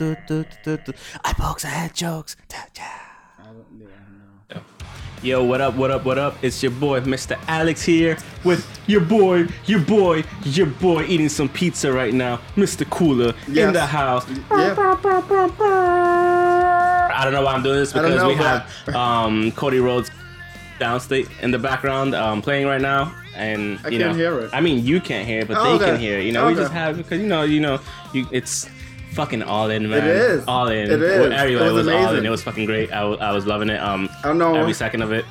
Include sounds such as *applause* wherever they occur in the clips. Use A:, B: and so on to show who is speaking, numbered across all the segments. A: I pokes, I had jokes.
B: I don't, yeah, no.
C: Yo, what up, what up, what up? It's your boy, Mr. Alex here with your boy, your boy, your boy eating some pizza right now. Mr. Cooler in
B: Yes.
C: the house.
B: Yeah,
C: I don't know why I'm doing this
B: I don't
C: because
B: know,
C: we
B: but-
C: have um, Cody Rhodes downstate in the background um, playing right now. And
B: I
C: you
B: can't
C: know,
B: hear it.
C: I mean, you can't hear it, but
B: Oh,
C: they
B: okay.
C: can hear it. You know, we
B: Okay.
C: just have because you know, you know, you, it's fucking all in, man.
B: is.
C: all in.
B: It is.
C: Everybody
B: It was
C: was, all in.
B: amazing.
C: It was fucking great. I wa- I was loving it. Um,
B: I don't know.
C: every second of it.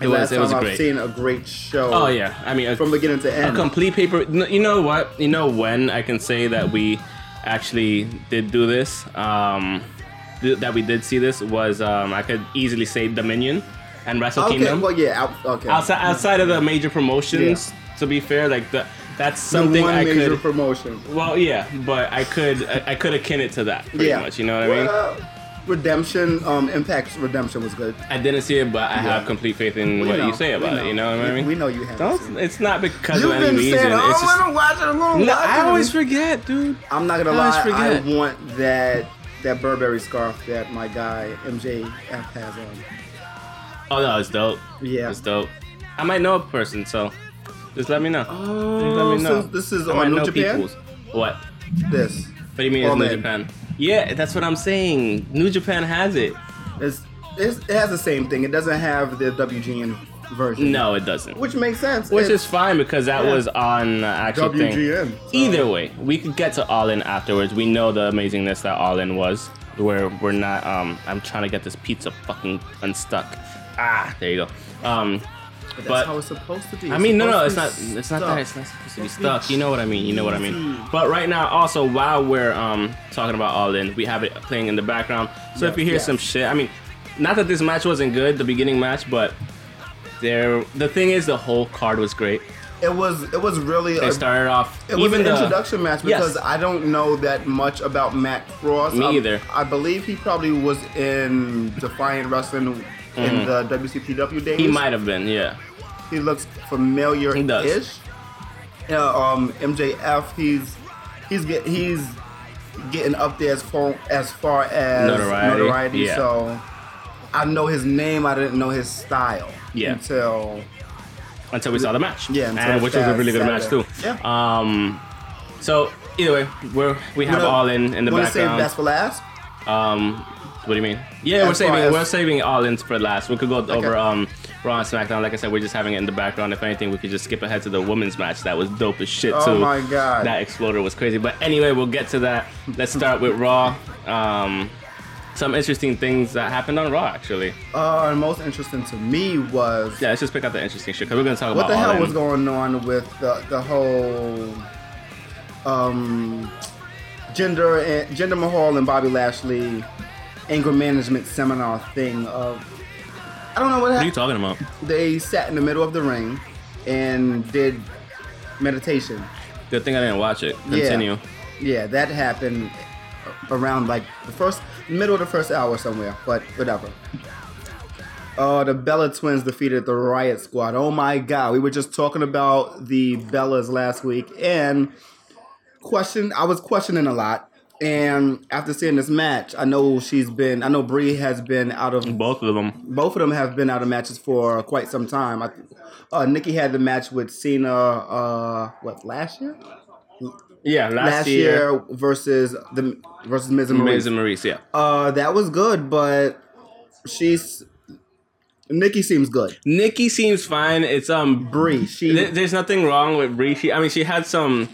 C: It was
B: last
C: it was
B: time
C: great.
B: I've seen a great show.
C: Oh yeah, I mean, a,
B: from beginning to
C: a
B: end.
C: complete paper. n- You know what? You know when I can say that we actually did do this. Um, th- that we did see this was um, I could easily say Dominion and Wrestle
B: okay,
C: Kingdom
B: well, yeah, out, okay.
C: outside outside of the major promotions. To be fair, like the, that's
B: The
C: something
B: one
C: I
B: major
C: could.
B: promotion.
C: well, yeah, but I could I, I could akin it to that pretty
B: yeah,
C: much. You know what I mean?
B: Well, Redemption, um, Impact Redemption was good.
C: I didn't see it, but I have complete faith in
B: uh, We
C: what
B: know,
C: you say
B: we
C: about it.
B: know.
C: You know what I
B: We-
C: mean?
B: we know you haven't seen
C: Don't.
B: it.
C: It's not because
B: You've
C: of any
B: been
C: reason.
B: saying,
C: it's
B: "Oh,
C: just,
B: I don't watch it, I don't
C: No,
B: watch
C: I
B: it."
C: always forget, dude.
B: I'm not gonna
C: I always
B: lie. I
C: forget.
B: want that that Burberry scarf that my guy MJF has on.
C: Oh no, it's dope.
B: Yeah.
C: it's dope. I might know a person, so just let me know. Just
B: Oh,
C: let me know.
B: so this is
C: I might
B: on New
C: know
B: Japan.
C: peoples. What? What
B: This
C: do you mean it's
B: Oh,
C: New
B: man.
C: Japan? Yeah, that's what I'm saying. New Japan has it.
B: it's, it's, it has the same thing. It doesn't have the WGN version.
C: No, it doesn't.
B: which makes sense.
C: Which
B: It's-
C: is fine because that
B: Yeah.
C: was on the actual
B: WGN,
C: thing.
B: so-
C: Either way, we could get to All In afterwards. We know the amazingness that All In was. Where we're not. Um, I'm trying to get this pizza fucking unstuck. Ah, there you go. Um,
B: But
C: but-
B: that's how it's supposed to be.
C: I mean, no, no, it's
B: supposed
C: not.
B: to be
C: It's not
B: stuck.
C: that. It's not supposed to be
B: It's supposed to be
C: stuck. You know what I mean. You know what I mean.
B: cheesy.
C: But right now, also while we're um talking about All In, we have it playing in the background. So if
B: Yeah,
C: you hear
B: yeah.
C: some shit, I mean, not that this match wasn't good, the beginning match, but there. The thing is, the whole card was great.
B: It was. It was really.
C: They
B: a-
C: started off.
B: Uh, it was
C: even
B: an
C: the-
B: introduction match
C: Yes.
B: because I don't know that much about Matt Cross.
C: Me
B: I,
C: either.
B: I believe he probably was in Defiant Wrestling in the WCPW days.
C: Mm-hmm. He might have been, yeah.
B: He looks familiar.
C: He does.
B: Ish. Yeah, um, MJF. He's he's get he's getting up there as far as far as
C: Notoriety,
B: notoriety,
C: yeah.
B: So I know his name. I didn't know his style.
C: Yeah.
B: Until
C: Until we saw the match.
B: Yeah, until
C: and which was a
B: Saturday.
C: really good match too.
B: Yeah.
C: Um, so either way, we're we have
B: Wanna-
C: all in in the
B: wanna save
C: background.
B: best for last.
C: Um, what do you mean? Yeah,
B: As
C: we're saving
B: far as-
C: we're saving all in for last. We could go over um Raw and SmackDown. Like I said, we're just having it in the background. If anything, we could just skip ahead to the women's match. That was dope as shit
B: Oh
C: too.
B: my God.
C: that exploder was crazy. But anyway, we'll get to that. Let's start with Raw. Um, some interesting things that happened on Raw actually.
B: Uh, and most interesting to me was
C: Yeah, let's just pick out the interesting shit because we're gonna talk
B: what
C: about
B: the
C: all
B: hell
C: in.
B: was going on with the, the whole um, gender and gender Mahal and Bobby Lashley anger management seminar thing of I don't know what
C: What are you
B: happened.
C: talking about?
B: they sat in the middle of the ring and did meditation.
C: Good thing I didn't watch it. Continue.
B: Yeah, that happened around like the first middle of the first hour somewhere, but whatever. Uh, the Bella twins defeated the Riot Squad. Oh my God, we were just talking about the Bellas last week, and question I was questioning a lot. And after seeing this match, I know she's been, I know Brie has been out of
C: Both of them.
B: both of them have been out of matches for quite some time. I, uh, Nikki had the match with Cena, uh, what last year?
C: Yeah, last,
B: Last
C: year,
B: year versus the versus Miz and
C: Miz
B: Maurice.
C: and Maurice. Yeah.
B: Uh, that was good, but she's Nikki seems good.
C: Nikki seems fine. It's um
B: Bree, she
C: There- There's nothing wrong with Brie. She, I mean, she had some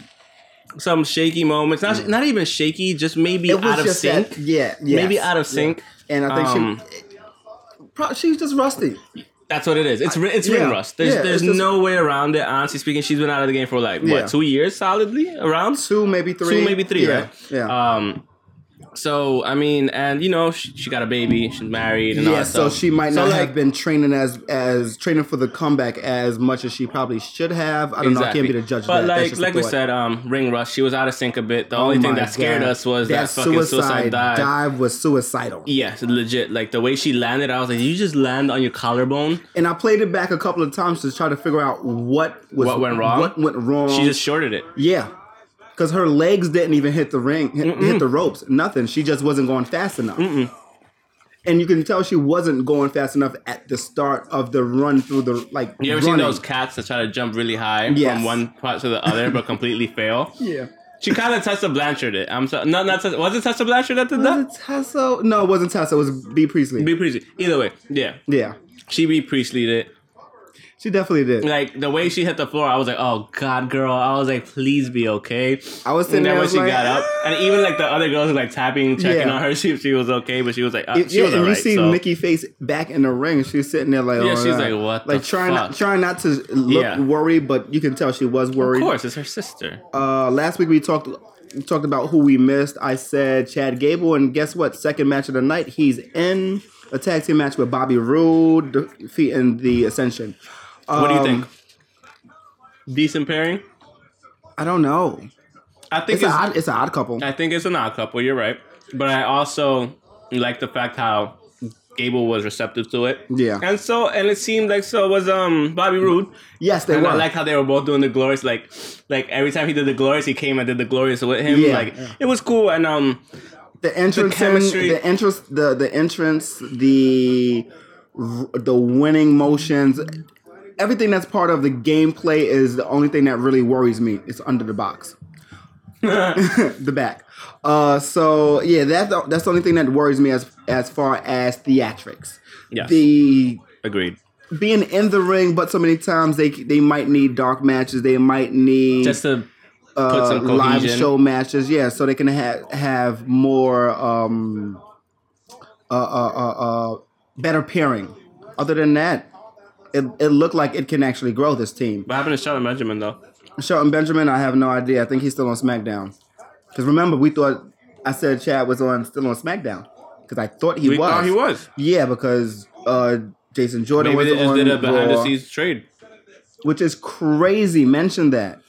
C: some shaky moments. Not not even shaky. Just maybe
B: Mm. it was
C: out of
B: just
C: sync.
B: That, yeah, yes,
C: Maybe out of
B: yeah.
C: sync.
B: And I think
C: Um,
B: she. Pro- she's just rusty.
C: That's what it is. It's ri- it's ring
B: Yeah,
C: rust. There's
B: yeah,
C: there's
B: it's just-
C: no way around it. Honestly speaking, she's been out of the game for like what
B: Yeah.
C: two years solidly around
B: Two, maybe three.
C: two maybe three
B: yeah,
C: right.
B: Yeah.
C: Um, So I mean, and you know, she, she got a baby, she's married, and all
B: Yeah,
C: that
B: so
C: stuff.
B: she might
C: So,
B: not
C: like,
B: have been training as as training for the comeback as much as she probably should have. I don't know. I can't be the judge. of
C: But
B: that. That's
C: like,
B: just a
C: like we
B: thought.
C: said, um, ring rust. She was out of sync a bit. The
B: Oh
C: only thing
B: my
C: that scared
B: God.
C: us was that, fucking suicide, dive.
B: dive was suicidal.
C: Yes, legit. Like the way she landed, I was like, "Did you just land on your collarbone?"
B: And I played it back a couple of times to try to figure out what was
C: What went wrong?
B: What went wrong?
C: She just shorted it.
B: yeah, because her legs didn't even hit the ring, hit, hit the ropes. Nothing. She just wasn't going fast enough. And you can tell she wasn't going fast enough at the start of the run through the like.
C: You ever seen
B: running.
C: those cats that try to jump really high
B: Yes.
C: from one part to the other but completely fail?
B: *laughs* Yeah.
C: She kind of Tessa Blanchard it. I'm sorry. No, not Tessa. Was it Tessa Blanchard that did that?
B: Was it Tasso? No, it wasn't Tasso. It was B Priestley.
C: Be Priestley. Either way, yeah,
B: yeah,
C: she be Priestley it.
B: she definitely did.
C: Like the way she hit the floor, I was like, "Oh God, girl!" I was like, "Please be okay."
B: I was
C: And
B: sitting
C: then
B: there, I
C: when
B: was
C: she
B: like,
C: got up, and even like the other girls were like tapping, checking
B: Yeah.
C: on her, *laughs* she she was okay, but she was like, uh,
B: It-
C: she
B: yeah,
C: was
B: and
C: alright.
B: you see
C: so.
B: Nikki face back in the ring. She's sitting there like,
C: Yeah,
B: oh,
C: she's
B: God.
C: like, what
B: Like
C: the
B: trying, not,
C: fuck?
B: trying not to look
C: Yeah.
B: worried, but you can tell she was
C: of
B: worried.
C: course, it's her sister.
B: Uh, last week we talked we talked about who we missed. I said Chad Gable, and guess what? Second match of the night, he's in a tag team match with Bobby Roode defeating the Ascension.
C: what do you
B: Um,
C: think? Um, Decent pairing.
B: I don't know.
C: I think it's,
B: It's, an odd, it's an odd couple.
C: I think it's an odd couple. You're right, but I also like the fact how Gable was receptive to it.
B: Yeah.
C: and so and it seemed like so was um Bobby Roode.
B: Yes, they
C: And
B: were.
C: I like how they were both doing the glorious. Like, like every time he did the glorious, he came and did the glorious with him.
B: Yeah.
C: Like it was cool. And um,
B: the entrance in-
C: chemistry.
B: the entrance the the entrance the the winning motions everything that's part of the gameplay is the only thing that really worries me it's under the
C: *laughs*
B: box *laughs* the back uh so yeah that's the, that's the only thing that worries me as as far as theatrics
C: Yes.
B: the
C: agreed.
B: being in the ring but so many times they they might need dark matches they might need
C: Just to put
B: uh,
C: some cohesion.
B: live show matches. Yeah, so they can have have more um, uh, uh, uh, uh, better pairing. Other than that, it, it looked like it can actually grow this team.
C: What happened to Shelton Benjamin though?
B: Shelton Benjamin, I have no idea. I think he's still on SmackDown. Because remember, we thought I said Chad was on still on SmackDown because I thought he
C: We
B: was.
C: thought Oh, he was.
B: Yeah, because uh, Jason Jordan
C: Maybe they
B: was
C: just
B: on
C: did a behind
B: Raw
C: the scenes trade.
B: which is crazy. Mention that.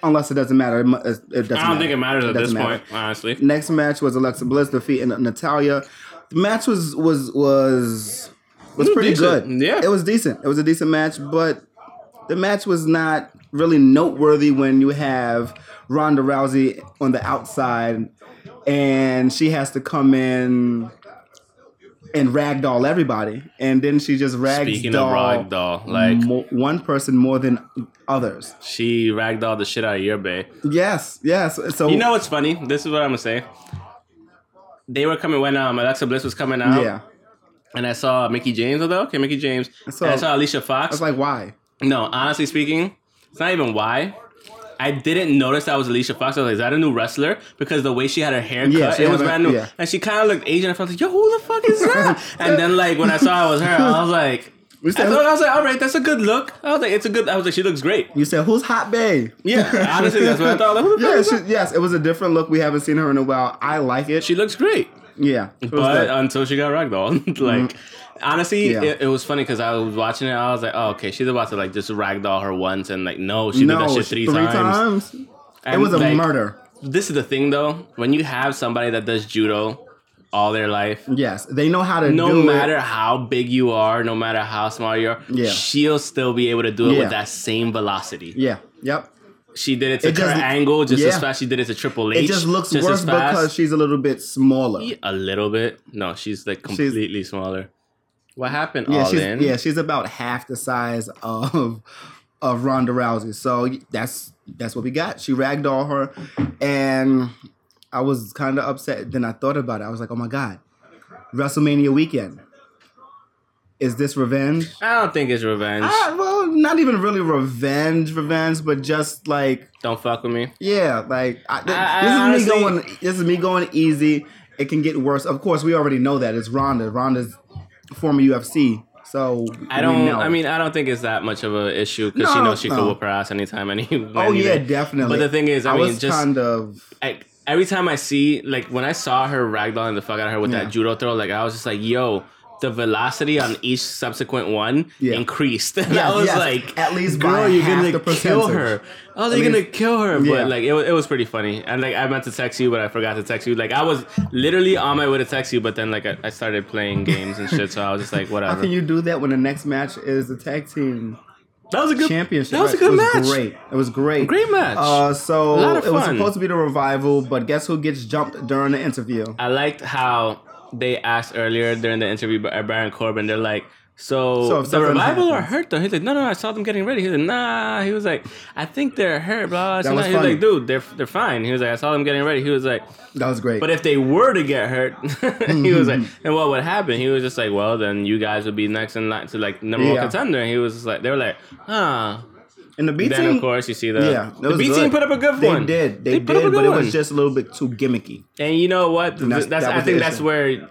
B: Unless it doesn't matter, it mu- it doesn't
C: I don't think it matters at this
B: doesn't matter.
C: point, honestly.
B: Next match was Alexa Bliss defeating Natalia. The match was was was was
C: was
B: pretty
C: decent,
B: good.
C: yeah.
B: it was decent. It was a decent match, but the match was not really noteworthy when you have Ronda Rousey on the outside and she has to come in and ragdoll everybody, and then she just ragdoll
C: Speaking of ragdoll, like
B: mo- one person more than others.
C: she ragdolled the shit out of your bay.
B: Yes, yes. So
C: You know what's funny? This is what I'm gonna say. They were coming when um Alexa Bliss was coming out,
B: yeah.
C: and I saw Mickey James. Although okay, Mickey James,
B: saw-
C: and I saw Alicia
B: I was
C: Fox.
B: like, why?
C: no, honestly speaking, it's not even why. I didn't notice that was Alicia Fox. I was like, is that a new wrestler? Because the way she had her hair cut,
B: Yeah, she
C: it
B: had
C: was
B: her-
C: brand new.
B: yeah.
C: And she kind of looked Asian. I felt like, yo, who the fuck is
B: *laughs*
C: that? and then like when I saw it was her, I was like, I,
B: We said-
C: thought, I was like, all right, that's a good look. I was like, it's a good. I was like, she looks great.
B: You said, who's Hot Bae?
C: Yeah, honestly, that's what I thought. Like,
B: *laughs*
C: who the fuck
B: Yeah,
C: is that?
B: she, yes, it was a different look. We haven't seen her in a while. I like it.
C: She looks great.
B: yeah, it was
C: but
B: good.
C: until she got ragdolled, *laughs* like honestly,
B: Mm-hmm. Yeah.
C: it, it was funny because I was watching it. I was like, oh, okay, she's about to like just ragdoll her once, and like, no, she did that shit three, times.
B: It
C: And,
B: was a
C: like,
B: murder.
C: This is the thing though. When you have somebody that does judo all their life,
B: Yes, they know how to
C: no
B: do
C: matter
B: it.
C: how big you are, no matter how small you are,
B: Yeah.
C: she'll still be able to do it
B: Yeah.
C: with that same velocity.
B: Yeah, yep.
C: She did it to
B: It
C: Kurt
B: just-
C: Angle just as
B: yeah.
C: fast. She did it to Triple H.
B: It just looks
C: just
B: worse
C: as fast.
B: because she's a little bit smaller. Yeah,
C: a little bit. No, she's like completely smaller. What happened, All
B: she's
C: In?
B: yeah, she's about half the size of of Ronda Rousey. So that's that's what we got. She ragdoll her, and I was kind of upset. Then I thought about it. I was like, oh my god, WrestleMania weekend. Is this revenge?
C: I don't think it's revenge.
B: Ah, well, not even really revenge, revenge, but just like
C: don't fuck with me.
B: yeah, like I, th-
C: I-
B: this is
C: I
B: me
C: honestly-
B: going. This is me going easy. It can get worse. Of course, we already know that it's Ronda. Ronda's former UFC, so
C: I
B: We
C: don't.
B: know.
C: I mean, I don't think it's that much of an issue because she
B: No,
C: knows she
B: no.
C: could whoop her ass anytime, *laughs* any.
B: oh yeah,
C: anything.
B: definitely.
C: But the thing is, I, mean,
B: was
C: just
B: kind of
C: I, every time I see like when I saw her ragdolling the fuck out of her with
B: Yeah.
C: that judo throw, like I was just like, yo, the velocity on each subsequent one
B: Yeah.
C: increased. *laughs* And
B: Yes,
C: I was
B: yes.
C: like,
B: At least by
C: girl, you're
B: half
C: gonna
B: the
C: kill
B: percentage.
C: her. Oh,
B: At
C: you're gonna
B: least-
C: kill her. But
B: Yeah.
C: like it was, it was pretty funny. And like I meant to text you, but I forgot to text you. Like I was literally on my way to text you, but then like I, I started playing games and shit, so I was
B: *laughs*
C: just like,
B: How
C: whatever.
B: can you do that when the next match is the tag team
C: that was a good
B: championship?
C: That was a
B: right?
C: good
B: it
C: match.
B: Was great. It was great.
C: Great match.
B: Uh, so
C: A lot of
B: it was
C: fun.
B: supposed to be the revival, but guess who gets jumped during the interview?
C: I liked how they asked earlier during the interview by Baron Corbin. They're like, so,
B: So if
C: the
B: something
C: revival are
B: happens-
C: hurt though. He's like, no, no, I saw them getting ready. He's like, nah. He was like, I think they're hurt, blah. So
B: That was
C: he was
B: funny.
C: like, dude, they're they're fine. He was like, I saw them getting ready. He was like,
B: That was great.
C: but if they were to get hurt, *laughs* he was
B: *laughs*
C: like, and what would happen? He was just like, well, then you guys would be next in line to like number
B: Yeah.
C: one contender. And he was just like, they were like, ah.
B: and the B
C: Then
B: team,
C: of course you see the
B: yeah, it
C: the
B: was
C: B
B: good.
C: team put up a good
B: they
C: one.
B: did. They,
C: put up a
B: did,
C: good
B: but it
C: one.
B: was just a little bit too gimmicky.
C: And you know what?
B: that's-
C: That's,
B: that
C: I
B: was the
C: think that's
B: issue.
C: where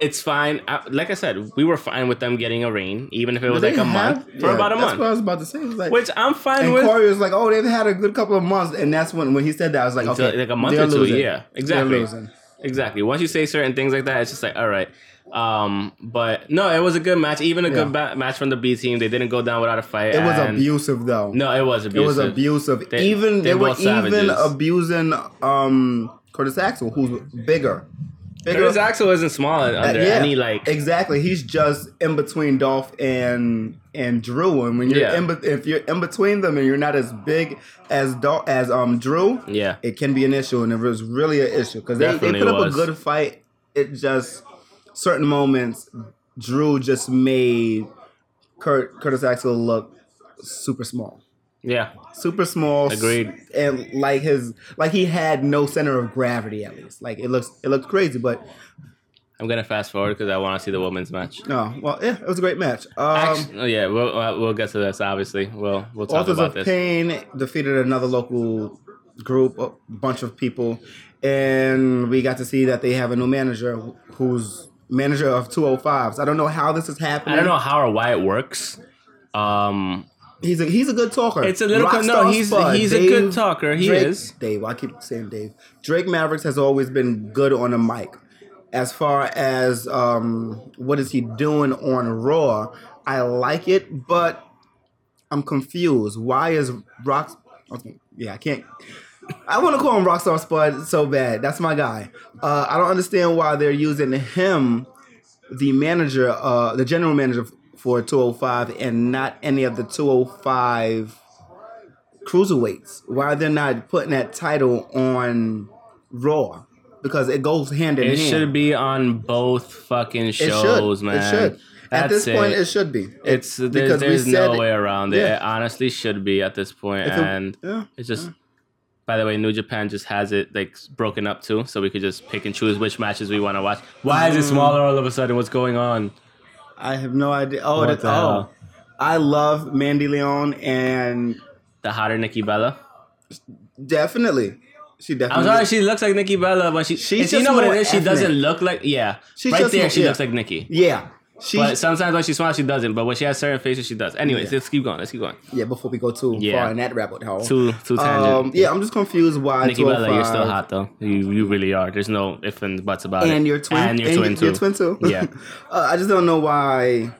C: it's fine. I, like I said, we were fine with them getting a reign, even if it was
B: But
C: like
B: they
C: a month
B: have-
C: for
B: yeah,
C: about a
B: That's what I
C: month,
B: was about to say. It was like,
C: which I'm fine
B: and
C: with.
B: Corey was like, "Oh, they've had a good couple of months," and that's when when he said that, I was like,
C: Until,
B: "Okay,
C: like a month
B: they're
C: or two,
B: losing.
C: yeah,
B: They're
C: exactly,
B: losing.
C: exactly. Once you say certain things like that, it's just like all right. Um, but no, it was a good match. Even a good ba- match from the B team. They didn't go down without a fight.
B: It was
C: and-
B: abusive though.
C: No, it was
B: it
C: abusive.
B: was abusive.
C: They-
B: even they,
C: they're
B: were
C: both savages.
B: even abusing um Curtis Axel, who's bigger. Bigger-
C: Curtis Axel isn't small
B: Uh,
C: under any like
B: exactly. He's just in between Dolph and and Drew, and when you're
C: Yeah.
B: in be- if you're in between them and you're not as big as Dolph as um Drew,
C: yeah.
B: it can be an issue, and it was really an issue because they, they
C: Definitely
B: put up
C: was.
B: a good fight. It just certain moments, Drew just made Kurt Curtis Axel look super small,
C: Yeah,
B: super small. s-
C: Agreed.
B: And like his like he had no center of gravity at least. Like it looks it looked crazy, but
C: I'm gonna fast forward because I want to see the women's match.
B: no. Well, yeah, it was a great match. Um,
C: Actu- oh yeah, we'll uh, we'll get to this. Obviously, we'll we'll talk
B: Authors
C: about
B: of
C: this.
B: Pain defeated another local group, a bunch of people, and we got to see that they have a new manager who's manager of 205s. I don't know how this is happening.
C: I don't know how or why it works. Um,
B: He's a he's a good talker.
C: It's a little co- no,
B: Rockstar
C: he's- he's a good talker. He
B: Drake-
C: is.
B: Dave. I keep saying Dave. Drake Mavericks has always been good on the mic. As far as um, what is he doing on Raw, I like it, but I'm confused. Why is Rock? Okay, yeah, I can't. I want to call him Rockstar Spud so bad. That's my guy. Uh, I don't understand why they're using him the manager, uh, the general manager for 205 and not any of the 205 cruiserweights. Why they're not putting that title on Raw? Because it goes hand in
C: it
B: hand.
C: should be on both fucking
B: It
C: shows,
B: should.
C: man.
B: It should. At
C: That's
B: this point, it
C: it
B: should be.
C: it's there-
B: because we
C: there's no
B: said it-
C: way around it.
B: yeah.
C: It honestly should be at this point,
B: If it-
C: and
B: yeah,
C: it's just. By the way, New Japan just has it like broken up too, so we could just pick and choose which matches we want to watch. Why is it
B: Mm.
C: smaller all of a sudden? What's going on?
B: I have no idea. Oh,
C: What
B: that's,
C: the
B: oh.
C: hell?
B: I love Mandy Leon and
C: The hotter Nikki Bella.
B: definitely. She
C: I'm
B: definitely.
C: sorry, she looks like Nikki Bella, but she
B: She's
C: she's you
B: just
C: know what
B: more
C: it is. She
B: ethnic.
C: doesn't look like yeah.
B: She's
C: right
B: just
C: there,
B: more-
C: she
B: yeah.
C: looks like Nikki.
B: yeah. She,
C: But sometimes when she smiles, she doesn't. But when she has certain faces, she does. Anyways,
B: Yeah.
C: let's keep going. Let's keep going.
B: yeah, before we go too
C: Yeah.
B: far in that rabbit hole.
C: Too too tangent.
B: Um, yeah, I'm just confused why
C: Nikki Bella, you're
B: 205
C: still hot though. You you really are. There's no ifs and buts about it.
B: and your twin,
C: And your twin
B: y-
C: too.
B: your twin too.
C: Yeah.
B: *laughs* uh, I just don't know why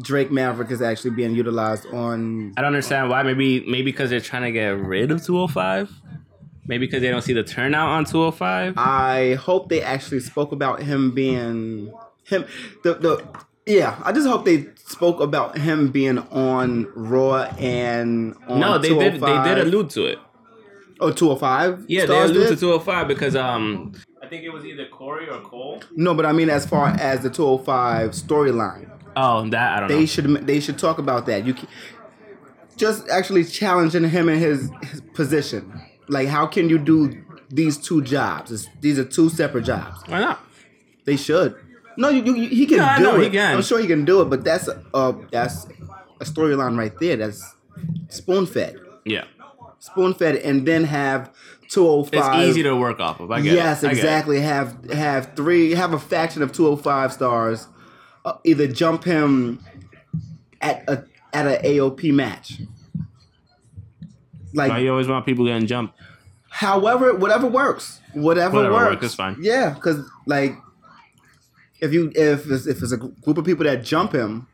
B: Drake Maverick is actually being utilized on.
C: I don't understand why. Maybe maybe because they're trying to get rid of 205. Maybe because they don't see the turnout on 205.
B: I hope they actually spoke about him being him. The the yeah. I just hope they spoke about him being on Raw and on
C: no, they did. They did
B: 205.
C: allude to it.
B: Oh, 205.
C: Yeah, they
B: stars
C: alluded to
B: did?
C: 205 because um. I think it was either Corey or Cole.
B: No, but I mean as far as the 205 storyline.
C: Oh, that I don't know.
B: They should they should talk about that. You can, just actually challenging him in his, his position. Like, how can you do these two jobs? It's, these are two separate jobs.
C: Why not?
B: They should. No, you, you, he can
C: No, I
B: do
C: know
B: it.
C: he can.
B: I'm sure he can do it. But that's a uh, that's a storyline right there. That's spoon fed,
C: Yeah.
B: spoon fed, and then have 205.
C: It's easy to work off of. I get it.
B: Yes,
C: I get it.
B: exactly. Have have three have a faction of 205 stars uh, either jump him at a at a AOP match.
C: Why
B: Like
C: you always want people getting jumped?
B: However, whatever works, whatever,
C: Whatever
B: works,
C: works is fine.
B: Yeah, because like, if you if it's, if it's a group of people that jump him,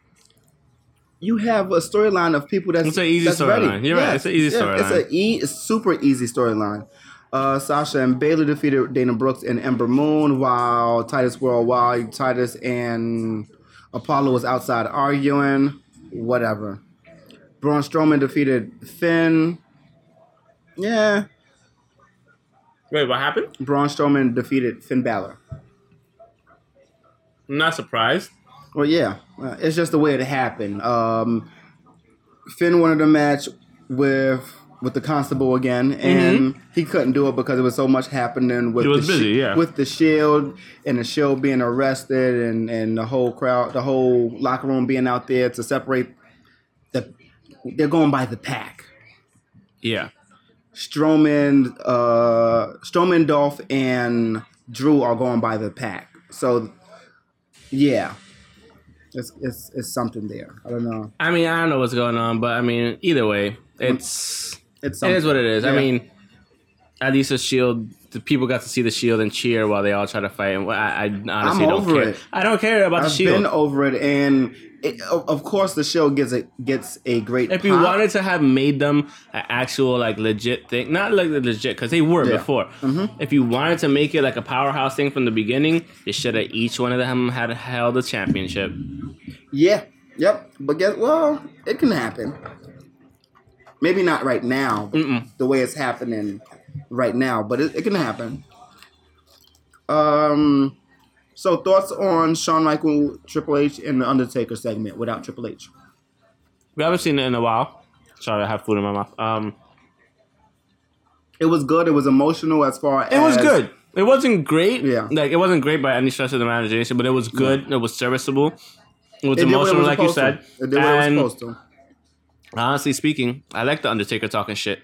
B: you have a storyline of people that's
C: It's an easy
B: that's ready.
C: storyline. You're right, it's an easy
B: It's
C: storyline.
B: a e, it's super easy storyline. Uh, Sasha and Bailey defeated Dana Brooks and Ember Moon, while Titus Worldwide, Titus and Apollo was outside arguing. Whatever. Braun Strowman defeated Finn. Yeah,
C: Wait, what happened?
B: Braun Strowman defeated Finn Balor.
C: I'm not surprised.
B: Well, yeah, uh, it's just the way it happened. Um, Finn wanted a match with with the Constable again, and he couldn't do it because it was so much happening with
C: Mm-hmm. He was
B: the
C: busy,
B: shi-
C: yeah.
B: with the Shield and the Shield being arrested, and and the whole crowd, the whole locker room being out there to separate the. They're going by the pack.
C: Yeah.
B: Strowman, uh, Strowman, Dolph, and Drew are going by the pack. So, yeah, it's it's, it's something there. I don't know.
C: I mean, I don't know what's going on, but I mean, either way, it's it
B: It's something.
C: is what it is. I
B: Yeah.
C: mean, at least the shield, the people got to see the shield and cheer while they all try to fight. And I, I honestly
B: I'm
C: don't
B: over
C: care.
B: it.
C: I don't care about the
B: I've
C: shield.
B: been over it, and it, of of course the show gets a gets a great.
C: if you
B: pop.
C: wanted to have made them an actual like legit thing, not like the legit because they were
B: Yeah. Mm-hmm.
C: before. If you wanted to make it like a powerhouse thing from the beginning, you should have each one of them had held a championship.
B: yeah, yep. But guess well, it can happen. Maybe not right now, the way it's happening right now, but it, it can happen. Um, so thoughts on Shawn Michael, Triple H, and the Undertaker segment without Triple H?
C: We haven't seen it in a while. Sorry, I have food in my mouth. Um,
B: It was good. It was emotional as far as
C: It was good. It wasn't great.
B: Yeah.
C: Like it wasn't great by any stretch of the imagination, but it was good. It was serviceable. It was
B: It did what it
C: emotional,
B: was
C: like you said.
B: supposed to. It did what it
C: And
B: was supposed to.
C: honestly speaking, I like the Undertaker talking shit.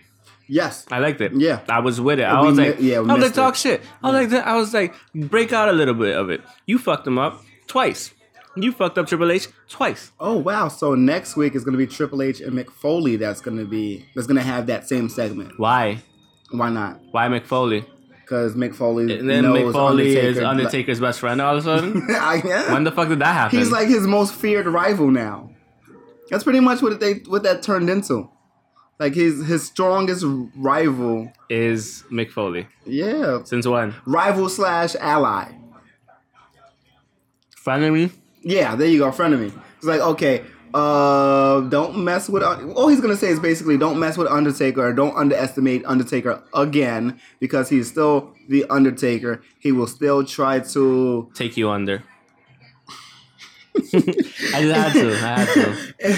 B: Yes.
C: I liked it.
B: Yeah.
C: I was with it. I
B: We
C: was
B: mi-
C: like,
B: yeah,
C: I
B: we
C: was like,
B: missed
C: talk
B: it.
C: shit. I was like, that- I was like, break out a little bit of it. You fucked him up twice. You fucked up Triple H twice.
B: Oh wow! So next week is going to be Triple H and McFoley. That's going to be that's going to have that same segment.
C: Why?
B: Why not?
C: Why McFoley?
B: Because Mick Foley
C: And then
B: knows
C: McFoley
B: Undertaker.
C: is Undertaker's best friend all of a sudden.
B: *laughs* I- yeah.
C: when the fuck did that happen?
B: He's like his most feared rival now. That's pretty much what they what that turned into. Like his his strongest rival.
C: is McFoley.
B: Yeah,
C: Since when?
B: rival slash ally.
C: Friend of me?
B: Yeah, there you go, friend of me. It's like okay, uh, don't mess with. All he's gonna say is basically don't mess with Undertaker. Or don't underestimate Undertaker again because he's still the Undertaker. He will still try to.
C: take you
B: *laughs*
C: under. *laughs* I just had to. I had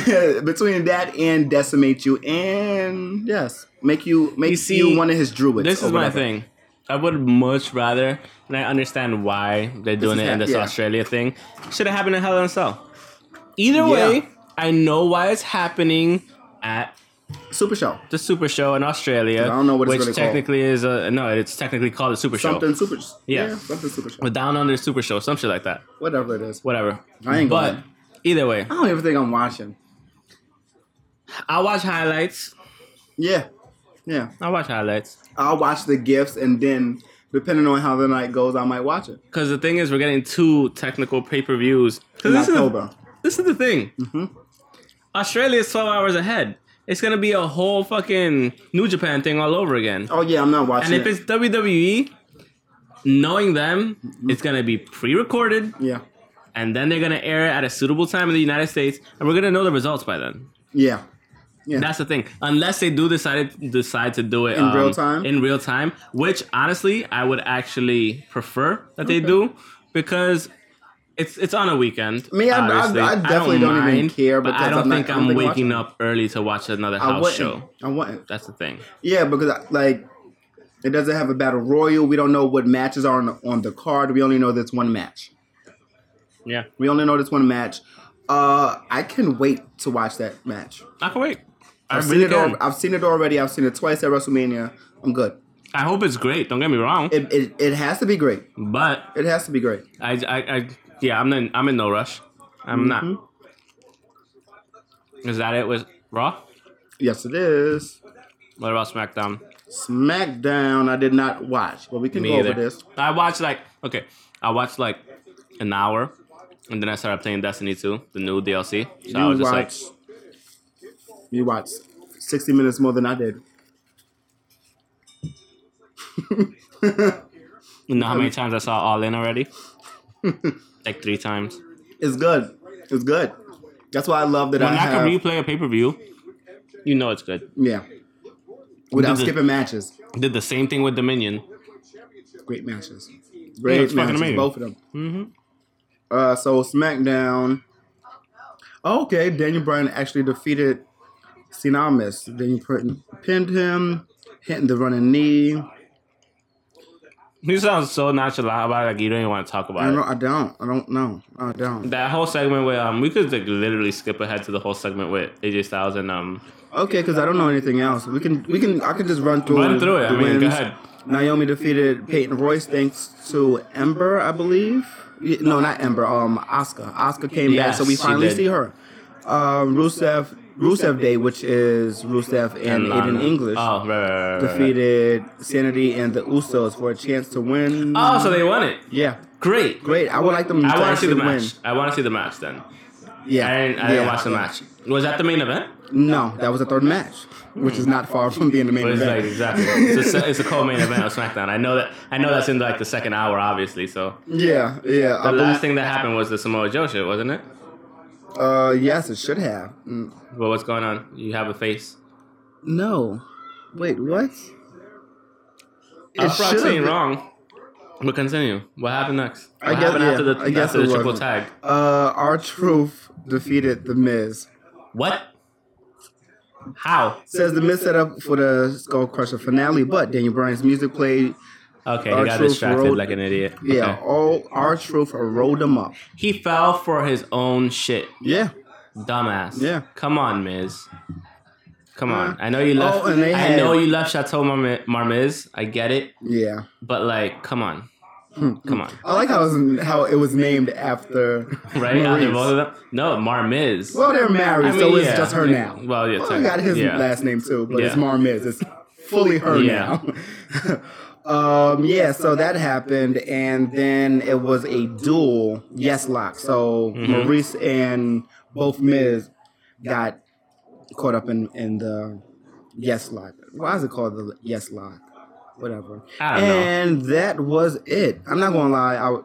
C: to.
B: *laughs* between that and decimate you and yes make you make
C: You
B: you,
C: see,
B: one of his druids
C: This
B: or
C: is my
B: whatever.
C: thing. I would much rather, and I understand why they're doing
B: is
C: it in
B: hap-
C: this
B: yeah.
C: Australia thing. Should have happened in Hell in a Cell. Either way, I know why it's happening at
B: super show
C: the Super Show in Australia.
B: I don't know what it's
C: which
B: really called.
C: technically is a no. It's technically called a Super
B: something
C: Show.
B: super
C: Yeah.
B: yeah. something super show
C: But down under Super Show, some shit like that.
B: whatever it is
C: Whatever.
B: I ain't
C: but
B: going.
C: either way,
B: i don't even think i'm watching
C: I watch highlights.
B: yeah yeah
C: I watch highlights.
B: i'll watch the gifts and then depending on how the night goes i might watch it
C: Because the thing is, we're getting two technical pay per views.
B: in
C: This, is the-
B: october
C: this is the thing. Australia is 12 hours ahead. It's going to be a whole fucking New Japan thing all over again.
B: oh yeah i'm not watching
C: and if
B: it.
C: it's WWE, knowing them, it's going to be pre recorded
B: yeah
C: and then they're going to air it at a suitable time in the United States and we're going to know the results by then.
B: yeah yeah
C: That's the thing. Unless they do decide decide to do it um,
B: In real time?
C: In real time, which honestly, I would actually prefer that they do because it's it's on a weekend.
B: Me, I- I-
C: obviously.
B: I definitely don't even care
C: but I
B: because
C: don't
B: I'm not-
C: think
B: I
C: I'm,
B: don't think I'm
C: waking
B: watching.
C: up early to watch another
B: i
C: house
B: wouldn't
C: show.
B: i wouldn't
C: That's the thing.
B: Yeah, because like it doesn't have a battle royal. We don't know what matches are on the, on the card. We only know this one match.
C: Yeah,
B: We only know this one match. Uh, I can wait to watch that match.
C: I can wait. I
B: I've
C: really
B: seen it. al-
C: can.
B: I've seen it already. I've seen it twice at WrestleMania. I'm good.
C: I hope it's great. Don't get me wrong,
B: It, it, it has to be great.
C: but
B: It has to be great.
C: I, I, I yeah, I'm in. I'm in no rush. I'm not.
B: Mm-hmm.
C: Is that it with Raw?
B: Yes, it is.
C: What about SmackDown?
B: SmackDown, I did not watch, but we can
C: Me
B: go
C: either.
B: over this.
C: I watched like okay, I watched like an hour, and then I started playing Destiny 2, the new DLC. So I was
B: you
C: just
B: watched. you watched sixty minutes more than I did.
C: like, you know
B: *laughs*
C: how many times I saw All In already? like three times.
B: It's good. It's good. That's why I love that
C: When I
B: I have.
C: can replay a pay per view, you know it's good.
B: yeah.
C: Did
B: Without
C: the-
B: skipping matches,
C: Did the same thing with Dominion.
B: great matches, great
C: fucking
B: matches,
C: amazing.
B: both of them.
C: Mm-hmm.
B: Uh, so SmackDown. Oh, Okay, Daniel Bryan actually defeated Cinamis. Daniel Bryan pinned him, hitting the running knee.
C: He sounds so nonchalant about it, like you don't even want to talk
B: I
C: about
B: don't.
C: it.
B: I don't. I don't know. I don't.
C: That whole segment with um, we could like literally skip ahead to the whole segment with AJ Styles and um,
B: Okay, because I don't know anything else. We can. We can. I can just run through.
C: run through it. I
B: the
C: mean, go
B: wins.
C: ahead.
B: Naomi defeated Peyton Royce thanks to Ember, I believe. Yeah, No, not Ember. Um, Oscar. Oscar came back,
C: Yes,
B: so we
C: she
B: finally
C: did.
B: see her. Um, Rusev. Rusev Day, which is Rusev and, Aiden
C: Lana.
B: English.
C: Oh, right, right, right, right, right.
B: defeated Sanity and the Usos for a chance to win.
C: Oh, so they won it.
B: yeah,
C: Great.
B: great. I would like them to
C: I want to see
B: actually
C: the
B: win.
C: match. I want to see the match then.
B: Yeah,
C: I didn't, I
B: yeah.
C: didn't watch the match. Was that the main event?
B: No, that was the third match, which is not far *laughs* from being the main
C: Or is it,
B: event.
C: like, exactly. It's
B: *laughs*
C: a, it's a co-main event of SmackDown. I know that. I know that's in like the second hour, obviously. So
B: yeah, yeah.
C: the
B: I believe-
C: last thing that happened was the Samoa Joe shit, wasn't it?
B: uh, yes, it should have. Mm,
C: Well, what's going on? You have a face.
B: No, wait,
C: I'm
B: what? It should
C: probably
B: have
C: saying
B: been-
C: wrong. But continue. What happened next? What
B: I guess-
C: happened after
B: yeah,
C: the
B: I guess
C: after the
B: it
C: triple
B: wasn't.
C: tag?
B: Uh, our truth defeated the Miz.
C: What? How?
B: Says the Miz set up for the Skull Crusher finale, but Daniel Bryan's music played.
C: Okay, he got
B: R-Truth
C: distracted
B: rolled-
C: like an idiot.
B: Yeah,
C: Okay.
B: all our truth rolled him up.
C: He fell for his own shit.
B: Yeah,
C: Dumbass.
B: Yeah.
C: Come on, Miz. Come on.
B: Yeah.
C: I know you left.
B: Oh, and they
C: I
B: had-
C: know you left Chateau Marmi- Marmiz. I get it,
B: yeah.
C: but like, come on,
B: Hmm.
C: come on,
B: I like how it was, how it was named after
C: right? After
B: Maurice.
C: both of them, no Marmiz.
B: Well, they're married,
C: I mean,
B: so it's
C: yeah.
B: just her now.
C: Well, yeah,
B: Well, I
C: technically,
B: got his
C: yeah.
B: last name too, but it's
C: Yeah.
B: Marmiz. It's fully her
C: Yeah.
B: now. *laughs* um, yeah, so that happened, and then it was a duel yes lock. So
C: Mm-hmm.
B: Maurice and both Miz got caught up in in the yes lock. Why is it called the yes lock? Whatever.
C: I don't know.
B: and that was it. I'm not gonna lie. I, w-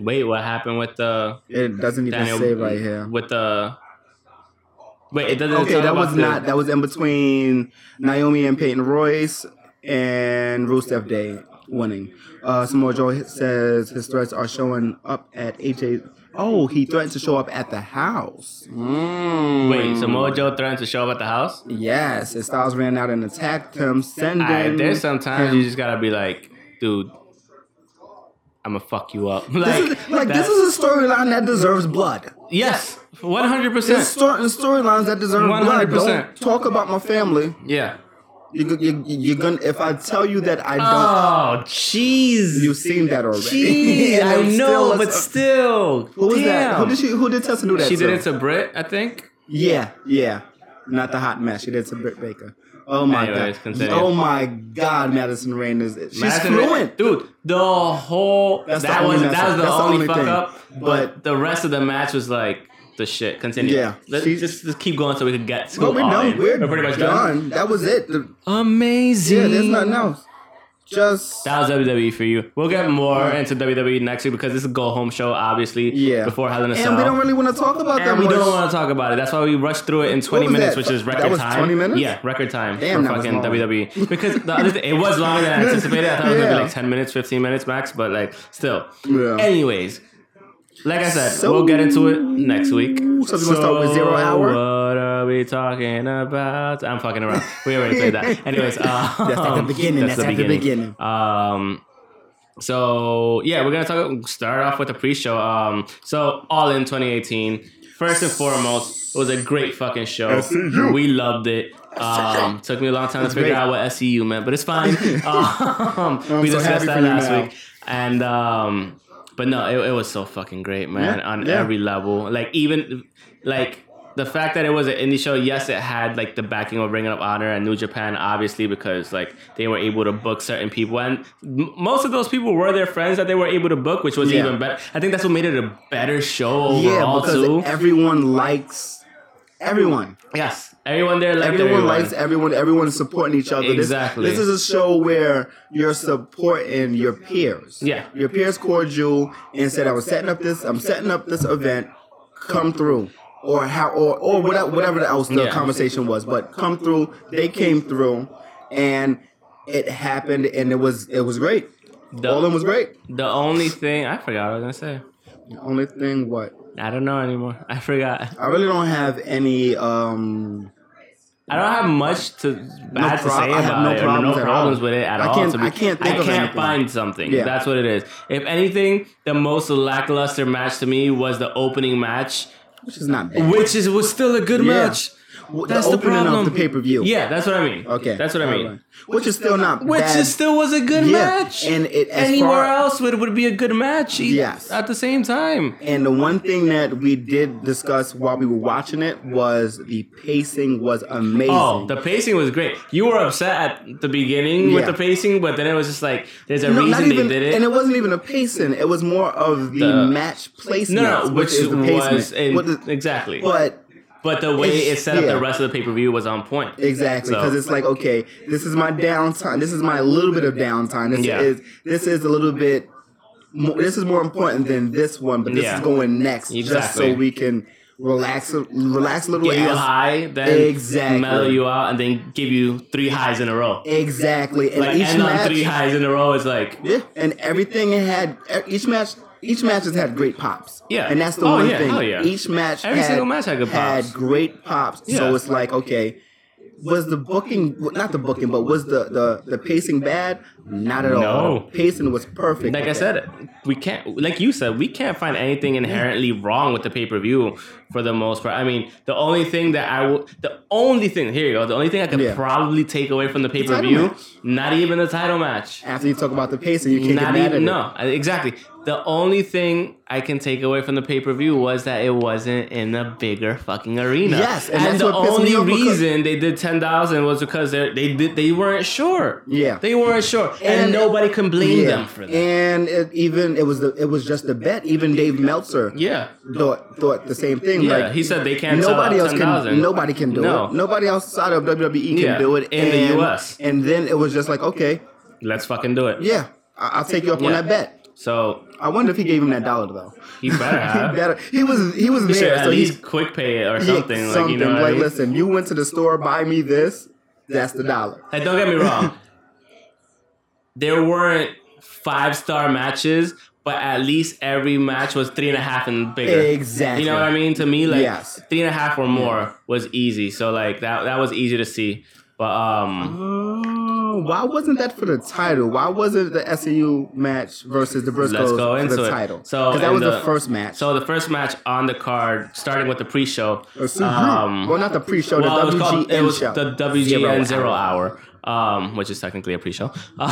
C: Wait, what happened with the
B: it doesn't even
C: Daniel
B: say right here.
C: with the? Wait, it doesn't.
B: Okay,
C: talk
B: that
C: about
B: was
C: the-
B: not. That was in between Naomi and Peyton Royce and Rusev Day winning. Uh, Samoa Joe says his threats are showing up at AJ. Oh, he threatened to show up at the house. Mm.
C: Wait, Samoa Joe threatened to show up at the house.
B: Yes, his Styles ran out and attacked him, sending.
C: I, there's sometimes
B: him-
C: you just gotta be like, dude, I'm gonna fuck you up. *laughs*
B: This
C: like,
B: is, like this
C: that's-
B: is a storyline that deserves blood.
C: yes, 100.
B: There's
C: percent
B: certain storylines that deserve blood.
C: 100%.
B: Don't talk about my family.
C: Yeah.
B: You, you, you're gonna. If I tell you that I don't,
C: Oh, jeez.
B: You've seen that already. *laughs*
C: Jeez,
B: And
C: I
B: it's
C: know,
B: still-
C: but still.
B: who was that?
C: Damn.
B: Who did she? Who did Tessa do that?
C: She
B: to?
C: did it to Brit, I think.
B: Yeah, yeah. Not the hot mess. She did it to Britt Baker. Oh my
C: Anyways,
B: god.
C: continue.
B: Oh my god, Madison Rain is. She's
C: Madison-
B: fluent.
C: dude. The whole
B: That's the
C: that
B: only
C: was
B: mess
C: that
B: up.
C: was the
B: That's the
C: only,
B: only
C: fuck
B: thing.
C: up. But,
B: But-
C: the rest of the match was like the shit. Continue.
B: Yeah,
C: Let's
B: she's-
C: just, just keep going so we can get to
B: But we're
C: all
B: done.
C: in.
B: We're,
C: pretty much
B: done.
C: done.
B: That was it. The-
C: Amazing.
B: yeah, there's nothing else. Just
C: That was WWE for you. We'll get more into WWE next week because this is a go home show, obviously.
B: yeah.
C: Before Hell in a Cell.
B: and we don't really want to talk about that.
C: And we
B: much.
C: don't want to talk about it. That's why we rushed through it in 20
B: was
C: minutes,
B: that?
C: which is
B: That
C: record
B: was
C: time.
B: 20 minutes?
C: Yeah, record time for
B: Damn, that was
C: fucking
B: long.
C: WWE. Because the other thing, it was longer
B: *laughs*
C: than I anticipated. I thought it was going to
B: Yeah.
C: be like 10 minutes, 15 minutes max, but like still.
B: Yeah.
C: Anyways, like I said,
B: So-
C: we'll get into it next week. So
B: wanna start with zero hour?
C: What are we talking about? I'm fucking around. We already played
B: *laughs*
C: that. Anyways, um,
B: That's at the beginning. That's at the beginning.
C: Um, so yeah, we're gonna talk. Start off with the pre-show. Um, so all in 2018. First and foremost, it was a great fucking show.
B: SCU.
C: We loved it. Um, took me a long time to figure
B: great.
C: out what SCU meant, but it's
B: *laughs*
C: fine. Um, we
B: so
C: discussed
B: happy
C: that
B: for you
C: last
B: now.
C: week, and um, but no, it, it was so fucking great, man.
B: Yeah,
C: On
B: yeah.
C: every level, like even like the fact that it was an indie show, yes, it had like the backing of Ring of Honor and New Japan, obviously, because like they were able to book certain people, and m- most of those people were their friends that they were able to book, which was
B: Yeah.
C: even better. I think that's what made it a better show
B: yeah,
C: overall
B: because
C: too.
B: everyone likes everyone.
C: yes, everyone there liked
B: Everyone
C: everyone.
B: likes everyone. Everyone's supporting each other. This-
C: Exactly.
B: This, is a show where you're supporting your peers.
C: Yeah.
B: Your peers called you and said, "I was setting up this. I'm setting up this event. Come through." Or how, or or whatever, whatever else the
C: Yeah.
B: conversation was, but come through. They came through, and it happened, and it was it was great.
C: The-
B: All of them was great.
C: the only thing I forgot what I was gonna say.
B: The only thing, what
C: I don't know anymore. I forgot.
B: I really don't have any um
C: I don't have much to bad to
B: prob-
C: say
B: I have
C: about
B: no
C: it. or
B: problems
C: no
B: at
C: problems
B: all.
C: with it at
B: I
C: all.
B: can't-
C: to be-
B: I can't think
C: I
B: of
C: can't
B: anything.
C: find something.
B: Yeah.
C: That's what it is. If anything, the most lackluster match to me was the opening match,
B: which is not bad.
C: which is was still a good
B: Yeah.
C: match.
B: W-
C: That's the,
B: opening
C: problem.
B: of the pay per view.
C: Yeah, that's what I mean.
B: Okay.
C: that's what I mean.
B: Alright. Which is still not
C: Which
B: bad.
C: is still was a good
B: Yeah,
C: match.
B: and it- as
C: anywhere
B: far-
C: else would would be a good match. e-
B: Yes.
C: at the same time.
B: and the one thing that we did discuss while we were watching it was the pacing was amazing.
C: Oh, the pacing was great. You were upset at the beginning with
B: Yeah.
C: the pacing, but then it was just like there's a
B: No, not
C: reason
B: even,
C: they did it.
B: and it wasn't even a pacing. It was more of the,
C: The-
B: match placement,
C: no, no, which,
B: is the pacement.
C: was in,
B: What the-
C: exactly. But,
B: but
C: the way it
B: it's-
C: set up
B: yeah.
C: the rest of the pay per view was on point.
B: Exactly,
C: So-
B: because it's like okay, this is my downtime. This is my little bit of downtime. This
C: Yeah.
B: is this is a little bit. More, this is more important than this one, but this
C: Yeah.
B: is going next, just so
C: Exactly.
B: we can relax, relax a little.
C: Give you a
B: as-
C: high, then
B: Exactly.
C: mellow you out, and then give you three highs in a row.
B: Exactly, and
C: Like
B: each
C: end on
B: match,
C: three highs in a row is like
B: yeah, and everything it had each match. Each match has had great pops.
C: Yeah.
B: and that's the
C: Oh,
B: one
C: yeah,
B: thing.
C: hell yeah.
B: Each match,
C: Every
B: had,
C: single match had good
B: had
C: pops.
B: great pops.
C: Yeah.
B: So it's like okay, was the booking well, not the booking, but was the the, the pacing bad? Not at all.
C: No.
B: pacing was perfect.
C: like I said, we can't, like you said, we can't find anything inherently wrong with the pay per view for the most part. I mean, the only thing that I will, the only thing, here you go, the only thing I could
B: Yeah.
C: probably take away from the pay per
B: title
C: view,
B: match.
C: not even the title match.
B: After you talk about the pacing, you can't
C: Not
B: get mad
C: even,
B: at it.
C: no, I- exactly. The only thing I can take away from the pay per view was that it wasn't in a bigger fucking arena.
B: Yes, and that's
C: the
B: what pissed
C: only
B: me off because-
C: reason they did 10,000 was because they they did, they weren't sure.
B: Yeah.
C: They weren't sure. And,
B: And-
C: nobody can blame
B: Yeah.
C: them for that.
B: And it even it was the it was just a bet. Even Dave Meltzer
C: yeah.
B: thought thought the same thing.
C: Yeah,
B: like
C: he said they can't sell
B: Nobody
C: out
B: else can.
C: 10,000.
B: Nobody can do
C: No.
B: it. Nobody outside of WWE can
C: Yeah,
B: do it
C: in the
B: and-
C: US.
B: And then it was just like, okay,
C: Let's fucking do it.
B: yeah, I- I'll take you up on
C: Yeah.
B: that bet.
C: So
B: I wonder if he gave him that dollar though.
C: He better have.
B: *laughs* he better. He was he was
C: you should
B: there,
C: at
B: so he's
C: least quick pay it or something.
B: Yeah,
C: like you know,
B: something.
C: what I
B: like
C: mean?
B: listen, you went to the store, buy me this. That's the dollar.
C: Hey, don't get me wrong. there weren't five star matches, but at least every match was three and a half and bigger.
B: Exactly.
C: You know what I mean? To me, like
B: Yes.
C: three and a half or more was easy. So like that that was easy to see. But um
B: Oh, why wasn't that for the title? Why wasn't the SEU match versus the Briscoes
C: Let's go
B: for
C: into
B: the
C: it.
B: title?
C: So,
B: that
C: and
B: was the,
C: the-
B: first match.
C: so the first match on the card, starting with the pre-show,
B: Or Subaru.
C: um,
B: well, not the pre-show,
C: well, it
B: the
C: was
B: WGN
C: called it was
B: show.
C: the WGN
B: Zero
C: Zero
B: Hour.
C: Hour, um, which is technically a pre-show. *laughs* Um,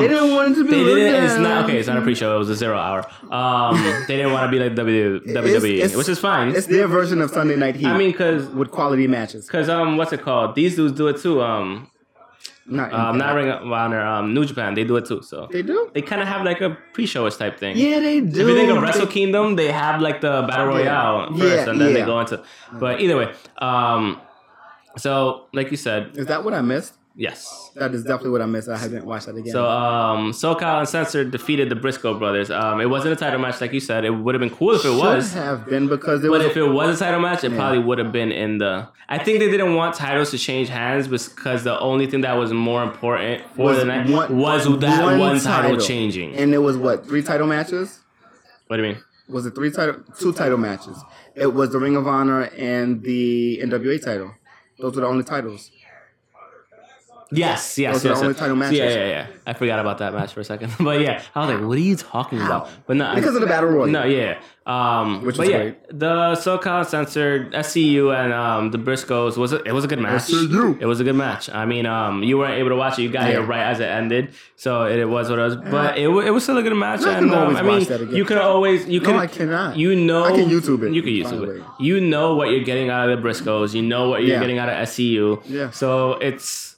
B: *laughs* They didn't want it to be.
C: They
B: looked
C: didn't. It's
B: at.
C: not okay. It's not a pre-show. It was a zero hour.
B: *laughs*
C: Um, they didn't want to be like W
B: It's-
C: WWE,
B: it's-
C: which is fine.
B: It's their version of Sunday Night Heat.
C: I mean, cause,
B: with quality matches.
C: cause um, what's it called? These dudes do it too. Um,
B: Not,
C: um not
B: Impact.
C: Ring of Honor. Um, New Japan. They do it too. So
B: They do.
C: they kind of have like a pre-showish type thing.
B: Yeah, they do.
C: If you think of Wrestle
B: They-
C: Kingdom, they have like the battle royale
B: Yeah.
C: first,
B: Yeah,
C: and then they
B: yeah.
C: go into. But either way, um, so like you said,
B: Is that what I missed?
C: yes.
B: That is definitely what I missed. I haven't watched that again.
C: So um, SoCal Uncensored defeated the Briscoe brothers. Um, it wasn't a title match, like you said. It would have been cool if it
B: Should
C: was.
B: have been because it
C: But
B: was
C: if it was a title match, it
B: Yeah.
C: probably would have been in the. I think they didn't want titles to change hands because the only thing that was more important for
B: Was
C: the night
B: one-
C: was that one,
B: one
C: title,
B: title.
C: changing.
B: and it was what three title matches.
C: what do you mean?
B: Was it three title, two title matches? It was the Ring of Honor and the NWA title. Those were the only titles.
C: Yes, yes,
B: Those are
C: yes.
B: Oh, the only
C: yes.
B: title matches.
C: Yeah, yeah, yeah. I forgot about that match for a second, *laughs* but yeah, I was like, "What are you talking about?" But no, I-
B: Because of the battle royal.
C: No, yeah. Um,
B: Which
C: but
B: was
C: yeah,
B: great.
C: the SoCal censored SCU and um, the Briscoes was a, it was a good match.
B: SCU.
C: It was a good match. I mean, um, you weren't able to watch it. You got here
B: Yeah.
C: right as it ended, so it, it was what it was. But it, wa- it was still a good match.
B: I can
C: and um,
B: always
C: I
B: watch
C: mean,
B: that again.
C: you can always you
B: No,
C: can
B: I cannot.
C: You know,
B: Uh, I can YouTube it
C: You can
B: and find a
C: YouTube it.
B: way.
C: You know what you're getting out of the Briscoes. You know what you're
B: Yeah.
C: getting out of SCU.
B: Yeah.
C: So it's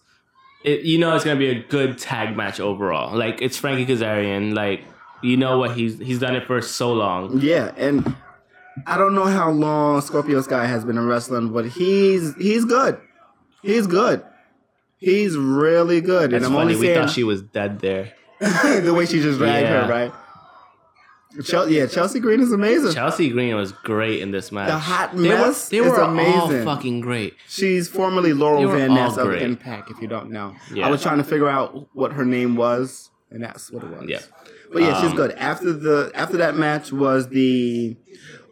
C: it, you know it's gonna be a good tag match overall. Like it's Frankie Kazarian. Like you know what he's he's done it for so long.
B: Yeah, and I don't know how long Scorpio Sky has been in wrestling, but he's he's good. He's good. He's really good.
C: It's
B: and I'm
C: funny.
B: only
C: We
B: saying
C: thought she was dead there.
B: *laughs* the way she just dragged
C: Yeah.
B: her, right? Chel- yeah, Chelsea Green is amazing.
C: Chelsea Green was great in this match.
B: The hot
C: They were-
B: mess
C: They
B: is
C: were,
B: amazing.
C: all fucking great.
B: She's formerly Laurel
C: They were
B: Van
C: all
B: Ness of
C: great.
B: Impact, if you don't know.
C: Yeah.
B: I was trying to figure out what her name was, and that's what it was.
C: Yeah.
B: But yeah, she's
C: Um,
B: good. After the after that match was the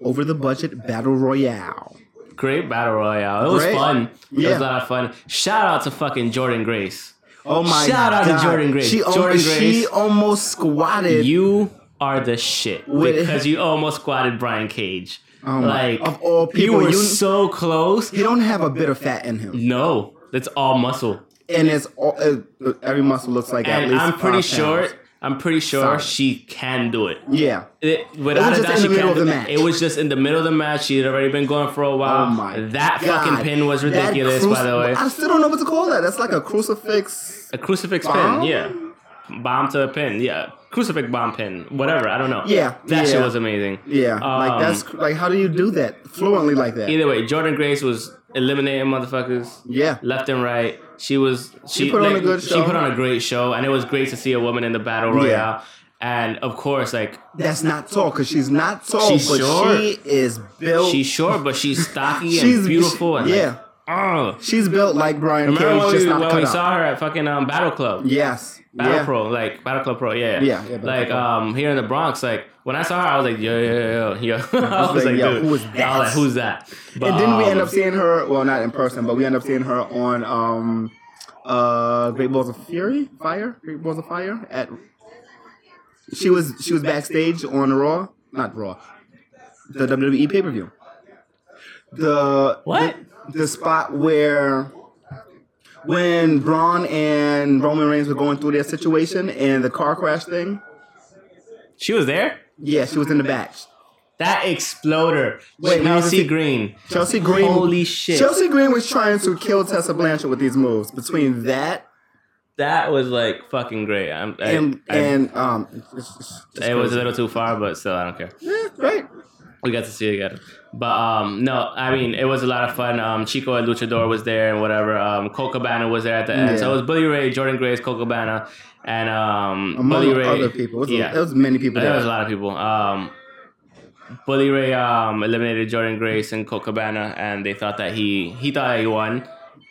B: over the budget battle royale.
C: Great battle royale. It was
B: Great.
C: fun. It was
B: Yeah.
C: a lot of fun. Shout out to fucking Jordan Grace.
B: Oh my
C: Shout out
B: god.
C: to Jordan Grace.
B: She
C: Jordan
B: almost, she
C: Grace.
B: almost squatted
C: You are the shit
B: Wait.
C: because you almost squatted Brian Cage.
B: Oh my-
C: like
B: of all people,
C: you were
B: you-
C: so close.
B: he don't have a bit of fat in him,
C: No, that's all muscle.
B: and it's all, uh, every muscle looks like at
C: And
B: least.
C: I'm pretty
B: five
C: sure.
B: pounds.
C: I'm pretty sure
B: Solid.
C: she can do it.
B: Yeah,
C: It, without
B: was
C: a
B: just
C: doubt,
B: in
C: she
B: the middle
C: can't
B: of the
C: do-
B: match.
C: It was just in the middle of the match. She had already been going for a while.
B: Oh my
C: Um, that fucking
B: God.
C: pin was
B: That
C: ridiculous, by
B: cruci-
C: the way.
B: I still don't know what to call that. That's like a crucifix.
C: A crucifix
B: Bomb?
C: pin, yeah. Bomb to a pin, yeah. Crucifix bomb pin, whatever. I don't know.
B: Yeah,
C: that shit
B: yeah.
C: was amazing.
B: Yeah,
C: Um,
B: like that's cr- like how do you do that fluently like that?
C: Either way, Jordan Grace was eliminating motherfuckers
B: yeah,
C: left and right. She was she,
B: put on
C: like,
B: a good
C: She
B: show.
C: put on a great show, and it was great to see a woman in the battle royale.
B: Yeah.
C: And of course, like
B: that's not tall because she's not tall,
C: She's
B: but
C: short.
B: she is built.
C: she's short, but she's stocky
B: she's
C: and beautiful. and
B: she-
C: like,
B: yeah,
C: oh.
B: she's built like Brian
C: Remember
B: Cage,
C: when
B: just
C: we,
B: not
C: when
B: cut
C: we
B: out.
C: saw her at fucking um, Battle Club?
B: Yes,
C: Battle
B: yeah.
C: Pro, like Battle Club Pro, yeah,
B: Yeah, yeah, Battle
C: like
B: Club.
C: um here in the Bronx, like when I saw her, I was like, yo, yo, yo, yo, *laughs* yo. I was
B: like,
C: like,
B: yo,
C: dude,
B: who was
C: I
B: that?
C: was like, who's that? But,
B: and then we end
C: um,
B: up seeing her well not in person but we end up seeing her on um uh great balls of fury fire great balls of fire at she was she was backstage on raw not raw the wwe pay-per-view the
C: What?
B: the, the spot where when braun and roman reigns were going through their situation and the car crash thing
C: she was there.
B: yeah she was in the back
C: That exploder,
B: Wait, we haven't
C: Chelsea
B: seen-
C: Green.
B: Chelsea Green.
C: Holy shit.
B: Chelsea Green was trying to kill Tessa Blanchard with these moves. Between that
C: That was like fucking great. I'm, I,
B: and
C: I-
B: and um, it's- it's- it's
C: it was a
B: crazy.
C: little too far, but still, I don't care.
B: Yeah, right.
C: We got to see it again. But um, no, I mean, it was a lot of fun. Um, Chico and Luchador was there and whatever. Um, Cole Cabana was there at the end. So it was Billy Ray, Jordan Grace, Cole Cabana, and um,
B: Among
C: Bully Ray.
B: other people, it was,
C: yeah,
B: yeah. there was many people
C: there
B: there.
C: was a lot of people. Um, Bully Ray um, eliminated Jordan Grace and Cole Cabana, and they thought that he he thought he won,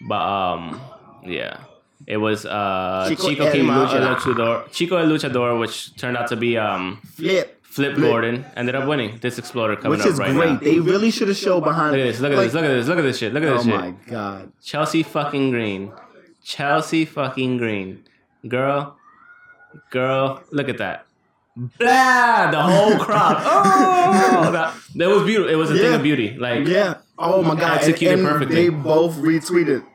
C: but um, yeah. It was uh, Chico,
B: Chico El
C: came out El
B: Luchador.
C: Luchador, Chico El Luchador, which turned out to be um,
B: Flip,
C: Flip Gordon, ended up winning. This Exploder coming
B: which
C: up
B: is
C: right
B: great.
C: now.
B: They really should have showed behind.
C: Look at this. Look at
B: like-
C: this. Look at this. Look at this shit. Look at this
B: Oh
C: shit.
B: my god.
C: Chelsea fucking Green. Chelsea fucking Green. Girl. Girl. Look at that. Blah! The
B: *laughs*
C: whole crowd. oh! That, that was beautiful. It was a thing
B: Yeah.
C: of beauty. Like, yeah,
B: Yeah. Oh my god.
C: Executed
B: and, and
C: perfectly.
B: They both retweeted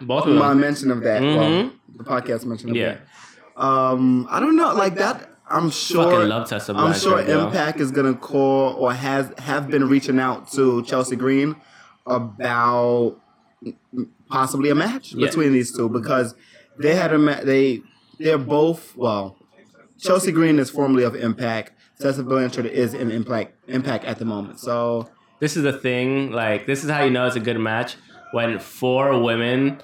C: both of
B: my
C: them.
B: mention of that. Well,
C: Mhm.
B: the podcast mentioned. Of
C: Yeah.
B: That. Um, I don't know. Like that. I'm sure.
C: Fucking love Tessa
B: I'm sure
C: Blanchard, yo.
B: Impact is gonna call or has have been reaching out to Chelsea Green about possibly a match
C: Yeah.
B: between these two because they had a ma- they they're both well Chelsea Green is formerly of Impact Tessa Blanchard is in Impact Impact at the moment so
C: This is the thing. Like, this is how you know it's a good match when four women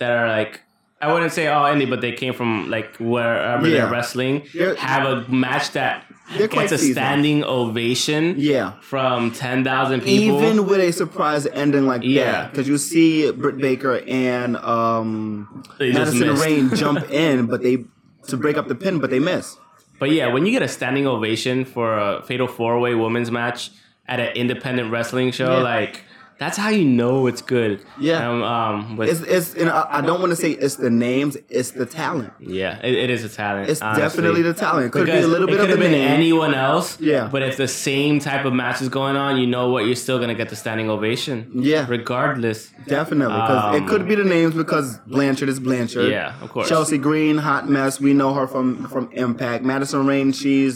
C: that are like, I wouldn't say all indie, but they came from like wherever
B: Yeah.
C: they're wrestling,
B: They're-
C: have a match that
B: They're quite
C: gets a
B: seasoned.
C: standing ovation.
B: yeah
C: from 10,000 people.
B: even with a surprise ending like
C: Yeah.
B: that because you see Britt Baker and um
C: They just
B: Madison
C: missed. *laughs*
B: Rain jump in but they to break up the pin but they miss.
C: but yeah, when you get a standing ovation for a Fatal Four Way Women's match at an independent wrestling show,
B: Yeah.
C: like That's how you know it's good.
B: Yeah.
C: Um, um, but
B: It's it's. And I, I don't want to say it's the names. It's the talent.
C: yeah, it, it is a talent.
B: It's
C: honestly.
B: definitely the talent. Could
C: Because
B: be a little
C: it
B: bit of the
C: could've been
B: name.
C: anyone else.
B: Yeah.
C: But if the same type of match is going on, you know what? You're still gonna get the standing ovation.
B: Yeah.
C: Regardless.
B: Definitely, because
C: Um,
B: it could be the names because Blanchard is Blanchard.
C: Yeah, of course.
B: Chelsea Green, hot mess. We know her from from Impact. Madison Rain, she's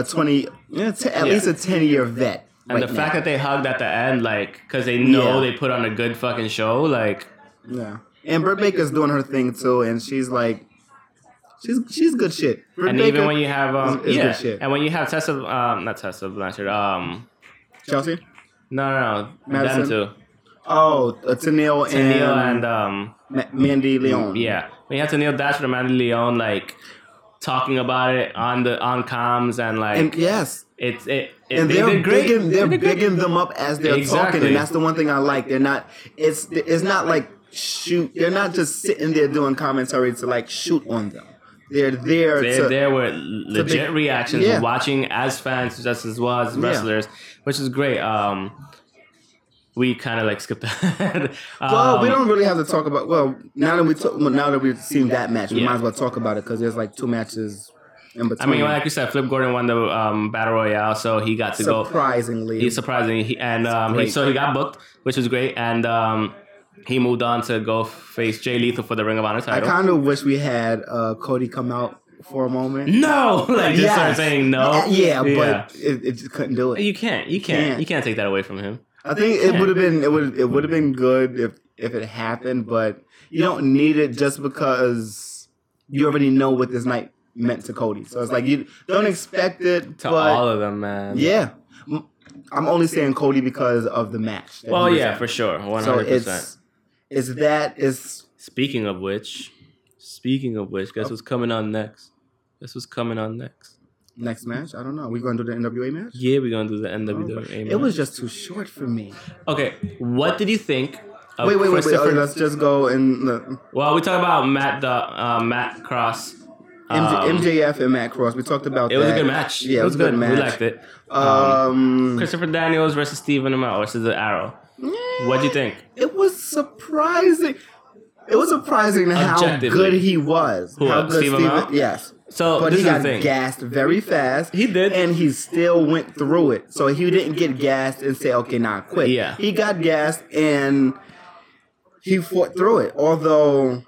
B: a twenty, yeah, t- at least a ten year vet.
C: And
B: right
C: the fact
B: now.
C: that they hugged at the end, like, because they know
B: Yeah.
C: they put on a good fucking show, like,
B: yeah, and Britt Baker's doing her thing too, and she's like, she's she's good shit. Britt
C: and
B: Baker,
C: even when you have um,
B: is- is good
C: yeah,
B: shit.
C: and when you have Tessa, um, not Tessa Blanchard, um,
B: Chelsea,
C: no, no, no,
B: Madison?
C: them two,
B: oh, uh, Tennille and,
C: Neil and um,
B: Ma- Mandy Leon.
C: yeah, when you have to Neil Dashwood and Mandy Leon, like, talking about it on the on comms and like
B: and yes,
C: it's it, it
B: and
C: they
B: they are
C: did great.
B: bigging, they're
C: They did great.
B: bigging them up as they're
C: Exactly.
B: talking, and that's the one thing I like. They're not. It's it's not like shoot. They're not just sitting there doing commentary to like shoot on them. They're there
C: They're
B: to.
C: there with legit
B: big-
C: reactions,
B: yeah.
C: watching as fans, just as well as wrestlers, which is great. Um, we kind of like skipped *laughs* ahead. um,
B: Well, we don't really have to talk about. Well, now that we talk, well, now that we've seen that match, we
C: Yeah.
B: might as well talk about it because there's like two matches in
C: I
B: between.
C: mean, like you said, Flip Gordon won the um, battle royale, so he got to go.
B: surprisingly,
C: He's surprising, he, and um, he,
B: Great.
C: so he got booked, which was great, and um, he moved on to go face Jay Lethal for the Ring of Honor
B: I
C: title.
B: kind of wish we had uh, Cody come out for a moment.
C: no, *laughs* like just started saying no.
B: Yeah, but it, it just couldn't do it.
C: you can't, you can't,
B: Can't.
C: you can't take that away from him.
B: I think it would have been it would it would have been good if if it happened, but you don't need it just because you already know what this night meant to Cody. So it's like you don't expect it,
C: To
B: but
C: all of them, man.
B: yeah. M- I'm only saying Cody because of the match. that
C: Well,
B: he was
C: yeah,
B: in.
C: for sure, one
B: so
C: hundred percent.
B: it's it's that it's
C: Speaking of which, speaking of which, guess what's coming on next? Guess what's coming on next?
B: next match. I don't know. We're gonna do the NWA match.
C: Yeah, we're gonna do the NWA.
B: Oh, It was just too short for me.
C: okay. What did you think? Of
B: Wait, wait, wait, wait.
C: Oh, Christopher-
B: uh, let's just go and look.
C: Well, we talk about Matt the uh, Matt Cross.
B: MJ,
C: Um,
B: MJF and Matt Cross. We talked about
C: It was a
B: that.
C: good match.
B: Yeah, it was, a good, match.
C: We liked it.
B: Um,
C: Christopher Daniels versus Steven Amell versus the Arrow. What'd you think?
B: It was surprising. It was surprising how
C: Objectively.
B: good he was.
C: Who,
B: how
C: uh,
B: good
C: Steve Amell?
B: Yes.
C: So
B: But
C: this
B: he
C: is the
B: got
C: thing.
B: gassed very fast.
C: He did.
B: And he still went through it. So he didn't get gassed and say, okay, now I quit.
C: Yeah.
B: He got gassed and he fought through it. Although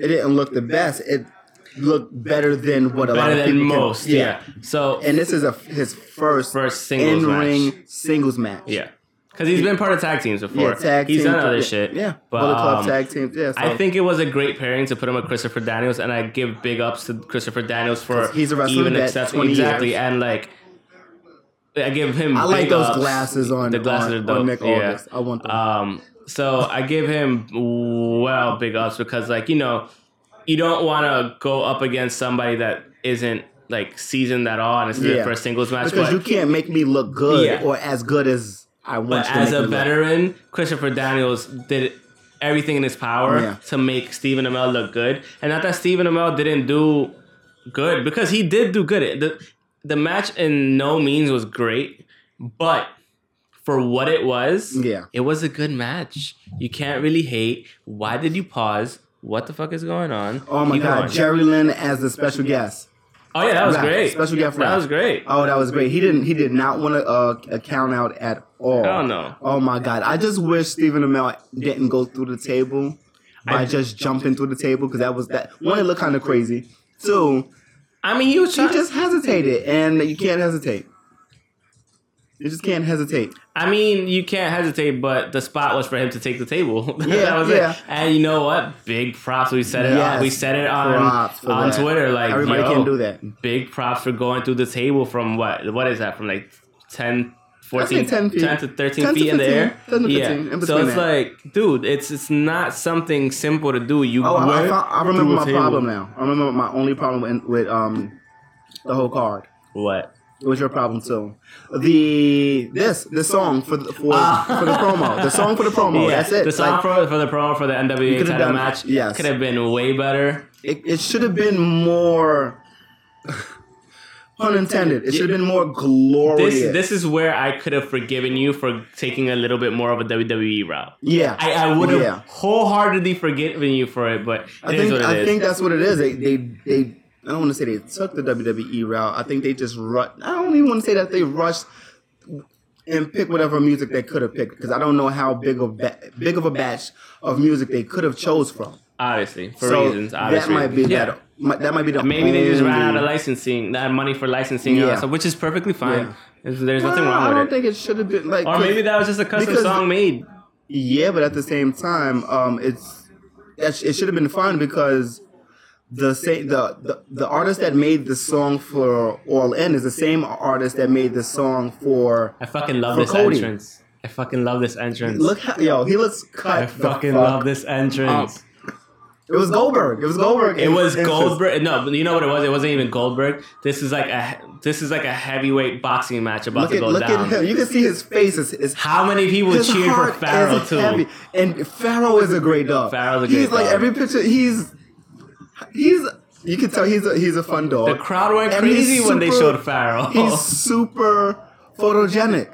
B: it didn't look the best, it looked better than what a lot
C: Better
B: of
C: than
B: people can-
C: most. Yeah. So
B: And this is a, his first,
C: First singles
B: in-ring
C: match.
B: singles match.
C: yeah, because he's been part of tag teams before.
B: Yeah, tag
C: he's
B: team.
C: done other
B: yeah,
C: shit.
B: Yeah,
C: but
B: Bullet Club
C: um,
B: tag team. Yeah, so
C: I think it was a great pairing to put him with Christopher Daniels, and I give big ups to Christopher Daniels for
B: he's a wrestler
C: even
B: that
C: accepting
B: 20
C: exactly,
B: years.
C: and like I give him.
B: I like
C: big
B: those
C: ups.
B: glasses on
C: The glasses
B: on,
C: are dope.
B: on Nick
C: yeah.
B: Aldis. I want them.
C: Um, so I give him well big ups because like you know you don't want to go up against somebody that isn't like seasoned at all, and this is
B: Yeah.
C: their first singles match.
B: because
C: but,
B: you can't make me look good
C: Yeah.
B: or as good as I want
C: but
B: you to
C: as
B: make
C: a
B: me look.
C: veteran, Christopher Daniels did everything in his power
B: Yeah.
C: to make Stephen Amell look good. And not that Stephen Amell didn't do good, because he did do good. The, the match in no means was great, but for what it was,
B: Yeah.
C: it was a good match. You can't really hate. Why did you pause? What the fuck is going on?
B: Oh my
C: Keep
B: God,
C: going.
B: Jerry Lynn as the special guest.
C: Oh yeah, that was
B: Rap,
C: great.
B: Special guest.
C: That
B: rap.
C: was great.
B: Oh, that was great. He didn't. He did not want to uh, a count out at all.
C: Hell no.
B: Oh my God, I just wish Stephen Amell didn't go through the table by just jumping through the table because that was that. One, it looked kind of crazy. Two,
C: I mean, he was
B: She
C: trying.
B: just hesitated, and you can't hesitate. You just can't hesitate.
C: I mean, you can't hesitate, but the spot was for him to take the table. *laughs* that
B: Yeah,
C: was
B: yeah.
C: it. And you know what? Big props. We said it. on,
B: Yes.
C: we said it on
B: Props for
C: on
B: that.
C: Twitter. Like
B: Everybody
C: yo,
B: can do that.
C: Big props for going through the table from what? What is that? From like 10, 14,
B: 10 feet.
C: to thirteen
B: 10 to
C: feet in the
B: 15,
C: air.
B: 10 to 15,
C: yeah.
B: in
C: So
B: between
C: it's
B: that.
C: like, dude, it's it's not something simple to do. You
B: Oh, I, I,
C: went
B: found- I
C: through
B: remember
C: a
B: my
C: table.
B: problem now. I remember my only problem with, with um the whole card.
C: What?
B: It was your problem too. The this the song for the, for, for the promo. The song
C: *laughs*
B: for the promo.
C: Ah. Yeah,
B: Oh, That's it.
C: The song
B: Like,
C: for, for the promo for the NWA
B: could've
C: title
B: done-
C: match
B: yes.
C: could have been way better.
B: it, it should have been more Pun intended. It should have been more glorious.
C: This this is where I could have forgiven you for taking a little bit more of a WWE route.
B: yeah,
C: I, I would have
B: Yeah.
C: wholeheartedly forgiven you for it, but
B: I
C: it is
B: think
C: what it is.
B: I think that's what it is. They they they. I don't want to say they took the WWE route. I think they just rushed. I don't even want to say that they rushed and picked whatever music they could have picked because I don't know how big of ba- big of a batch of music they could have chose from.
C: obviously for
B: So
C: reasons.
B: that
C: Obviously,
B: might be
C: yeah.
B: that. mi- That might be the
C: Maybe they just ran out of
B: only-
C: licensing, that money for licensing, and all
B: Yeah.
C: that stuff, which is perfectly fine.
B: Yeah.
C: There's, there's nothing
B: Nah,
C: wrong
B: I
C: with
B: don't
C: it.
B: think it should have been like.
C: or maybe that was just a custom
B: because-
C: song made.
B: Yeah, but at the same time, um, it's that's- it should have been fun because the same the, the the artist that made the song for All In is the same artist that made the song for.
C: I fucking love
B: For
C: this
B: Cody.
C: entrance. I fucking love this entrance.
B: Look, how, yo, he looks cut.
C: I
B: the
C: fucking
B: fuck. Um,
C: love this entrance.
B: It was Goldberg. It was Goldberg.
C: It was
B: It's just-
C: Goldberg. No, but you know what it was? It wasn't even Goldberg. This is like a this is like a heavyweight boxing match about
B: Look
C: to
B: at
C: go
B: look
C: down.
B: at him. You can see his face is is
C: How many people
B: His
C: cheered for
B: heart
C: Farrell
B: is
C: too?
B: heavy. And Pharaoh is a great dog.
C: Farrell's a
B: He's
C: great
B: like
C: dog.
B: every picture. He's he's. You can tell he's a he's a fun dog.
C: The crowd went
B: And he's
C: crazy when they
B: super-
C: showed Farrell.
B: He's super photogenic.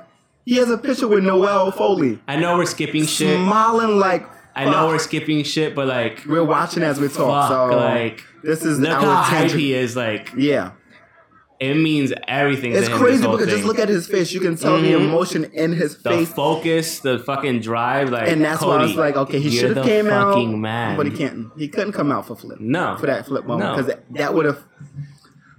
B: He has a picture with Noel Foley,
C: *laughs* I know we're skipping shit.
B: smiling like.
C: I know
B: fuck.
C: we're skipping shit, but like,
B: we're watching as we
C: fuck,
B: talk. so
C: like,
B: this is
C: look how
B: our
C: hype
B: attention.
C: he is. Like,
B: Yeah.
C: it means everything.
B: It's
C: to him,
B: crazy
C: this whole
B: because just
C: thing.
B: look at his face. You can tell the
C: Mhm.
B: emotion in his
C: the
B: face.
C: focus, the fucking drive, like,
B: and that's why I was
C: Cody,
B: like, okay, he
C: you're
B: should have
C: the
B: came out,
C: fucking man.
B: but he can't. He couldn't come out for flip.
C: No.
B: for that flip moment
C: No.
B: because that, that would have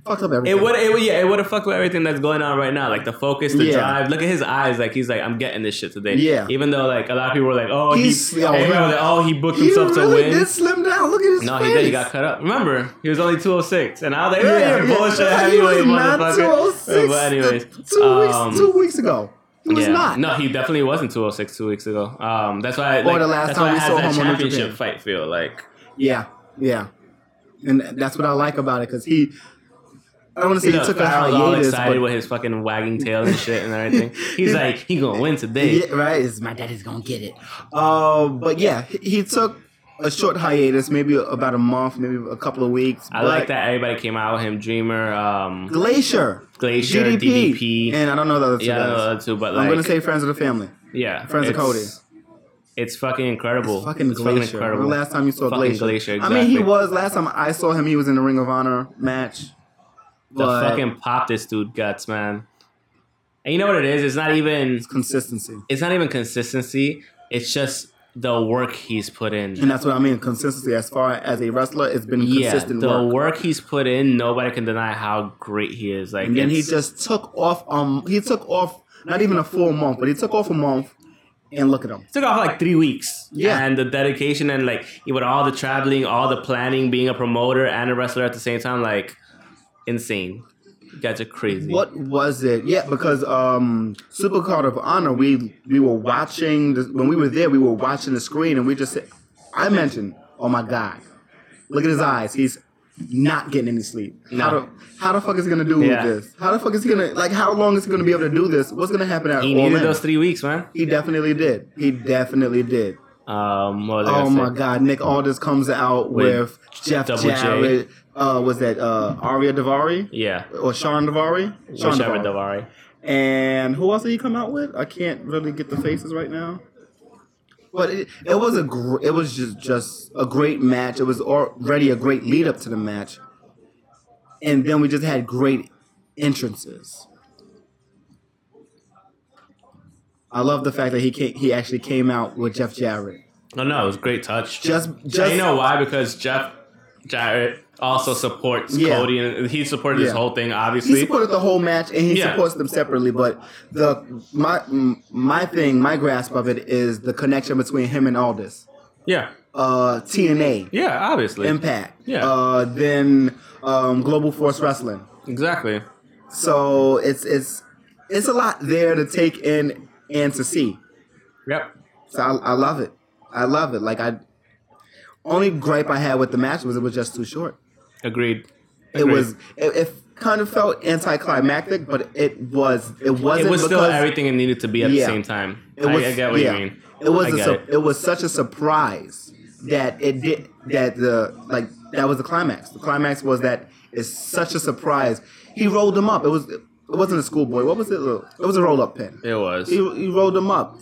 B: fucked up everything.
C: It would, it would, yeah, it would have fucked with everything that's going on right now, like the focus, the
B: Yeah.
C: drive. Look at his eyes, like he's like, I'm getting this shit today.
B: Yeah.
C: Even though like a lot of people were like, oh,
B: He's-
C: he,
B: yo,
C: everyone
B: he-
C: was like, oh, he booked
B: He
C: himself
B: really
C: to win.
B: did slim down. Look at his
C: No,
B: face.
C: he did. He got cut up. Remember, he was only 206, and I was like,
B: Yeah,
C: oh, yeah,
B: yeah.
C: bullshit
B: He was
C: heavyweight
B: not
C: motherfucker.
B: 206
C: But anyways,
B: two
C: um,
B: weeks. Two weeks ago, he was
C: yeah.
B: not.
C: No, he definitely wasn't 206 two weeks ago. Um, that's why. Like,
B: the last
C: that's
B: time
C: why
B: we
C: it has
B: saw
C: that
B: him on New
C: championship
B: Japan.
C: fight feel like.
B: Yeah, yeah, and that's what I like about it because he. I don't want to say
C: You know,
B: he took a
C: Farrell's all
B: hiatus,
C: excited
B: but
C: with his fucking wagging tail and shit and
B: *laughs*
C: everything. He's like, he gonna win today.
B: Yeah, right. It's my daddy's gonna get it. Uh, but yeah, he, he took a short hiatus, maybe about a month, maybe a couple of weeks.
C: I
B: but
C: like that everybody came out with him. Dreamer, um,
B: Glacier,
C: Glacier,
B: DDP,
C: DDP.
B: and I don't know the other two
C: yeah, I don't know
B: guys.
C: that too, but
B: I'm
C: like,
B: gonna say friends of the family.
C: yeah,
B: Friends of
C: it's-
B: Cody.
C: It's fucking incredible.
B: Fucking
C: It's
B: Glacier.
C: incredible.
B: Remember last time you saw
C: Fucking
B: Glacier?
C: Glacier,
B: I mean, he
C: exactly.
B: was last time I saw him. He was in the Ring of Honor match.
C: the
B: But
C: fucking pop this dude guts, man. And you know what it is? It's not even
B: consistency,
C: it's not even consistency. It's just the work he's put in.
B: and that's what I mean. Consistency as far as a wrestler, it's been
C: Yeah,
B: consistent
C: the
B: work.
C: work. he's put in, nobody can deny how great he is. Like,
B: and then he
C: it's-
B: just took off. Um, he took off not even a full month, but he took off a month. And look at him.
C: took off like three weeks.
B: Yeah.
C: And the dedication and like with all the traveling, all the planning, being a promoter and a wrestler at the same time, like insane. You guys are crazy.
B: What was it? Yeah, because um, Supercard of Honor, we we were watching the, when we were there. We were watching the screen, and we just said, I mentioned, "Oh my God, look at his eyes. He's not getting any sleep. How
C: No.
B: the how the fuck is he gonna do
C: Yeah.
B: this? How the fuck is he gonna like? How long is he gonna be able to do this? What's gonna happen at
C: He
B: All
C: needed
B: In?
C: those three weeks, man.
B: He definitely did. He definitely did.
C: Um, what was I
B: Oh
C: gonna
B: my
C: say?
B: God, Nick Aldis comes out
C: With
B: with, Jeff
C: Double J.
B: Jarrett. Uh, was that uh, Aria Davari
C: Yeah.
B: or Sean Davari? Sean
C: Whichever Davari.
B: And who else did he come out with? I can't really get the faces right now. But it, it was a gr- it was just just a great match. It was already a great lead up to the match, and then we just had great entrances. I love the fact that he came, he actually came out with Jeff Jarrett.
C: No, Oh, no, it was a great touch.
B: Just
C: And
B: just
C: you know why? Because Jeff Jarrett also supports
B: Yeah.
C: Cody, and he supported this
B: Yeah.
C: whole thing. Obviously,
B: he supported the whole match and he
C: Yeah.
B: supports them separately but the my my thing my grasp of it is the connection between him and Aldis
C: yeah,
B: uh TNA
C: yeah, obviously,
B: Impact
C: Yeah.
B: uh then um Global Force Wrestling
C: exactly.
B: so it's it's it's a lot there to take in and to see
C: Yep.
B: so I, I love it I love it like I only gripe I had with the match was it was just too short
C: Agreed.
B: it
C: Agreed.
B: was it, it kind of felt anticlimactic but it was it wasn't
C: It was still
B: because-
C: everything it needed to be at the
B: Yeah.
C: same time.
B: It
C: I-
B: was,
C: I, get what
B: yeah.
C: you mean.
B: It was
C: I
B: a
C: get
B: su-
C: it.
B: it. was such a surprise that it did that the like that was the climax. The climax was that it's such a surprise. He rolled them up. It was it wasn't a schoolboy. What was it? It was a roll up pin.
C: It was.
B: He, he rolled them up.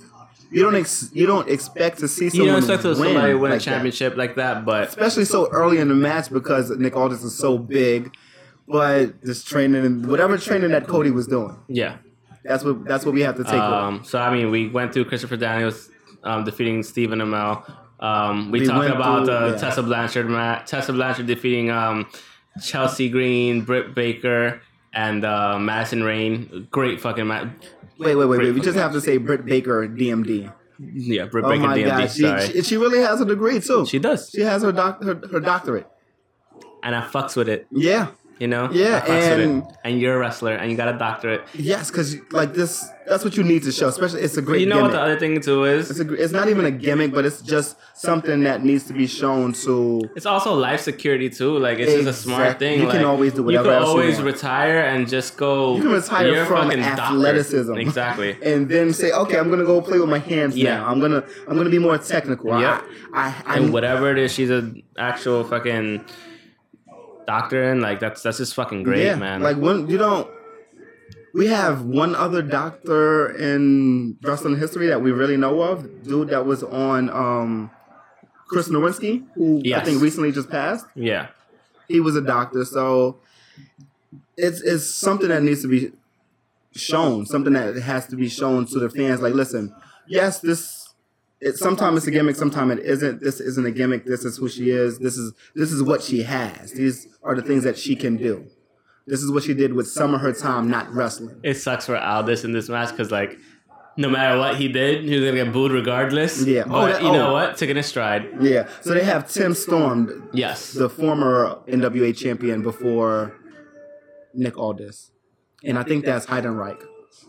B: You don't ex- you don't expect to see
C: You
B: someone
C: don't expect to
B: win,
C: somebody win a
B: like that.
C: championship like that, but
B: especially so early in the match because Nick Aldis is so big. But this training and whatever training that Cody was doing,
C: yeah.
B: that's what that's what we have to take. away.
C: Um, so I mean, we went through Christopher Daniels um, defeating Stephen Amell. Um, we,
B: We
C: talked
B: went
C: about
B: through-
C: uh,
B: yeah.
C: Tessa Blanchard, Matt, Tessa Blanchard defeating um, Chelsea Green, Britt Baker, and uh, Madison Rain. Great fucking match.
B: Wait, wait, wait, wait. We just have to say Britt Baker, DMD.
C: Yeah, Britt
B: Oh
C: Baker,
B: my
C: DMD.
B: God,
C: sorry,
B: she, she she really has a degree too.
C: she
B: She,
C: does,
B: has her doc her, her doctorate.
C: and I fucks with it.
B: Yeah,
C: You know,
B: Yeah,
C: I fucks
B: and-
C: with it. and you're a wrestler, and you got a doctorate.
B: yes, because like this, that's what you need to show. Especially, it's a great.
C: You know what
B: gimmick.
C: the other thing too is?
B: It's, a, gr- it's not even a gimmick, but it's just something that needs to be shown to.
C: It's also life security too. Like it's just a smart
B: Exactly.
C: thing.
B: You can
C: Like,
B: always do whatever
C: You can
B: else you
C: always
B: want.
C: retire and just go.
B: You can retire
C: you're a
B: from
C: fucking doctor.
B: athleticism,
C: Exactly.
B: *laughs* and then say, okay, I'm gonna go play with my hands
C: Yeah.
B: now. I'm gonna I'm gonna be more technical. I-
C: Yeah.
B: I, I,
C: and whatever it is, she's an actual fucking doctor, and like that's that's just fucking great,
B: yeah,
C: man.
B: Like when you don't. We have one other doctor in wrestling history that we really know of, dude that was on um, Chris Nowinski, who I
C: Yes.
B: think recently just passed.
C: yeah,
B: he was a doctor, so it's it's something that needs to be shown, something that has to be shown to the fans. Like, listen, yes, this. It, sometimes it's a gimmick, sometimes it isn't. This isn't a gimmick. This is who she is. This is this is what she has. These are the things that she can do. This is what she did with some of her time not wrestling.
C: it sucks for Aldis in this match because like. No matter what he did, he was gonna get booed regardless.
B: Yeah. Oh,
C: But
B: that-
C: you know
B: oh.
C: what? Took it in stride.
B: Yeah. So they have Tim Storm,
C: Yes.
B: the former NWA champion before Nick Aldis. And I think that's Heidenreich.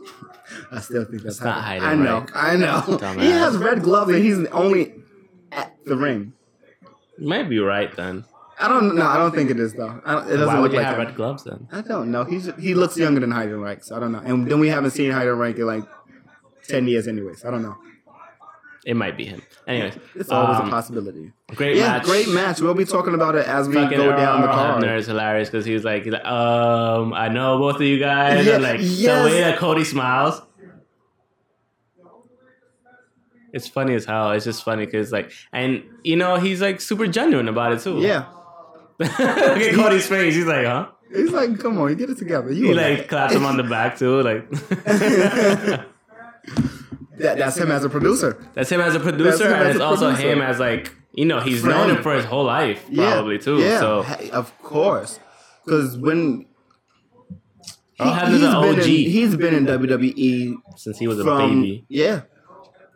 B: *laughs* I still think that's
C: not
B: Heidenreich. I know,
C: Heidenreich.
B: I know. *laughs* He
C: Dumbass.
B: has red gloves and he's only at the ring.
C: you might be right then.
B: I don't know. I don't think it is though. I don't, it doesn't
C: Why would
B: look
C: you
B: like
C: have
B: him.
C: red gloves then?
B: I don't know. He's he looks younger than Heidenreich, so I don't know. And then we haven't seen Heidenreich in like ten years, anyways. I don't know.
C: It might be him. Anyways,
B: It's always
C: um,
B: a possibility.
C: Great
B: Yeah,
C: match.
B: great match. We'll be talking about it as we
C: fucking uh,
B: go down the
C: Earl
B: card.
C: Hebner is hilarious because he was like, he's like, um, I know both of you guys.
B: Yeah,
C: and like
B: yes.
C: the way that Cody smiles. It's funny as hell. It's just funny because like, and you know, he's like super genuine about it too.
B: Yeah.
C: *laughs* Look at Cody's face. He's like, huh?
B: He's like, come on, you get it together. You
C: He
B: a
C: like
B: man.
C: claps him on the back too. Like, *laughs*
B: That- that's him as a producer.
C: that's him as a producer,
B: him
C: and
B: as
C: it's
B: a
C: also
B: producer.
C: him as like, you know, he's known
B: Friend.
C: him for his whole life
B: Yeah,
C: probably too.
B: Yeah,
C: So
B: Hey, of course, because when
C: Earl
B: he-
C: Hebner's an
B: been
C: OG
B: in, he's been in WWE
C: since he was a
B: from
C: baby.
B: yeah,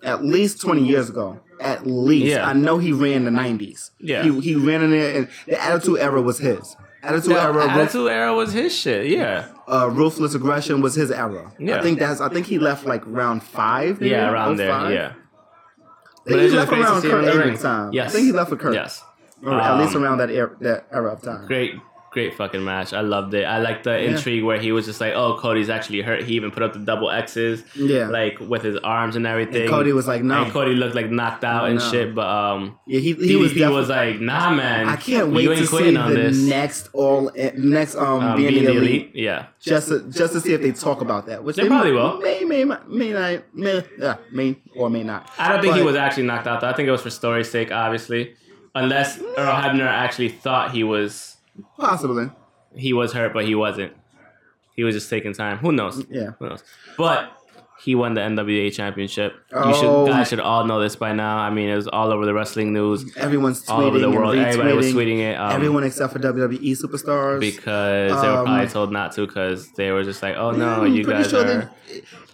B: at least twenty years ago. At least
C: Yeah.
B: I know he ran the nineties.
C: Yeah.
B: he, he ran in there, and the Attitude Era was his. Attitude
C: Yeah,
B: Era, ruthless,
C: Attitude Era was his shit. Yeah,
B: uh, ruthless aggression was his era. I
C: Yeah.
B: think that's. I think he left like round five. maybe,
C: yeah, around
B: round
C: there.
B: five.
C: Yeah,
B: He
C: it's just
B: left
C: great to
B: around
C: see him
B: Kurt
C: in the ring.
B: Angle's time.
C: Yes.
B: I think he left for Kurt.
C: yes.
B: Or at least
C: Um,
B: around that era, that era of time.
C: Great, great fucking match. I loved it. I liked the intrigue where he was just like, "Oh, Cody's actually hurt." He even put up the double X's,
B: Yeah.
C: like with his arms and everything.
B: Cody was like, no.
C: And Cody looked like knocked out and
B: No.
C: shit, but um,
B: yeah, he, he
C: he
B: was
C: was,
B: definitely.
C: like, "Nah, man,
B: I can't wait
C: you ain't
B: to see
C: quitting on
B: the
C: this."
B: next all next um,
C: Um,
B: being, the elite,
C: yeah.
B: just to, just to see if they talk about that, which
C: They probably will.
B: May may may not may, uh, may or may not.
C: I don't think he
B: But-
C: was actually knocked out. though. I think it was for story's sake, obviously, unless Earl Hebner actually thought he was
B: possibly.
C: he was hurt, but he wasn't. He was just taking time. Who knows?
B: Yeah.
C: Who knows? But he won the NWA championship. You
B: Oh.
C: should guys should all know this by now. I mean, it was all over the wrestling news,
B: Everyone's tweeting
C: all over the
B: and
C: world. Everybody was
B: retweeting.
C: tweeting it. Um,
B: Everyone except for WWE superstars.
C: because they were probably
B: Um,
C: told not to because they were just like, oh no,
B: I'm
C: you
B: Hmm, pretty
C: guys
B: sure
C: are.
B: they-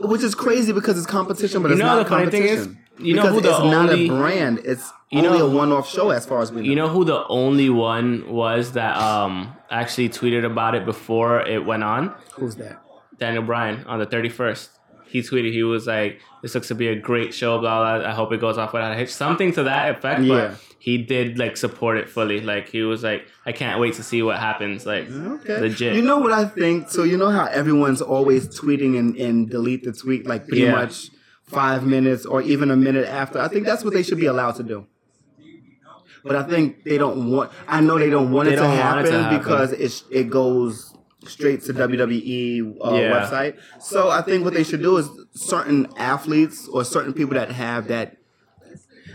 B: which is crazy because it's competition, but
C: You
B: it's
C: know
B: not
C: the funny thing is,
B: competition.
C: you know
B: because
C: who the
B: it's not
C: only-
B: a brand; it's
C: You
B: only
C: know-
B: a one-off show, as far as we know.
C: You know who the only one was that um actually tweeted about it before it went on?
B: who's that?
C: Daniel Bryan on the 31st. He tweeted, he was like, this looks to be a great show, blah, blah. I hope it goes off without a hitch. Something to that effect,
B: Yeah.
C: but he did like support it fully. Like, he was like, I can't wait to see what happens. Like,
B: Okay.
C: legit.
B: You know what I think? So you know how everyone's always tweeting and, and delete the tweet like pretty
C: Yeah.
B: much five minutes or even a minute after. I think that's what they should be allowed to do. But I think they don't want. I know they don't want
C: They
B: it to
C: don't want it
B: happen
C: to happen.
B: because it it goes straight to WWE uh,
C: Yeah.
B: website. So I think what they should do is certain athletes or certain people that have that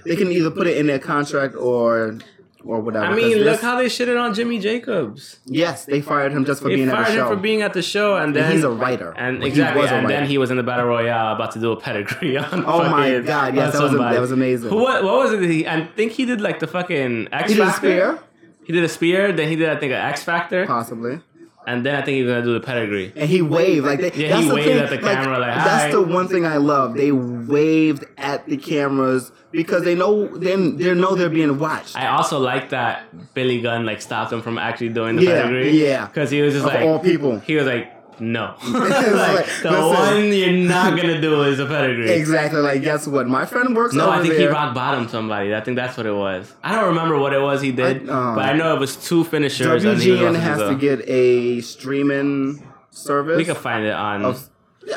B: they can either put it in their contract or or whatever.
C: I
B: 'Cause
C: mean, look
B: this-
C: how they shitted on Jimmy Jacobs.
B: yes, they fired him just for
C: They
B: being at
C: fired
B: the
C: him
B: show.
C: for being at the show, and then
B: he's a writer.
C: And
B: He
C: exactly,
B: was a
C: and then
B: writer.
C: he was in the battle royale about to do a pedigree *laughs* on.
B: Oh my
C: fucking-
B: God, yes,
C: on
B: that was-
C: somebody.
B: that was amazing.
C: Who, what, what was it? that He, I think he did like the fucking X
B: He did a
C: Factor.
B: spear,
C: He did a spear. Then he did I think an X Factor,
B: possibly.
C: and then I think he was gonna do the pedigree.
B: And he waved like they,
C: Yeah,
B: that's
C: he
B: the
C: waved
B: thing,
C: at the camera, like,
B: that's
C: "Hi."
B: the one thing I love. They waved at the cameras because they know then they know they're being watched.
C: I also like that Billy Gunn like stopped him from actually doing the
B: Yeah,
C: pedigree.
B: yeah.
C: because he was just
B: Of
C: like
B: all people.
C: He was like,
B: *laughs*
C: no, *laughs*
B: like,
C: like, the
B: listen.
C: one you're not gonna do
B: *laughs*
C: is a pedigree.
B: Exactly. Like, guess what? My friend works
C: No,
B: over
C: I think he
B: there.
C: rock bottomed somebody. I think that's what it was. I don't remember what it was he did,
B: I- uh,
C: but I know it was two finishers. and he was
B: WGN
C: also-
B: has to get a streaming service.
C: We can find it on
B: Of-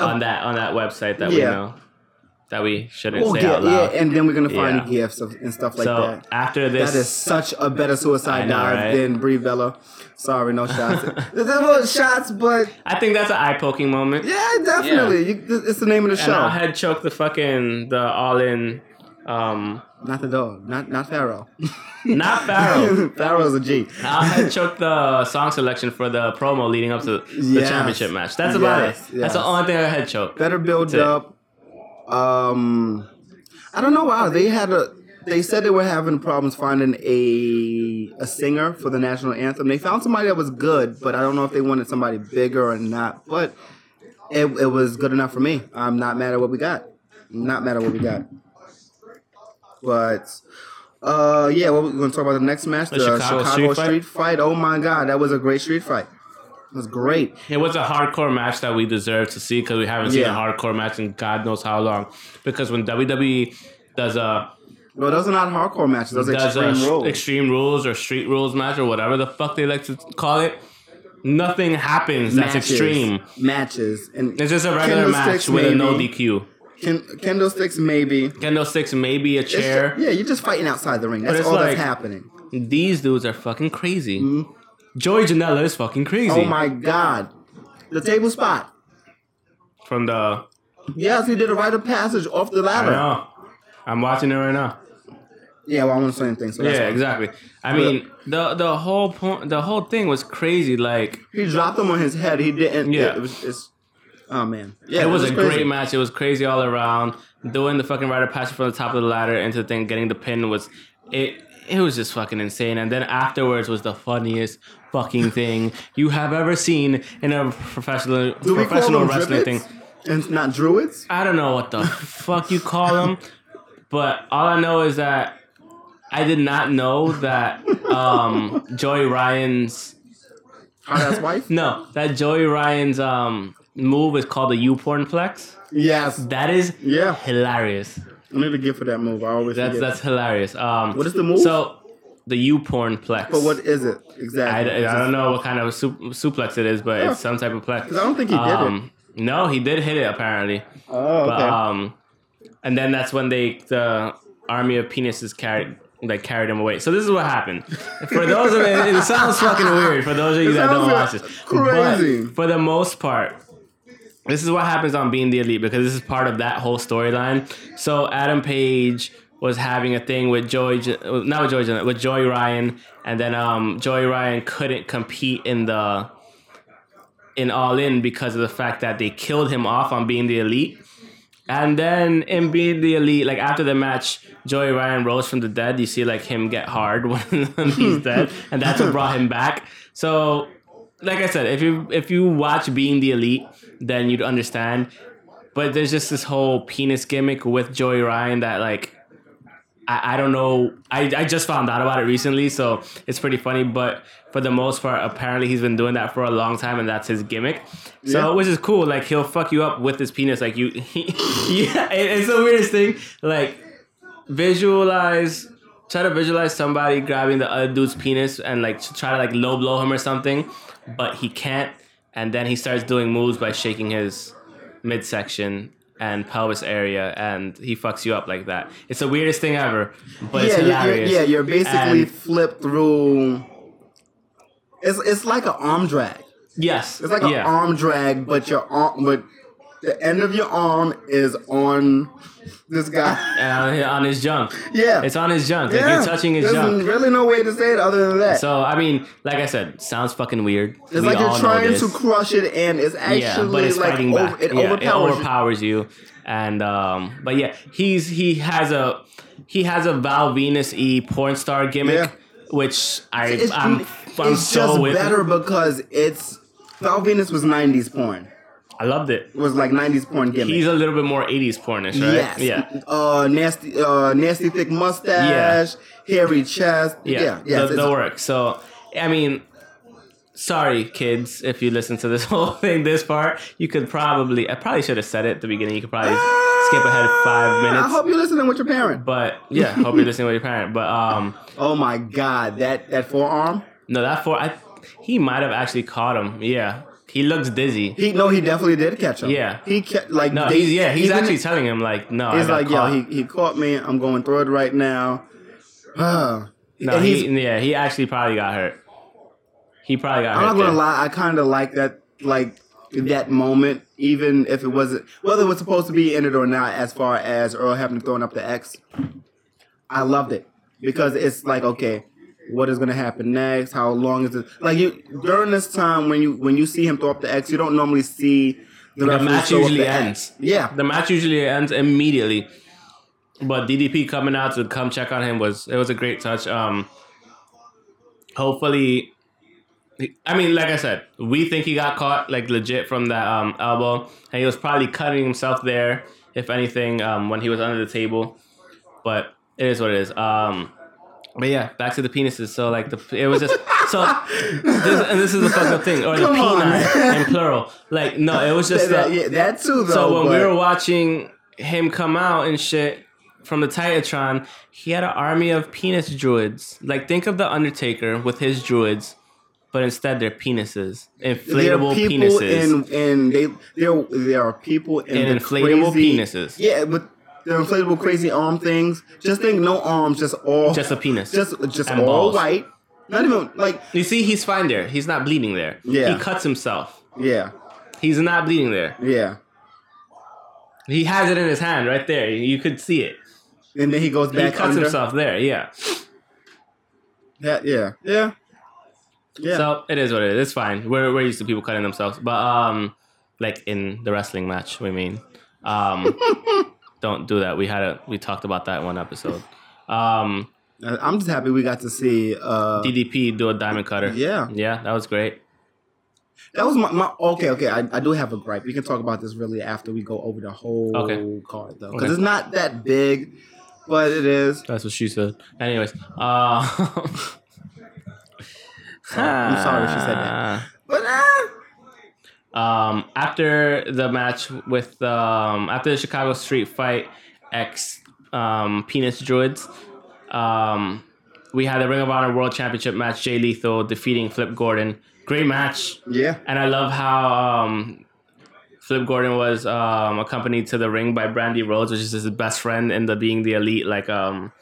C: on that on that website that we
B: Yeah.
C: know that we shouldn't
B: Oh,
C: say
B: yeah,
C: out loud.
B: yeah, and then we're gonna find
C: Yeah.
B: gifts of, and stuff like
C: so
B: that.
C: after this,
B: That is such a better suicide
C: I know,
B: dive
C: right?
B: than Brie Bella. Sorry, no *laughs* shots. there were shots, but
C: I think that's an eye poking moment.
B: yeah, definitely. You, it's the name of the
C: And I'll
B: show.
C: head choke the fucking the all in. Um,
B: not the dog. Not not *laughs* Pharaoh.
C: not Pharaoh.
B: Pharaoh's a G.
C: I'll head choke the song selection for the promo leading up to the
B: Yes.
C: championship match. That's about
B: Yes,
C: it. That's the
B: yes.
C: only thing I head choke.
B: better build
C: it.
B: up. Um, I don't know why they had a. They said they were having problems finding a a singer for the national anthem. They found somebody that was good, but I don't know if they wanted somebody bigger or not. But it, it was good enough for me. I'm not mad at what we got. I'm not mad at what we got. But uh, yeah, well, we're gonna talk about the next match, the, Chicago,
C: Chicago street
B: street,
C: fight?
B: fight. Oh my god, that was a great street fight. It was great.
C: It was a hardcore match that we deserve to see because we haven't seen
B: Yeah.
C: a hardcore match in God knows how long. Because when WWE does a
B: Well, those are not hardcore matches. Those are
C: does
B: extreme
C: a
B: rules.
C: extreme rules or street rules match or whatever the fuck they like to call it, nothing happens that's
B: matches,
C: extreme.
B: matches and
C: It's just a regular match
B: Candlesticks,
C: with a no
B: maybe.
C: DQ.
B: Ken- candlesticks maybe It's
C: Candlesticks, maybe a
B: ju-
C: chair.
B: yeah you're just fighting outside the ring that's
C: it's
B: all
C: like-
B: that's happening
C: These dudes are fucking crazy. Joey Janela is fucking crazy.
B: Mm-hmm. oh my god the table spot
C: From the
B: yes he did a rite of passage off the
C: I
B: ladder
C: know. I'm watching it right now.
B: yeah well I'm on the same thing so that's
C: yeah,
B: fine.
C: exactly. I mean, the the whole point, the whole thing was crazy. Like
B: he dropped him on his head he didn't yeah
C: Yeah.
B: it, was it's oh man yeah
C: it was, a
B: crazy.
C: great match. It was crazy all around. Doing the fucking rider passage from the top of the ladder into the thing, getting the pin was it. It was just fucking insane. And then afterwards was the funniest fucking thing you have ever seen in a professional
B: do we call
C: professional
B: them
C: wrestling
B: wrestling
C: thing.
B: and not druids
C: I don't know what the fuck you call them, but all I know is that I did not know that um, Joey Ryan's *laughs*
B: hard ass wife
C: No, that Joey Ryan's um move is called a U porn flex.
B: yes
C: That is
B: yeah
C: hilarious.
B: I need a gift for that move I always
C: That's
B: forget.
C: that's hilarious. Um,
B: What is the move?
C: So the U porn flex.
B: but what is it
C: I,
B: exactly
C: I don't know what kind of su- suplex it is, but it's some type of plex.
B: 'Cause I don't think he did it.
C: it. No, he did hit it apparently.
B: oh
C: But
B: okay
C: um, and then that's when they the army of penises carried like carried him away. So this is what happened. For those of it, it sounds fucking weird. For those of you
B: It
C: that don't watch
B: sounds like
C: this, But
B: crazy.
C: for the most part, this is what happens on Being the Elite because this is part of that whole storyline. So Adam Page was having a thing with Joy, not with Joy, with Joy Ryan, and then um, Joy Ryan couldn't compete in the in All In because of the fact that they killed him off on Being the Elite. And then in being the elite, like after the match, Joey Ryan rose from the dead. You see like him get hard *laughs* when he's dead, and that's what brought him back. So, like I said, if you if you watch Being the Elite, then you'd understand. But there's just this whole penis gimmick with Joey Ryan that like I, I don't know. I, I just found out about it recently, so it's pretty funny. But for the most part, apparently he's been doing that for a long time, and that's his gimmick. So
B: Yeah.
C: which is cool. Like he'll fuck you up with his penis. Like you, *laughs* yeah. It, it's the weirdest thing. Like visualize, try to visualize somebody grabbing the other dude's penis and like to try to like low blow him or something, but he can't. And then he starts doing moves by shaking his midsection and pelvis area, and he fucks you up like that. It's the weirdest thing ever, but it's
B: yeah, you're- you're,
C: hilarious.
B: yeah, you're basically
C: And-
B: flipped through. It's it's like an arm drag.
C: Yes.
B: It's like an
C: yeah.
B: arm drag, but your arm, but the end of your arm is on this guy. *laughs*
C: And Uh, on, on his junk.
B: Yeah.
C: It's on his junk. Like
B: yeah.
C: you're touching his
B: There's
C: junk.
B: really no way to say it other than that.
C: So I mean, like I said, sounds fucking weird.
B: it's
C: We
B: like
C: all
B: you're
C: know
B: trying
C: this.
B: to crush it, and it's actually
C: yeah, but it's
B: like
C: fighting
B: over,
C: back.
B: it
C: yeah,
B: overpowers.
C: it
B: you.
C: overpowers you. And um, but yeah, he's he has a he has a Val Venus e porn star gimmick,
B: Yeah.
C: which I
B: It's,
C: I'm, I'm
B: it's
C: so
B: just
C: with.
B: better because it's Val Venus was '90s porn.
C: I loved it.
B: It was like '90s porn gimmick.
C: He's a little bit more 80s pornish, right?
B: Yes.
C: Yeah.
B: Uh, nasty, uh, nasty thick mustache, hairy chest.
C: Yeah.
B: Yeah. yes,
C: the,
B: it's-
C: the work. So I mean, sorry kids, if you listen to this *laughs* whole thing this part, you could probably I probably should have said it at the beginning. You could probably skip ahead five minutes.
B: Ah! I hope you're listening with your parent.
C: But yeah, hope you're listening with your parent. But um,
B: Oh my God, that that forearm.
C: no, that four, I he might have actually caught him. Yeah, he looks dizzy.
B: He no, he definitely did catch him.
C: Yeah.
B: he kept like
C: No,
B: they-
C: he's yeah, he's
B: even-
C: actually telling him like, no, I
B: He's
C: got
B: like,
C: caught.
B: yo, he, he caught me. I'm going through it right now. *sighs* Ah.
C: no,
B: And he's-
C: he, yeah, he actually probably got hurt. He probably got
B: I'm
C: hurt.
B: not gonna
C: there.
B: lie, I kind of like that, like that moment, even if it wasn't whether it was supposed to be in it or not. As far as Earl having thrown up the X, I loved it because it's like, okay, what is gonna happen next? How long is it? Like you during this time when you when you see him throw up the X, you don't normally see the, referee
C: match
B: throw up
C: usually
B: the X.
C: ends.
B: Yeah,
C: The match usually ends immediately, but DDP coming out to come check on him was it was a great touch. Um, hopefully, I mean, like I said, we think he got caught like legit from that um elbow, and he was probably cutting himself there, if anything, um when he was under the table. But it is what it is. Um. But yeah, back to the penises. So like the it was just so, this, and this is the fucked up thing, or the
B: Come on,
C: peni
B: man.
C: in plural. Like no, it was just
B: that,
C: the-
B: *laughs* yeah, that too though.
C: so when we
B: but-
C: were watching him come out and shit from the Titatron, he had an army of penis druids. Like think of the Undertaker with his druids, but instead they're penises,
B: there are
C: inflatable
B: people
C: penises.
B: in and they there there are people in
C: And
B: the
C: inflatable
B: crazy,
C: penises.
B: Yeah, but the inflatable crazy arm things. Just think, no arms, just all
C: Just a penis.
B: just just
C: And
B: all
C: balls.
B: white. Not even like
C: you see, he's fine there. He's not bleeding there.
B: Yeah.
C: He cuts himself.
B: yeah,
C: He's not bleeding there.
B: yeah.
C: He has it in his hand right there. You could see it.
B: And then he goes
C: He
B: back
C: cuts
B: under.
C: himself there. Yeah.
B: That, yeah, yeah, yeah.
C: So it is what it is. It's fine. We're, we're used to people cutting themselves, but um, like in the wrestling match, we mean,
B: *laughs*
C: um, don't do that. We had a we talked about that in one episode. Um,
B: Uh, I'm just happy we got to see. uh
C: DDP do a diamond cutter.
B: Yeah.
C: yeah, that was great.
B: That was my, my okay. Okay, I, I do have a gripe. We can talk about this really after we go over the whole
C: Okay.
B: card though, because
C: Okay.
B: it's not that big, but it is.
C: That's what she said. Anyways, uh, *laughs*
B: I'm sorry she said that. But ah,
C: Um, after the match with um, after the Chicago Street Fight X um, Penis Druids, um, we had the Ring of Honor World Championship match. Jay Lethal defeating Flip Gordon. Great match,
B: yeah.
C: and I love how um, Flip Gordon was um, accompanied to the ring by Brandy Rhodes, which is his best friend, and the being the elite like um,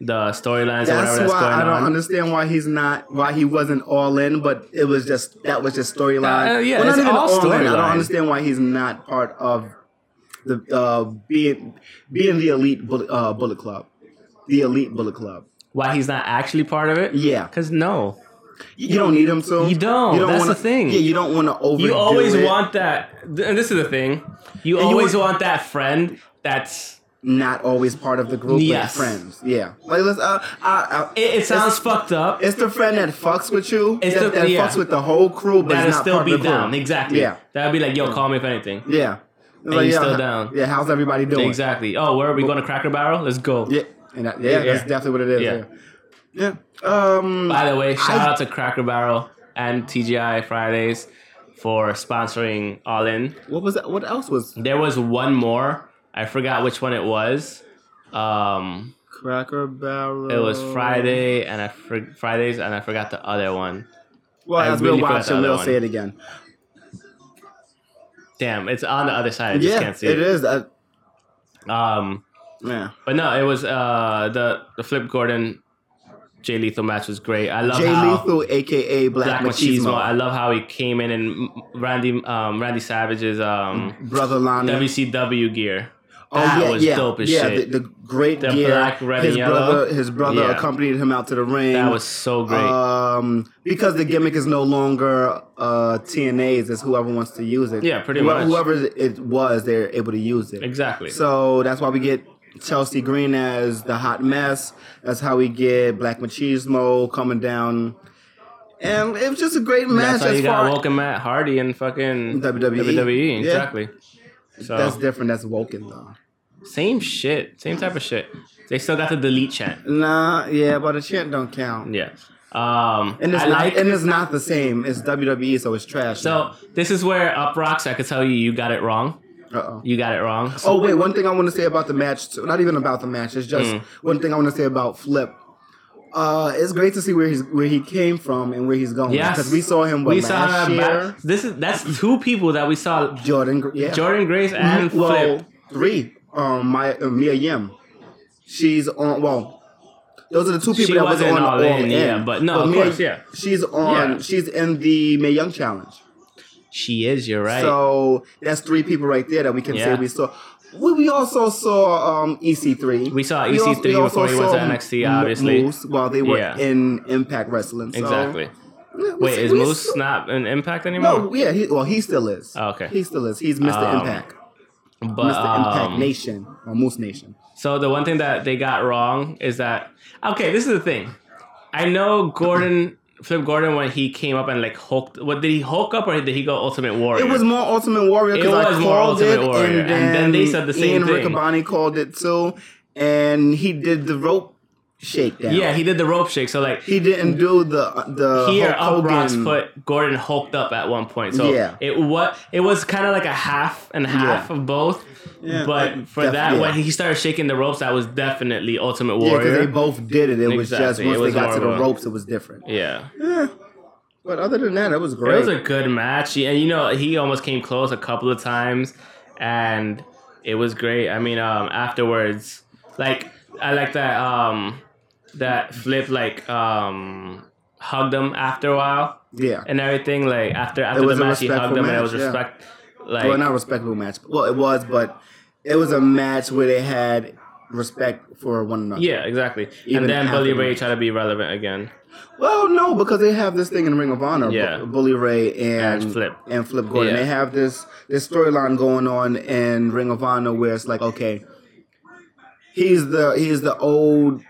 C: the storylines or whatever
B: That's
C: that's
B: why
C: going
B: I don't
C: on.
B: understand why he's not why he wasn't all in, but it was just that was just storyline.
C: Uh, yeah,
B: well,
C: it's
B: not even
C: all
B: in. I
C: storyline.
B: don't understand why he's not part of the uh, being being the elite bullet, uh, bullet club, the elite bullet club.
C: Why he's not actually part of it?
B: Yeah,
C: Because no,
B: you don't need him to.
C: You don't. That's
B: wanna,
C: the thing.
B: Yeah, you don't want to overdo
C: You always
B: it,
C: want that, th- and this is the thing. You
B: And you
C: always
B: want-
C: want that friend that's.
B: not always part of the group
C: Yes.
B: with friends. Yeah, like let's. Uh, I, I,
C: It, it sounds
B: It's,
C: fucked up.
B: it's the friend that fucks with you.
C: It's
B: that,
C: the-
B: that
C: yeah.
B: fucks with the whole crew, but
C: That'll
B: it's not
C: still
B: part
C: be
B: of the crew.
C: down. Exactly.
B: Yeah.
C: That'll be like, yo, call me if anything.
B: Yeah. It's
C: And you still down.
B: Yeah, how's everybody doing?
C: Exactly. Oh, where are we going to Cracker Barrel? Let's go.
B: Yeah, and that, yeah,
C: Yeah.
B: that's definitely what it is.
C: Yeah.
B: Yeah. Yeah. Um.
C: By the way, shout
B: I-
C: out to Cracker Barrel and TGI Fridays for sponsoring All In.
B: What was that? What else was
C: There was one more. I forgot which one it was. Um,
B: Cracker Barrel?
C: it was Friday, and I for- Fridays, and I forgot the other one.
B: Well,
C: I
B: as
C: really
B: we'll
C: forgot
B: watch
C: the
B: it,
C: other
B: we'll
C: one.
B: say it again.
C: Damn, it's on the other side. I just
B: yeah,
C: can't see
B: it is. Uh,
C: Um,
B: yeah.
C: But no, it was uh, the the Flip Gordon Jay Lethal match was great. I love
B: Jay
C: how
B: Lethal, aka Black,
C: Black
B: Machismo,
C: Machismo. I love how he came in and Randy um, Randy Savage's um,
B: brother Lana.
C: WCW gear. That was dope as
B: Mm-hmm. Oh, yeah.
C: shit.
B: The, the great
C: The
B: gear.
C: black, red,
B: his
C: and yellow.
B: brother, his brother
C: Yeah.
B: accompanied him out to the ring.
C: that was so great.
B: Um, because the gimmick is no longer uh, TNA's, it's whoever wants to use it.
C: Yeah, pretty
B: Whoe-
C: much.
B: Whoever it was, they're able to use it.
C: exactly.
B: So that's why we get Chelsea Green as the hot mess. That's how we get Black Machismo coming down. And it was just a great match
C: That's how
B: as
C: you got
B: far
C: Welcome Matt Hardy and fucking
B: WWE.
C: WWE,
B: Yeah.
C: exactly. So
B: That's different. That's Woken though.
C: same shit, same type of shit. They still got the delete chant.
B: Nah, yeah, but the chant don't count.
C: Yeah. Um,
B: And it's
C: I
B: not
C: like.
B: and it's not the same. It's WWE, so it's trash.
C: so this is where Up Rocks. I could tell you, you got it wrong.
B: uh oh.
C: You got it wrong.
B: Oh wait, one thing I want to say about the match, too, not even about the match. It's just
C: Mm.
B: one thing I want to say about Flip. Uh, it's great to see where he's where he came from and where he's going.
C: Yes.
B: because we saw him what,
C: we saw
B: last
C: him
B: year.
C: back. This is that's two people that we saw:
B: Jordan, Gr- yeah,
C: Jordan Grace and
B: Mm-hmm. well,
C: Flip.
B: three. Um, my uh, Mia Yim, she's on. Well, those are the two people
C: She
B: that was
C: wasn't
B: on
C: all
B: all
C: in,
B: in.
C: yeah, but no, of
B: Mia-
C: course, yeah.
B: she's on.
C: Yeah.
B: She's in the May Young challenge.
C: She is. You're right.
B: So that's three people right there that we can say
C: Yeah.
B: we saw. We, we also saw um, EC3.
C: We saw
B: al-
C: EC3 before he went to NXT,
B: Mo-
C: obviously.
B: Moose while they were
C: Yeah.
B: in Impact Wrestling. So,
C: exactly.
B: yeah, we-
C: Wait, is
B: we
C: Moose
B: saw-
C: not an Impact anymore?
B: No, yeah, he, well, he still is.
C: Oh, okay.
B: He still is. He's Mr.
C: Um,
B: Impact.
C: but
B: Mr. Impact
C: um,
B: Nation. Or Moose Nation.
C: So the one thing that they got wrong is that okay, this is the thing. I know Gordon Flip Gordon when he came up and like hooked what did he hook up or did he go Ultimate Warrior?
B: It was more Ultimate Warrior
C: It
B: because I
C: was
B: called
C: more Ultimate
B: it,
C: Warrior,
B: and then, they said the same Ian
C: thing.
B: Riccaboni called it too, and he did the rope shakedown.
C: yeah, he did the rope shake. So like
B: he didn't do the the
C: here
B: Uh, Hulk
C: up Rock's
B: Hogan-
C: put Gordon hooked up at one point. So
B: Yeah.
C: it what it was kind of like a half and half of both.
B: Yeah,
C: but
B: like,
C: for
B: def-
C: that,
B: yeah.
C: when he started shaking the ropes, that was definitely Ultimate
B: Yeah, because
C: Warrior.
B: they both did it. It was just
C: Exactly.
B: once
C: It was
B: they got to the
C: horrible.
B: ropes, it was different.
C: yeah.
B: But other than that, it was great.
C: It was a good match, and you know he almost came close a couple of times, and it was great. I mean, um, afterwards, like I like that um, that flip like um, hugged him after a while
B: yeah,
C: and everything. Like after after the
B: was a
C: match, he hugged
B: respectful
C: him, and it was
B: match, yeah.
C: respect. Like
B: well, not a respectable match. Well, it was, but it was a match where they had respect for one another.
C: yeah, exactly.
B: Even
C: and then Bully
B: after the
C: Ray
B: match.
C: tried to be relevant again.
B: Well, no, because they have this thing in Ring of Honor.
C: Yeah.
B: Bu- Bully Ray and,
C: And Flip.
B: and Flip Gordon.
C: Yeah.
B: They have this this storyline going on in Ring of Honor where it's like, okay, he's the he's the old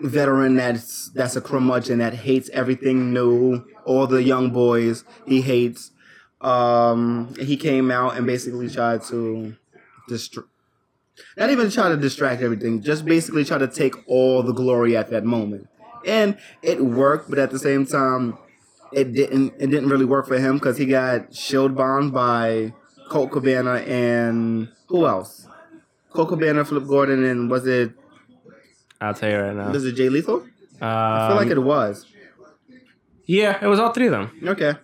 B: veteran that's that's a curmudgeon that hates everything new, all the young boys he hates. Um, he came out and basically tried to distract. Not even try to distract everything, just basically try to take all the glory at that moment and it worked, but at the same time, it didn't. It didn't really work for him because he got shield bombed by Colt Cabana and who else? Colt Cabana, Flip Gordon, and was it
C: I'll tell you right now.
B: was it Jay Lethal? I feel
C: Um,
B: like it was.
C: yeah, it was all three of them.
B: Okay,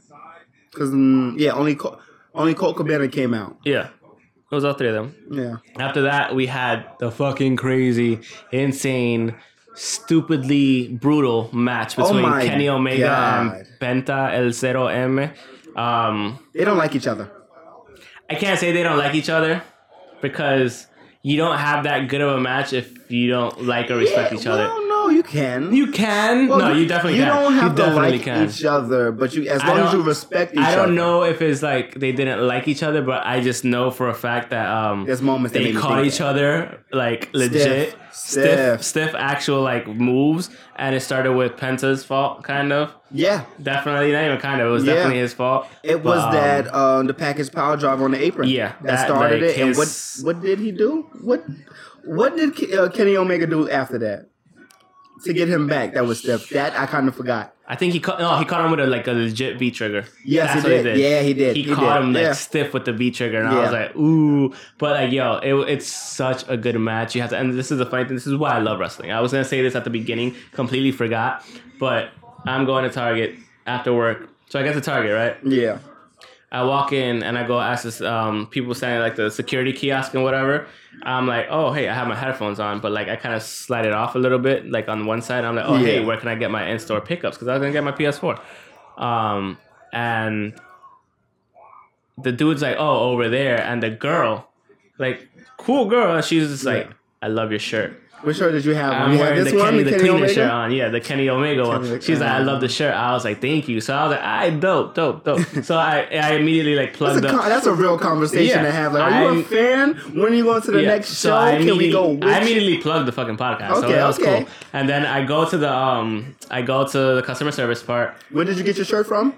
B: because mm, yeah, only Col- only Colt Cabana came out.
C: Yeah, it was all three of them.
B: Yeah,
C: After that, we had the fucking crazy, insane, stupidly brutal match
B: Oh
C: between
B: my
C: Kenny Omega
B: God.
C: and Penta El Cero M. Um,
B: they don't like each other.
C: I can't say they don't like each other because you don't have that good of a match if you don't like or respect
B: Yeah,
C: each other.
B: Well, no, you can.
C: you can.
B: Well,
C: no, you, definitely
B: you
C: can.
B: don't have
C: you
B: to
C: definitely
B: like
C: can.
B: each other, but you as
C: I
B: long as
C: don't-
B: you respect each other.
C: I don't know if it's like they didn't like each other, but I just know for a fact that um,
B: There's moments that
C: they
B: made me
C: caught
B: think
C: each
B: that.
C: other like legit stiff,
B: Stiff.
C: stiff, actual like moves, and it started with Penta's fault, kind of.
B: Yeah,
C: Definitely not even kind of. It was
B: Yeah.
C: definitely his fault.
B: It was
C: But, um,
B: that uh, the package power drive on the apron.
C: Yeah,
B: that,
C: that,
B: started
C: like,
B: it. And what
C: his-
B: what did he do? What what did Ke- uh, Kenny Omega do after that to get him back? That was Steph. That I kind of forgot.
C: I think he caught. No, he caught him with a, like a legit V trigger.
B: Yes, he did. Yeah, he did.
C: He,
B: He
C: caught
B: did.
C: him like
B: Yeah.
C: stiff with the V trigger, and I
B: Yeah.
C: was like, ooh. But like, yo, it, it's such a good match. You have to, and this is the funny thing. This is why I love wrestling. I was gonna say this at the beginning, completely forgot, but I'm going to Target after work. So I got to Target, right?
B: Yeah,
C: I walk in and I go ask this um, people standing at, like the security kiosk and whatever. I'm like, oh hey, I have my headphones on, but like I kind of slide it off a little bit, like on one side. I'm like, oh hey,
B: Yeah.
C: where can I get my in store pickups? Because I was gonna get my PS4. Um, and the dude's like, oh over there, and the girl, like cool girl, she's just like, I love your shirt.
B: Which shirt did you have?
C: I'm
B: you had
C: wearing
B: this
C: the
B: one,
C: Kenny the
B: Kenny
C: Cleaner
B: Omega?
C: shirt on. Yeah, the Kenny Omega
B: Kenny-
C: one. She's like, I
B: uh,
C: love the shirt. I was like, thank you. So I was like, I dope, dope, dope. so I, I immediately like
B: That's
C: plugged
B: a,
C: up.
B: con- that's a real conversation
C: Yeah.
B: to have. Like, are you a
C: I'm-
B: fan? When are you going to the
C: Yeah,
B: next
C: so
B: show?
C: I
B: Can we
C: immediately-
B: go? With
C: I immediately plugged the fucking podcast. so
B: Okay,
C: that was
B: okay.
C: cool. And then I go to the um, I go to the customer service part.
B: Where did you get your shirt from?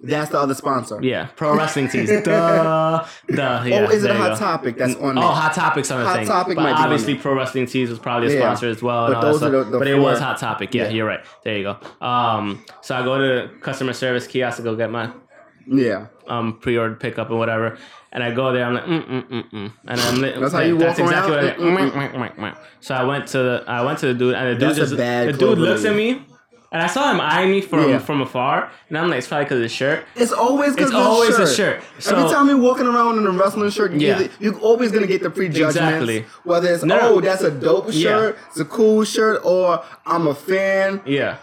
B: That's the other sponsor.
C: Yeah, pro wrestling
B: *laughs*
C: tees. duh, duh. Yeah,
B: oh, is it
C: there
B: a
C: you
B: hot
C: go.
B: topic that's on
C: Oh,
B: there?
C: Hot Topic's on the
B: Hot
C: thing.
B: Topic
C: but
B: might be on
C: obviously,
B: there.
C: Pro Wrestling Tees was probably a
B: Yeah.
C: sponsor as well. and
B: But
C: all that
B: those are
C: stuff.
B: the- the
C: but it was
B: four-
C: Hot Topic. Yeah,
B: Yeah.
C: you're right. There you go. Um, so I go to customer service kiosk to go get my
B: yeah.
C: um, pre-order pickup and whatever. And I go there. I'm like, mm mm mm mm. And I'm li-
B: That's how you
C: that's
B: walk
C: exactly
B: around?
C: What I,
B: Mm, mm,
C: did. Mwah, mwah, mwah, mwah. So I went to the I went to the dude, and the
B: That's
C: dude
B: a
C: just
B: bad
C: the
B: club
C: dude looks at me, and I saw him eyeing me from
B: Yeah.
C: from afar, and I'm like, it's probably because of his shirt.
B: It's always
C: It's
B: because
C: always
B: shirt.
C: a shirt. So
B: Every time you're walking around in a wrestling shirt, you
C: Yeah.
B: either- you're always gonna get the prejudgments.
C: Exactly.
B: Whether it's
C: No.
B: oh, that's a dope shirt, it's a cool shirt, or I'm a fan,
C: yeah.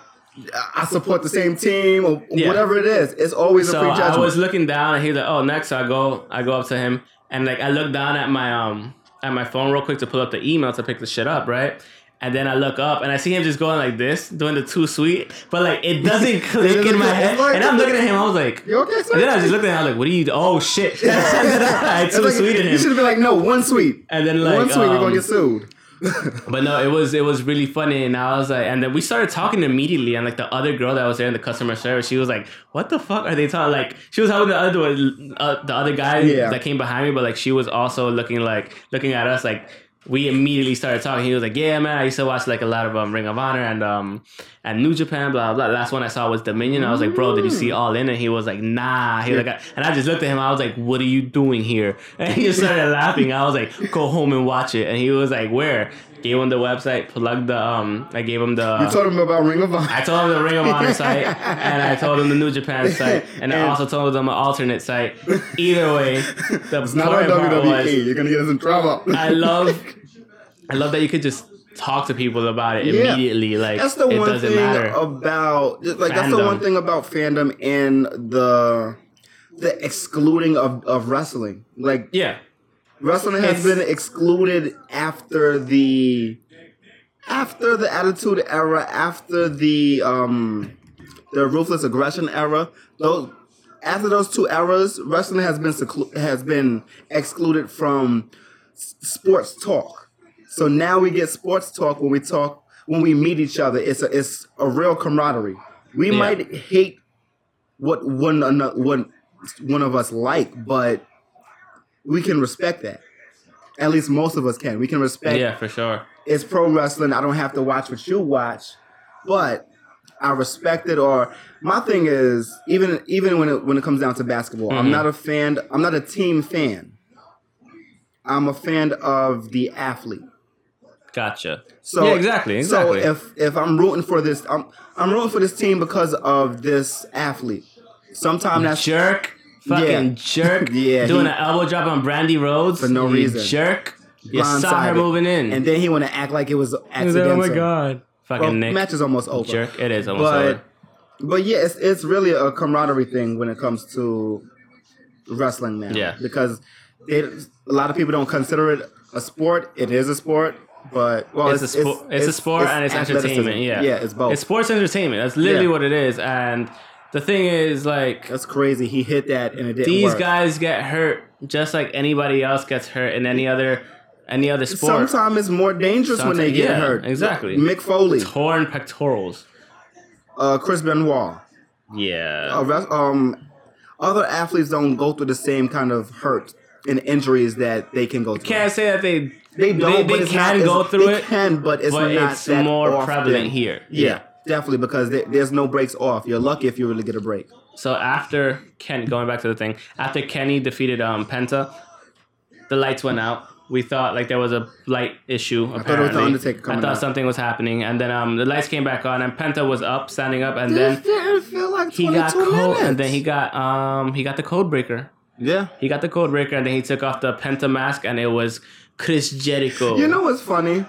B: I support the same team, or
C: Yeah.
B: whatever it is. It's always a
C: so
B: prejudgment.
C: I was looking down, and he's like, "Oh, next." So I go, I go up to him, and like I look down at my um at my phone real quick to pull up the email to pick the shit up, right? And then I look up and I see him just going like this, doing the too sweet, but like it
B: *laughs*
C: doesn't click in my head. And I'm looking at him, I was like,
B: You okay, sir?
C: and then I was just looking at him, like, what are you? Oh shit! *laughs* I
B: It's
C: too
B: like,
C: sweeted
B: You
C: him.
B: should have been like, no, one sweet.
C: And then like
B: one sweet,
C: um,
B: we're gonna get sued. *laughs*
C: but no, it was it was really funny, and I was like, and then we started talking immediately, and like the other girl that was there in the customer service, she was like, "What the fuck are they talking?" Like she was helping the other one, uh, the other guy
B: Yeah.
C: that came behind me, but like she was also looking like looking at us like. We immediately started talking. He was like, "Yeah, man, I used to watch like a lot of um, Ring of Honor and um and New Japan, blah blah." blah. Last one I saw was Dominion. I was like, "Bro, did you
B: Mm.
C: see All In?" And he was like, "Nah." He was like, and I just looked at him. I was like, "What are you doing here?" *laughs* And he just started laughing. I was like, "Go home and watch it." And he was like, "Where?" Gave him the website. Plugged the um. I gave him the.
B: You told him about Ring of Honor.
C: I told him the Ring of Honor
B: *laughs*
C: site, and I told him the New Japan site, and, I
B: And-
C: also told him an alternate site. Either way, the
B: it's not on E.
C: important part
B: WWE.
C: was
B: You're gonna get us in trouble.
C: I love, I love that you could just talk to people about it
B: Yeah.
C: immediately. Like
B: that's the
C: it
B: one
C: doesn't
B: thing
C: matter.
B: about like that's the
C: Fandom.
B: one thing about fandom and the the excluding of, of wrestling. Like
C: yeah,
B: wrestling has
C: It's-
B: been excluded after the after the attitude era, after the um the ruthless aggression era. Those after those two eras, wrestling has been seclu- has been excluded from s- sports talk. So now we get sports talk when we talk when we meet each other. It's a it's a real camaraderie. We
C: Yeah.
B: might hate what one another one one of us like, but we can respect that. At least most of us can. We can respect
C: yeah, for sure.
B: it's pro wrestling. I don't have to watch what you watch, but I respect it. Or my thing is even even when it when it comes down to basketball, I'm
C: Mm-hmm.
B: not a fan. I'm not a team fan. I'm a fan of the athlete.
C: Gotcha.
B: So
C: Yeah, exactly, exactly.
B: So if if I'm rooting for this, I'm I'm rooting for this team because of this athlete. Sometimes that's
C: jerk, fucking
B: Yeah.
C: jerk.
B: *laughs* Yeah,
C: doing
B: he-
C: an elbow drop on Brandy Rhodes
B: For no
C: you
B: reason.
C: Jerk. You saw her
B: blindsided.
C: moving in.
B: and then he want to act like it was
C: He's like,
B: accidental.
C: Oh god. Fucking
B: Well,
C: Nick.
B: match is almost over.
C: jerk. It is almost
B: but
C: over.
B: but yeah, it's it's really a camaraderie thing when it comes to wrestling now.
C: Yeah.
B: because it a lot of people don't consider it a sport. It is a sport, but well,
C: It's, a sport. It's, a sport and it's
B: athleticism.
C: entertainment. Yeah,
B: yeah, it's both.
C: It's sports entertainment. That's literally
B: Yeah.
C: what it is. And the thing is, like,
B: That's crazy. He hit that and it didn't
C: these
B: work.
C: guys get hurt just like anybody else gets hurt in any other any other sport.
B: Sometimes it's more dangerous when they
C: Sometimes-
B: get
C: yeah,
B: hurt.
C: exactly.
B: Mick Foley,
C: Torn pectorals.
B: uh, Chris Benoit, uh,
C: Yeah.
B: res- um, other athletes don't go through the same kind of hurt and injuries that they can go through.
C: Can't say that they
B: They don't.
C: They,
B: but it's
C: can
B: not,
C: go
B: it's,
C: through
B: they
C: it.
B: can, but it's
C: but
B: not
C: it's
B: that
C: more
B: often.
C: prevalent here.
B: Yeah,
C: Yeah.
B: definitely because there, there's no breaks off. You're lucky if you really get a break.
C: So after Ken, going back to the thing, after Kenny defeated um Penta, the lights went out. we thought like there was a light issue. Apparently.
B: thought it was the Undertaker coming
C: I thought
B: out.
C: something was happening, and then um, the lights came back on, and Penta was up, standing up, and then
B: didn't feel like
C: he got
B: 22
C: cold,
B: minutes.
C: and then he got um, he got the code breaker.
B: yeah.
C: He got the code breaker, and then he took off the Penta mask, and it was Chris Jericho.
B: You know what's funny?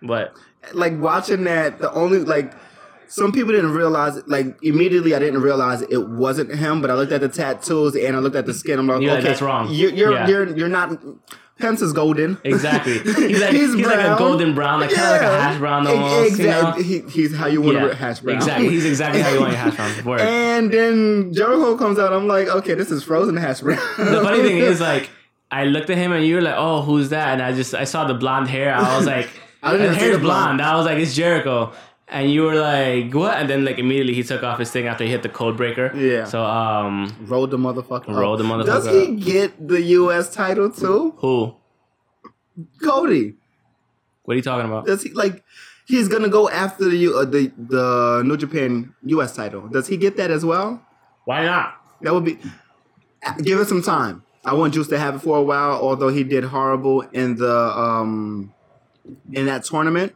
C: what?
B: Like watching that, the only like some people didn't realize. Like immediately, I didn't realize it wasn't him. But I looked at the tattoos and I looked at the skin. I'm like,
C: Yeah,
B: okay,
C: that's wrong.
B: You're you're,
C: Yeah.
B: you're you're not. Pence is golden. *laughs*
C: Exactly. He's like he's, like a
B: brown.
C: golden brown, like kind of like a hash brown
B: E-
C: almost.
B: Exactly.
C: You know?
B: He, he's how you want to
C: Yeah,
B: hash brown.
C: Exactly. He's exactly how you want your hash brown.
B: *laughs*
C: Word.
B: And then Jericho comes out. I'm like, okay, this is frozen hash brown.
C: the funny thing
B: *laughs*
C: is like I looked at him and you were like, "Oh, who's that?" And I just I saw the blonde hair. I was like,
B: *laughs* I
C: "The
B: didn't even see
C: hair's
B: the blonde.
C: blonde." I was like, "It's Jericho." And you were like, "What?" And then like immediately he took off his thing after he hit the code breaker.
B: Yeah.
C: So um,
B: roll the motherfucker. up.
C: Roll the motherfucker
B: Does he get the U.S. title too,
C: who?
B: Cody?
C: What are you talking about?
B: Does he like? He's gonna go after the U- uh, the the New Japan U.S. title. Does he get that as well?
C: Why not?
B: That would be. uh, Give it some time. I want Juice to have it for a while. Although he did horrible in the um, in that tournament,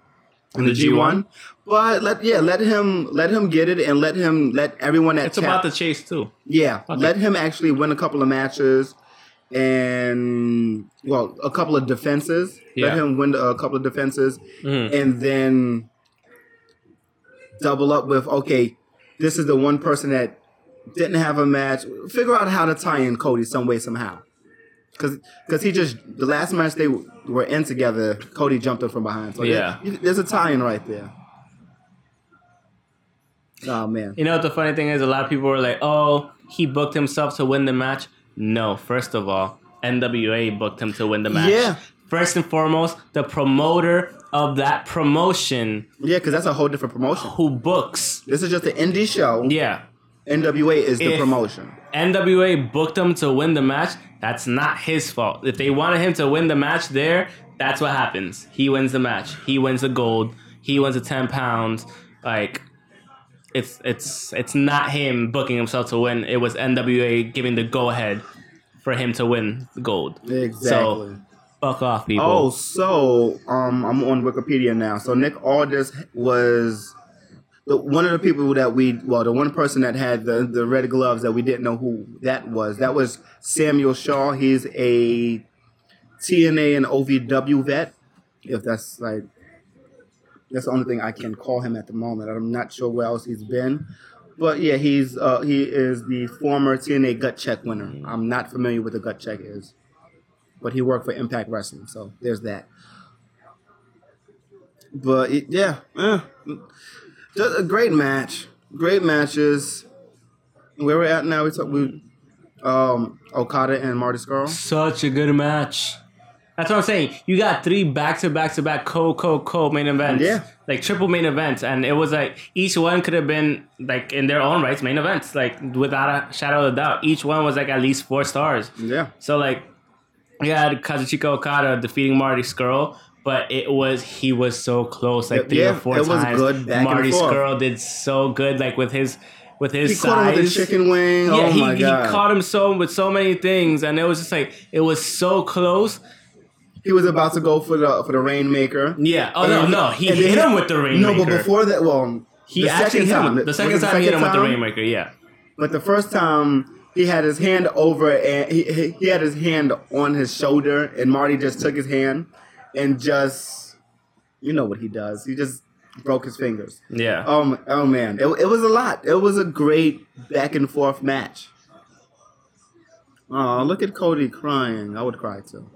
B: in the G one. But let yeah, let him let him get it and let him let everyone at
C: It's
B: tap-
C: about the chase too.
B: yeah,
C: Okay.
B: let him actually win a couple of matches and well, a couple of defenses. Let
C: Yeah.
B: him win a couple of defenses
C: Mhm.
B: and then double up with okay, this is the one person that didn't have a match. Figure out how to tie in Cody some way somehow. Cause, Cause he just the last match they w- were in together, Cody jumped up from behind. So
C: Yeah.
B: there- there's a tie-in right there. Oh man,
C: You know what the funny thing is? A lot of people were like, "Oh, he booked himself to win the match." No, first of all, NWA booked him to win the match.
B: Yeah.
C: First and foremost, the promoter of that promotion
B: yeah, because that's a whole different promotion.
C: who books.
B: This is just an indie show.
C: Yeah.
B: NWA is the
C: If-
B: promotion.
C: NWA booked him to win the match. That's not his fault. If they wanted him to win the match there, that's what happens. He wins the match. He wins the gold. He wins the 10 pounds. Like it's it's it's not him booking himself to win. It was NWA giving the go ahead for him to win the gold.
B: Exactly.
C: Fuck off, people.
B: oh, so um, I'm on Wikipedia now. So Nick Aldis was the one of the people that we well, the one person that had the the red gloves that we didn't know who that was. That was Samuel Shaw. He's a TNA and OVW vet. If that's like that's the only thing I can call him at the moment. I'm not sure where else he's been. But yeah, he's uh, he is the former TNA gut check winner. I'm not familiar with the gut check is. but he worked for Impact Wrestling, so there's that. But it, yeah, yeah. just a great match, great matches. Where we're at now, we talk we um Okada and Marty Scurll.
C: Such a good match. That's what I'm saying. You got three back to back to back co co co main events.
B: Yeah.
C: Like triple main events. And it was like each one could have been like in their own rights main events. Like without a shadow of a doubt. Each one was like at least four stars.
B: Yeah,
C: So like you had Kazuchika Okada defeating Marty Skrull, but it was he was so close, like three
B: Yeah,
C: or four
B: it was
C: times.
B: good back and
C: Marty
B: forth.
C: Skrull did so good, like with his with his
B: he caught
C: size.
B: him with a chicken wing.
C: Yeah,
B: oh
C: he,
B: my
C: he
B: god, he,
C: caught him so with so many things, and it was just like it was so close.
B: was about to go for the for the rainmaker.
C: Yeah. Oh no,
B: And-
C: no, he
B: and
C: hit
B: then-
C: him with the
B: No,
C: rainmaker.
B: but before that, well,
C: he actually hit him. The second
B: was it
C: time he hit him with the
B: time?
C: rainmaker. Yeah.
B: But the first time he had his hand over and he, he- he had his hand on his shoulder and Marty just took his hand and just you know what he does. He just broke his fingers.
C: Yeah.
B: Oh my, oh man. It, it was a lot. It was a great back and forth match. Oh, look at Cody crying. I would cry too.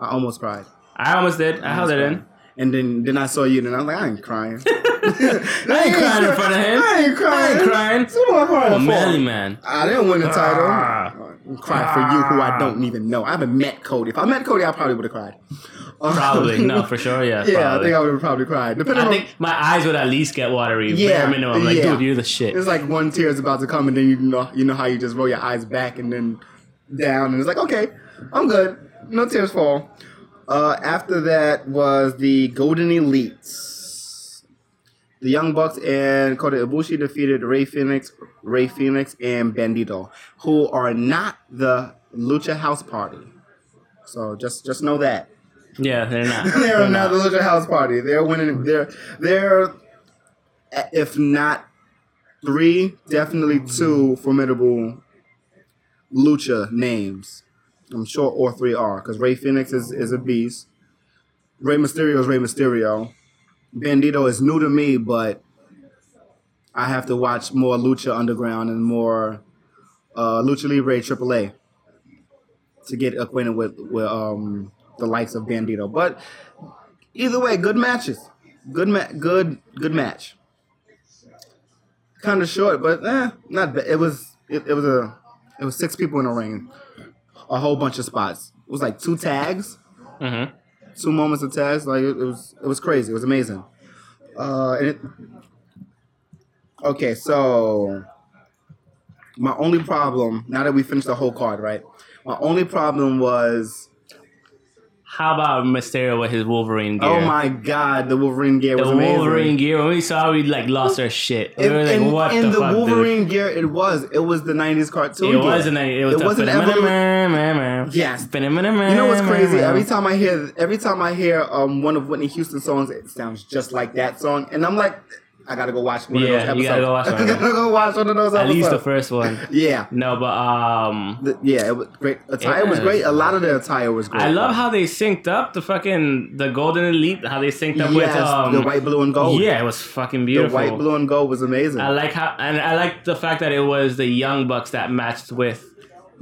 B: I almost cried.
C: I almost did. I held it in.
B: And then then I saw you and I was like, I
C: *laughs*
B: ain't crying. *laughs* I
C: ain't crying in front of him.
B: I ain't crying.
C: I ain't crying.
B: So what am I crying for?
C: Manly man.
B: I didn't win the title. Oh,
C: Ah.
B: I'm crying for you, who I don't even know. I haven't met Cody. If I met Cody, I probably would have cried. Um,
C: Probably no, for sure. Yeah.
B: *laughs* yeah, I
C: probably.
B: think I would have probably cried. Depending
C: I
B: on,
C: think my eyes would at least get watery.
B: Yeah,
C: bare minimum. Like,
B: yeah.
C: dude, you're the shit.
B: it's like one tear is about to come, and then you know, you know how you just roll your eyes back and then down, and it's like, okay, I'm good. No tears fall. Uh, after that was the Golden Elites. The Young Bucks and Kota Ibushi defeated Ray Phoenix, Ray Phoenix, and Bandito, who are not the Lucha House Party. So just just know that.
C: Yeah, they're
B: *laughs*
C: not.
B: they're not the Lucha House Party. They're winning. They're they're if not three, definitely two formidable Lucha names. I'm sure all three are because Ray Phoenix is, is a beast. Ray Mysterio is Ray Mysterio. Bandito is new to me, but I have to watch more Lucha Underground and more uh, Lucha Libre AAA to get acquainted with, with um, the likes of Bandito. But either way, good matches. Good ma- good good match. Kind of short, but eh, not bad. It was it, it was a it was six people in the ring, a whole bunch of spots. It was like two tags,
C: Mhm.
B: two moments of tags. Like it, it was it was crazy. It was amazing. Uh, and it, okay, so my only problem now that we finished the whole card, right? My only problem was
C: How about Mysterio with his Wolverine gear?
B: Oh my god, the Wolverine gear
C: The
B: was amazing.
C: Wolverine gear. When we saw, it, we like lost our shit. We
B: In,
C: were like,
B: in-
C: "What
B: in
C: the,
B: the,
C: fuck,
B: Wolverine gear, it was. It was the 90s
C: dude?"
B: cartoon.
C: It
B: gear.
C: wasn't. a- It was.
B: It
C: the-
B: wasn't Yes. You know what's crazy? Every time I hear every time I hear um one of Whitney Houston's songs, it sounds just like that song. And I'm like, I gotta go watch one
C: Yeah,
B: of those episodes.
C: you gotta go watch one
B: *laughs* I
C: of them.
B: gotta go watch one of those
C: At least the
B: episodes.
C: first
B: *laughs*
C: one.
B: yeah.
C: No, but um,
B: The- yeah, it was great. Attire was
C: Yeah.
B: great. A lot of the attire was great.
C: I love how they synced up the fucking the Golden Elite. How they synced up
B: yes,
C: with um,
B: the white, blue, and gold.
C: Yeah, it was fucking
B: The
C: beautiful.
B: white, blue, and gold was amazing.
C: I like how, and I like the fact that it was the Young Bucks that matched with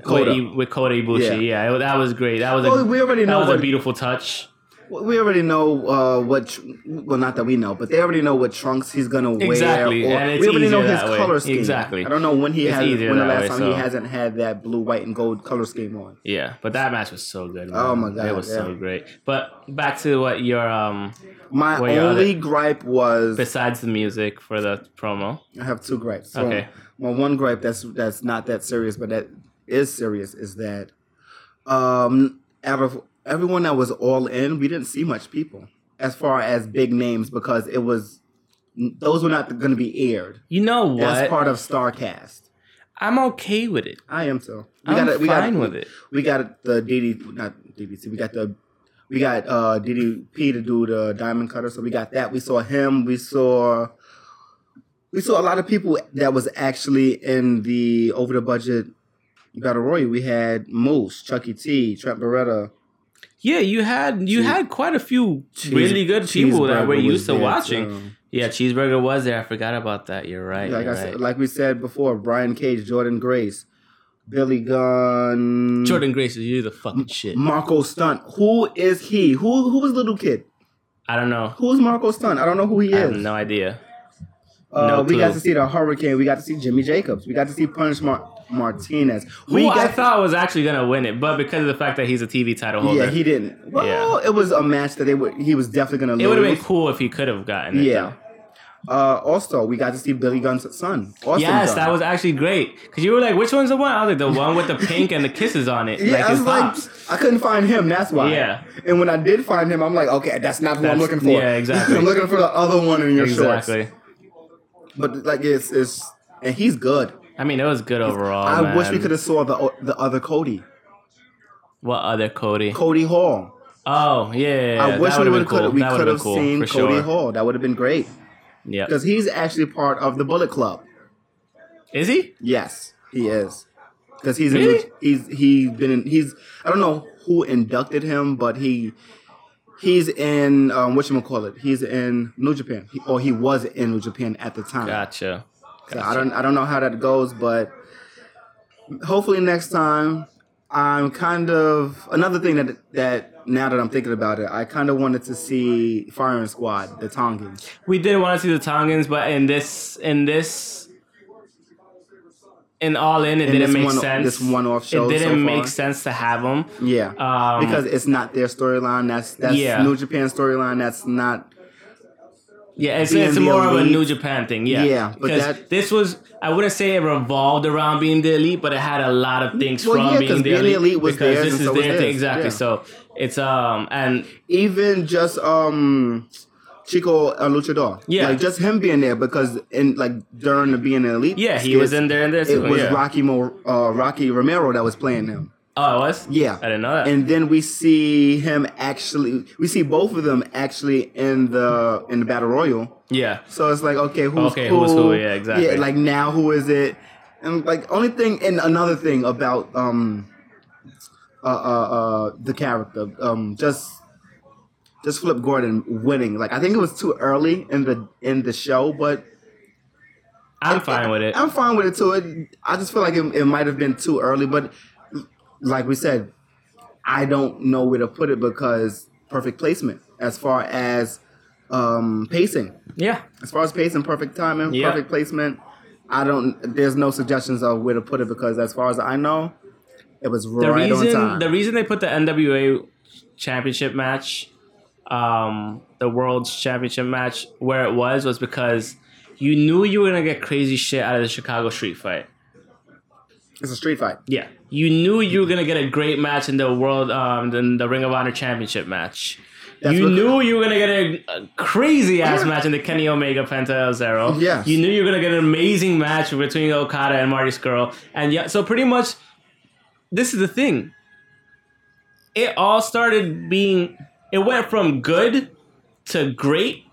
B: Kota.
C: Cody with Cody
B: Yeah.
C: Ibushi. Yeah, it- that was great. That was
B: Well,
C: a,
B: Oh, we already
C: that
B: know
C: was
B: what-
C: a beautiful touch.
B: Well, We already know uh, what, tr- well, not that we know, but they already know what trunks he's gonna wear.
C: Exactly,
B: or-
C: and it's
B: we already know
C: easier
B: his
C: that way.
B: color scheme.
C: Exactly.
B: I don't know when he
C: It's
B: has,
C: easier
B: when the
C: that
B: last
C: way,
B: time
C: so-
B: he hasn't had that blue, white, and gold color scheme on.
C: Yeah, but that match was so good.
B: Oh
C: man.
B: my God,
C: it was so
B: yeah.
C: great. But back to what your um,
B: My
C: Well, yeah,
B: only gripe was
C: besides the music for the promo.
B: I have two gripes. So,
C: Okay.
B: My one gripe that's that's not that serious, but that is serious is that um, out of everyone that was all in, we didn't see much people as far as big names because it was those were not going to be aired.
C: You know what?
B: That's part of Starcast.
C: I'm okay with it.
B: I am too.
C: I'm fine
B: got,
C: with it.
B: We got the DD, not DDT. We got the, we got uh DDP to do the diamond cutter. So we got that. We saw him. We saw, we saw a lot of people that was actually in the over the budget battle royal. We had Moose, Chucky T, Trent Beretta.
C: Yeah, you had you
B: Cheese-
C: had quite a few
B: Cheese-
C: really good people that
B: Cheeseburger
C: we're
B: was
C: used to
B: there,
C: watching.
B: too.
C: Yeah, cheeseburger was there. I forgot about that. You're right.
B: Like
C: you're
B: I said,
C: right.
B: like we said before, Brian Cage, Jordan Grace, Billy Gunn,
C: Jordan Grace is you the fucking shit.
B: Marco Stunt. Who is he? Who who was little kid?
C: I don't know.
B: Who's Marco Stunt? I don't know who he
C: I have
B: is.
C: no idea.
B: uh,
C: no
B: we got
C: clue.
B: to see the Hurricane. We got to see Jimmy Jacobs. We got to see Punch Mar- Martinez. We
C: Who I
B: got
C: thought was actually gonna win it, but because of the fact that he's a TV title holder,
B: yeah, he didn't. Well, it was a match that they would. He was definitely gonna
C: it
B: lose.
C: would have been cool if he could have gotten it.
B: Yeah. Uh, also, we got to see Billy Gunn's son. Austin
C: Yes,
B: Gunn.
C: that was actually great. Cause you were like, which one's the one? I was like, the one with
B: *laughs*
C: the pink and the kisses on it.
B: Yeah,
C: like
B: I
C: his
B: was like,
C: pops.
B: I couldn't find him. That's why.
C: Yeah.
B: And when I did find him, I'm like, okay, that's not who I'm
C: That's-
B: looking for.
C: yeah, exactly.
B: *laughs* I'm looking for the other one in your
C: Exactly.
B: shorts. But like, it's it's and he's good.
C: I mean, it was good overall.
B: I wish we
C: Oh, man.
B: could have saw the o- the other Cody,
C: What other Cody?
B: Cody Hall.
C: Oh yeah, yeah, yeah.
B: I wish
C: that
B: we
C: would
B: would
C: have
B: could
C: cool.
B: we
C: That
B: could
C: would have
B: have
C: cool for
B: seen Cody
C: sure.
B: Hall. That would have been great
C: Yeah,
B: because he's actually part of the Bullet Club.
C: is he?
B: Yes, he is. Because he's
C: Really?
B: in, he's he's been in, he's I don't know who inducted him, but he he's in um, what you call it. He's in New Japan, he, or he was in New Japan at the time.
C: Gotcha.
B: So I don't I don't know how that goes, but hopefully next time I'm kind of another thing that that now that I'm thinking about it, I kind of wanted to see Firing Squad, the Tongans.
C: We did want to see the Tongans, but in this, in this, in all in, it
B: In
C: didn't
B: this
C: make
B: one-
C: sense.
B: this one-off show
C: it didn't
B: so
C: make
B: far.
C: sense to have them.
B: Yeah,
C: Um,
B: because it's not their storyline. That's that's
C: Yeah.
B: New Japan storyline. That's not
C: Yeah, it's,
B: being
C: it's
B: the
C: more of a
B: elite.
C: New Japan thing. Yeah,
B: Yeah, but
C: because
B: that-
C: this was I wouldn't say it revolved around being the elite, but it had a lot of things
B: Well,
C: from
B: yeah, 'cause
C: being, the,
B: being the
C: elite
B: elite was
C: because
B: theirs
C: this
B: and
C: is
B: so was
C: their
B: theirs.
C: thing exactly.
B: Yeah.
C: So it's um and
B: even just um Chico El Luchador.
C: Yeah.
B: like just him being there because in like during the being an elite.
C: yeah, he was
B: skits,
C: in there and there
B: It
C: too.
B: was
C: yeah.
B: Rocky Mo, uh, Rocky Romero that was playing him.
C: Oh, it was.
B: Yeah.
C: I didn't know that.
B: and then we see him actually we see both of them actually in the in the battle royal
C: yeah.
B: so it's like okay who's
C: Okay,
B: who?
C: who's who? Yeah, exactly.
B: yeah like now who is it and like only thing and another thing about um uh uh, uh the character um just just flip gordon winning like i think it was too early in the in the show but
C: I'm fine with it.
B: I'm fine with it too. It, I just feel like it, it might have been too early, but like we said, I don't know where to put it because perfect placement as far as um, pacing,
C: yeah.
B: as far as pacing, perfect timing,
C: Yeah.
B: perfect placement. I don't. There's no suggestions of where to put it because as far as I know, it was
C: The
B: right on
C: reason
B: time.
C: the reason they put the NWA championship match, um, the world's championship match where it was was because you knew you were gonna get crazy shit out of the Chicago street fight.
B: it's a street fight.
C: Yeah. You knew you were gonna get a great match in the world, um, in the Ring of Honor Championship match.
B: That's
C: you
B: what-
C: knew you were gonna get a, crazy ass
B: Yeah.
C: match in the Kenny Omega Penta El Zero.
B: Yes.
C: You knew you were gonna get an amazing match between Okada and Marty Skrull. And yeah, so pretty much, this is the thing. It all started being. It went from good to great.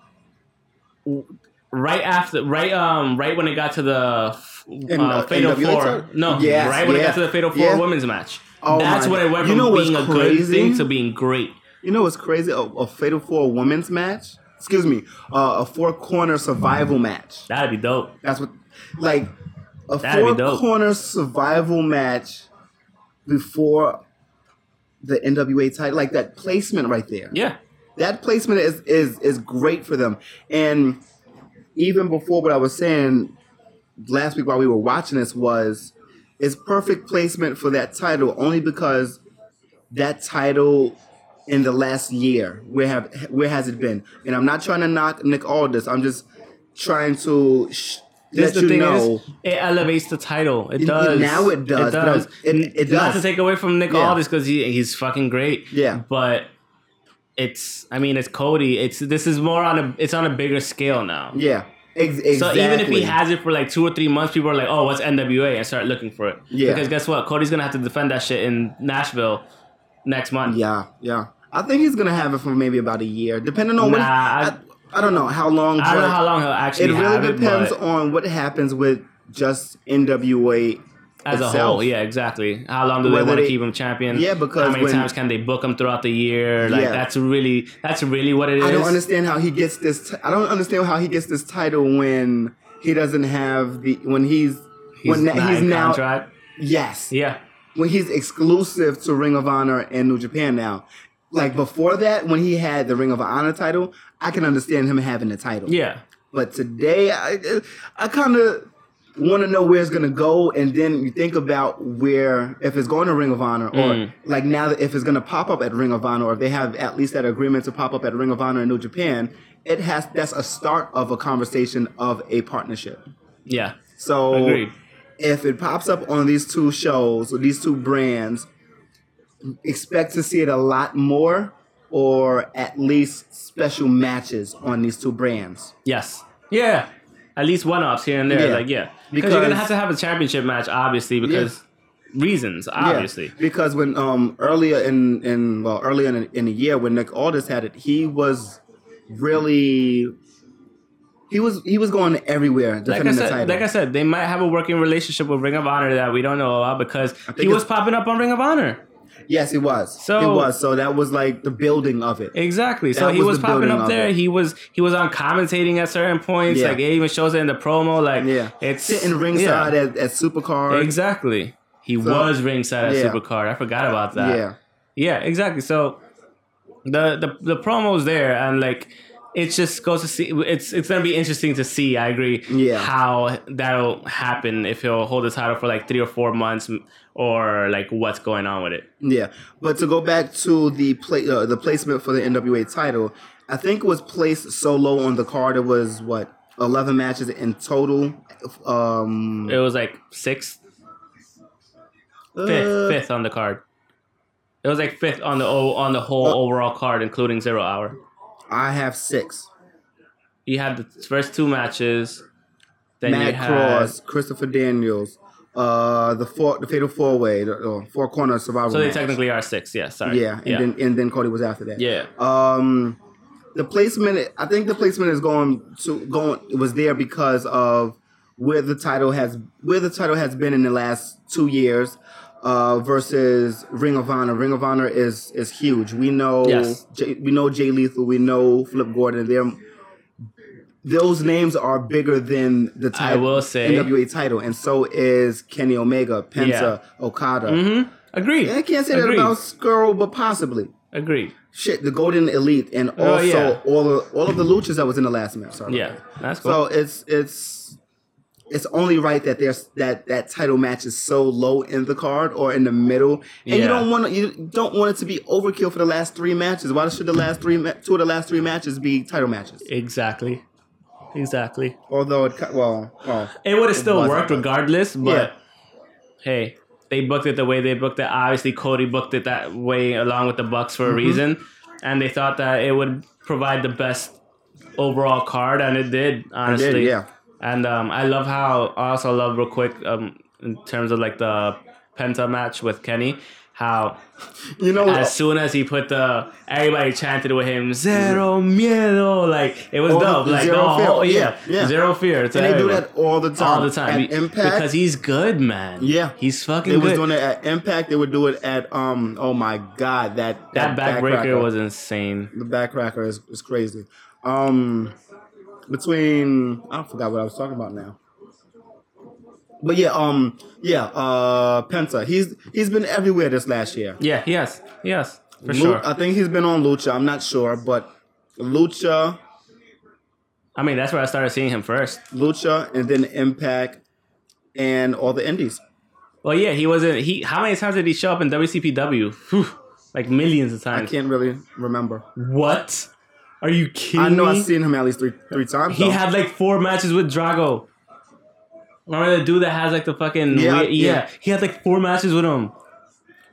C: w- Right after, right, um, right when it got to the f-
B: In-
C: uh,
B: uh,
C: Fatal
B: NWA
C: Four.
B: title?
C: No,
B: Yes,
C: right when it
B: yeah,
C: got to the Fatal Four
B: yeah.
C: Women's match.
B: Oh
C: That's
B: my
C: when it went
B: God.
C: from
B: You know what's
C: being a
B: crazy?
C: good thing to being great.
B: You know what's crazy? A, a fatal four women's match. Excuse me. Uh, a four corner survival match.
C: That'd be dope.
B: That's what, like, a
C: That'd be
B: four
C: dope.
B: corner survival match before the NWA title, like that placement right there.
C: Yeah,
B: That placement is is is great for them. And even before what I was saying last week while we were watching this was, it's perfect placement for that title only because that title in the last year where have where has it been and i'm not trying to knock nick aldis i'm just trying to sh-
C: this
B: let
C: the
B: you
C: thing
B: know
C: is, it elevates the title. It
B: It-
C: does.
B: now it does,
C: It
B: but I'm-
C: does.
B: it- it
C: Not
B: does.
C: to take away from Nick
B: Yeah.
C: Aldis because he, he's fucking great.
B: Yeah.
C: but it's. I mean, it's Cody. It's this is more on a. It's on a bigger scale now.
B: yeah ex- exactly
C: So even if he has it for like two or three months, people are like, "Oh, what's NWA?" and start looking for it.
B: Yeah.
C: Because guess what? Cody's gonna have to defend that shit in Nashville next month.
B: yeah yeah i think he's gonna have it for maybe about a year depending on what
C: Nah, I-
B: I, I don't know how long
C: I don't know
B: but
C: how long he'll actually
B: it really
C: have it,
B: depends
C: but
B: on what happens with just nwa
C: as a
B: itself.
C: whole, yeah, exactly. How long do they
B: Whether
C: want to
B: they-
C: keep him champion?
B: Yeah, because
C: how many
B: when-
C: times can they book him throughout the year? Like
B: Yeah.
C: that's really that's really what it is.
B: I don't understand how he gets this. T- I don't understand how he gets this title when he doesn't have the when he's,
C: He's,
B: when na-
C: not
B: he's
C: in
B: now
C: contract.
B: yes
C: Yeah,
B: when he's exclusive to Ring of Honor and New Japan now. Like before that, when he had the Ring of Honor title, I can understand him having the title.
C: yeah.
B: But today, I I kind of want to know where it's gonna go, and then you think about where if it's going to Ring of Honor, or
C: Mm.
B: like now that if it's gonna pop up at Ring of Honor, or if they have at least that agreement to pop up at Ring of Honor in New Japan, it has that's a start of a conversation of a partnership.
C: Yeah,
B: So
C: agreed.
B: if it pops up on these two shows or these two brands, expect to see it a lot more or at least special matches on these two brands.
C: Yes. Yeah. At least one offs here and there.
B: Yeah.
C: Like yeah, because you're gonna have
B: Because-
C: to have a championship match, obviously, because reasons,
B: Yeah,
C: obviously.
B: because when um earlier in in well earlier in, in the year when Nick Aldis had it, he was really he was he was going everywhere
C: Like I,
B: defending the
C: said,
B: title.
C: like I said, they might have a working relationship with Ring of Honor that we don't know about because he
B: it's-
C: was popping up on Ring of Honor.
B: yes, it was.
C: So-
B: it was. So that was like the building of it.
C: Exactly. So
B: That
C: he
B: was
C: was
B: the
C: popping
B: building
C: up
B: of
C: there.
B: it.
C: He was he was on commentating at certain points.
B: Yeah.
C: Like it even shows it in the promo. Like
B: yeah,
C: it's
B: sitting ringside
C: Yeah.
B: at, at Supercard.
C: exactly. He was ringside at
B: yeah.
C: Supercard. I forgot about that.
B: Yeah,
C: Yeah, exactly. So the the the promo's there and like it's just goes to see it's it's gonna be interesting to see, I agree,
B: Yeah.
C: how that'll happen if he'll hold the title for like three or four months or like what's going on with it.
B: yeah. But to go back to the play, uh, the placement for the NWA title, I think it was placed so low on the card. It was what eleven matches in total. Um,
C: It was like sixth fifth,
B: Uh,
C: fifth on the card. It was like fifth on the o- on the
B: Uh.
C: whole overall card, including zero hour.
B: I have six.
C: You had the first two matches. Then you
B: Matt
C: had
B: Cross, Christopher Daniels, uh, the four, the Fatal Four Way, the, the Four Corner Survival.
C: So they
B: Match.
C: technically are six. Yeah, sorry.
B: yeah, and
C: yeah.
B: then and then Cody was after that.
C: yeah.
B: Um, the placement, I think the placement is going to going was there because of where the title has where the title has been in the last two years uh, versus Ring of Honor. Ring of Honor is is huge. We know
C: Yes.
B: Jay, we know Jay Lethal. We know Flip Gordon. They're those names are bigger than the
C: I
B: title,
C: will say.
B: NWA title, and so is Kenny Omega, Penta, Okada.
C: Mm-hmm. Agreed.
B: I can't say that
C: Agreed.
B: about Skrull, but possibly
C: Agreed.
B: shit, the Golden Elite, and also
C: Oh, yeah.
B: all of, all of the luchas that was in the last match. Sorry.
C: Yeah, that's cool.
B: So it's it's it's only right that there's that that title match is so low in the card or in the middle, and you
C: Yeah.
B: don't want you don't want it to be overkill for the last three matches. Why should the last three ma- two of the last three matches be title matches?
C: exactly. Exactly.
B: Although it ki- well well
C: It would have still
B: wasn't.
C: worked regardless, but
B: Yeah.
C: hey, they booked it the way they booked it. Obviously, Cody booked it that way along with the Bucks
B: Mm-hmm.
C: for a reason, and they thought that it would provide the best overall card, and it did. Honestly,
B: did, yeah.
C: And um, I love how I also love real quick um, in terms of like the Penta match with Kenny. How
B: you know
C: as soon as he put the everybody chanted with him zero miedo like it was
B: Oh,
C: dope like
B: zero
C: oh,
B: fear.
C: oh, yeah,
B: Yeah, yeah.
C: zero fear to
B: and they do
C: everyone
B: that all the time
C: all the time
B: at
C: Be-
B: Impact
C: because he's good, man.
B: Yeah.
C: he's fucking
B: They
C: good.
B: was doing it at Impact. They would do it at um. Oh my God, that
C: that backbreaker
B: backcracker.
C: was insane.
B: The backcracker is, is crazy. Um, between I forgot what I was talking about now. But yeah, um, yeah, uh, Penta. He's he's been everywhere this last year.
C: Yeah, yes, yes, for
B: Lu-
C: sure.
B: I think he's been on Lucha. I'm not sure, but Lucha,
C: I mean, that's where I started seeing him first.
B: Lucha, and then Impact, and all the Indies.
C: Well, yeah, he wasn't. He how many times did he show up in WCPW? Whew, like millions of
B: I
C: times.
B: can't really remember.
C: What? Are you kidding
B: I know
C: me?
B: I've seen him at least three three times.
C: he
B: though.
C: had like four matches with Drago. Remember the dude that has like the fucking
B: Yeah,
C: weird- yeah.
B: yeah.
C: He had like four matches with him.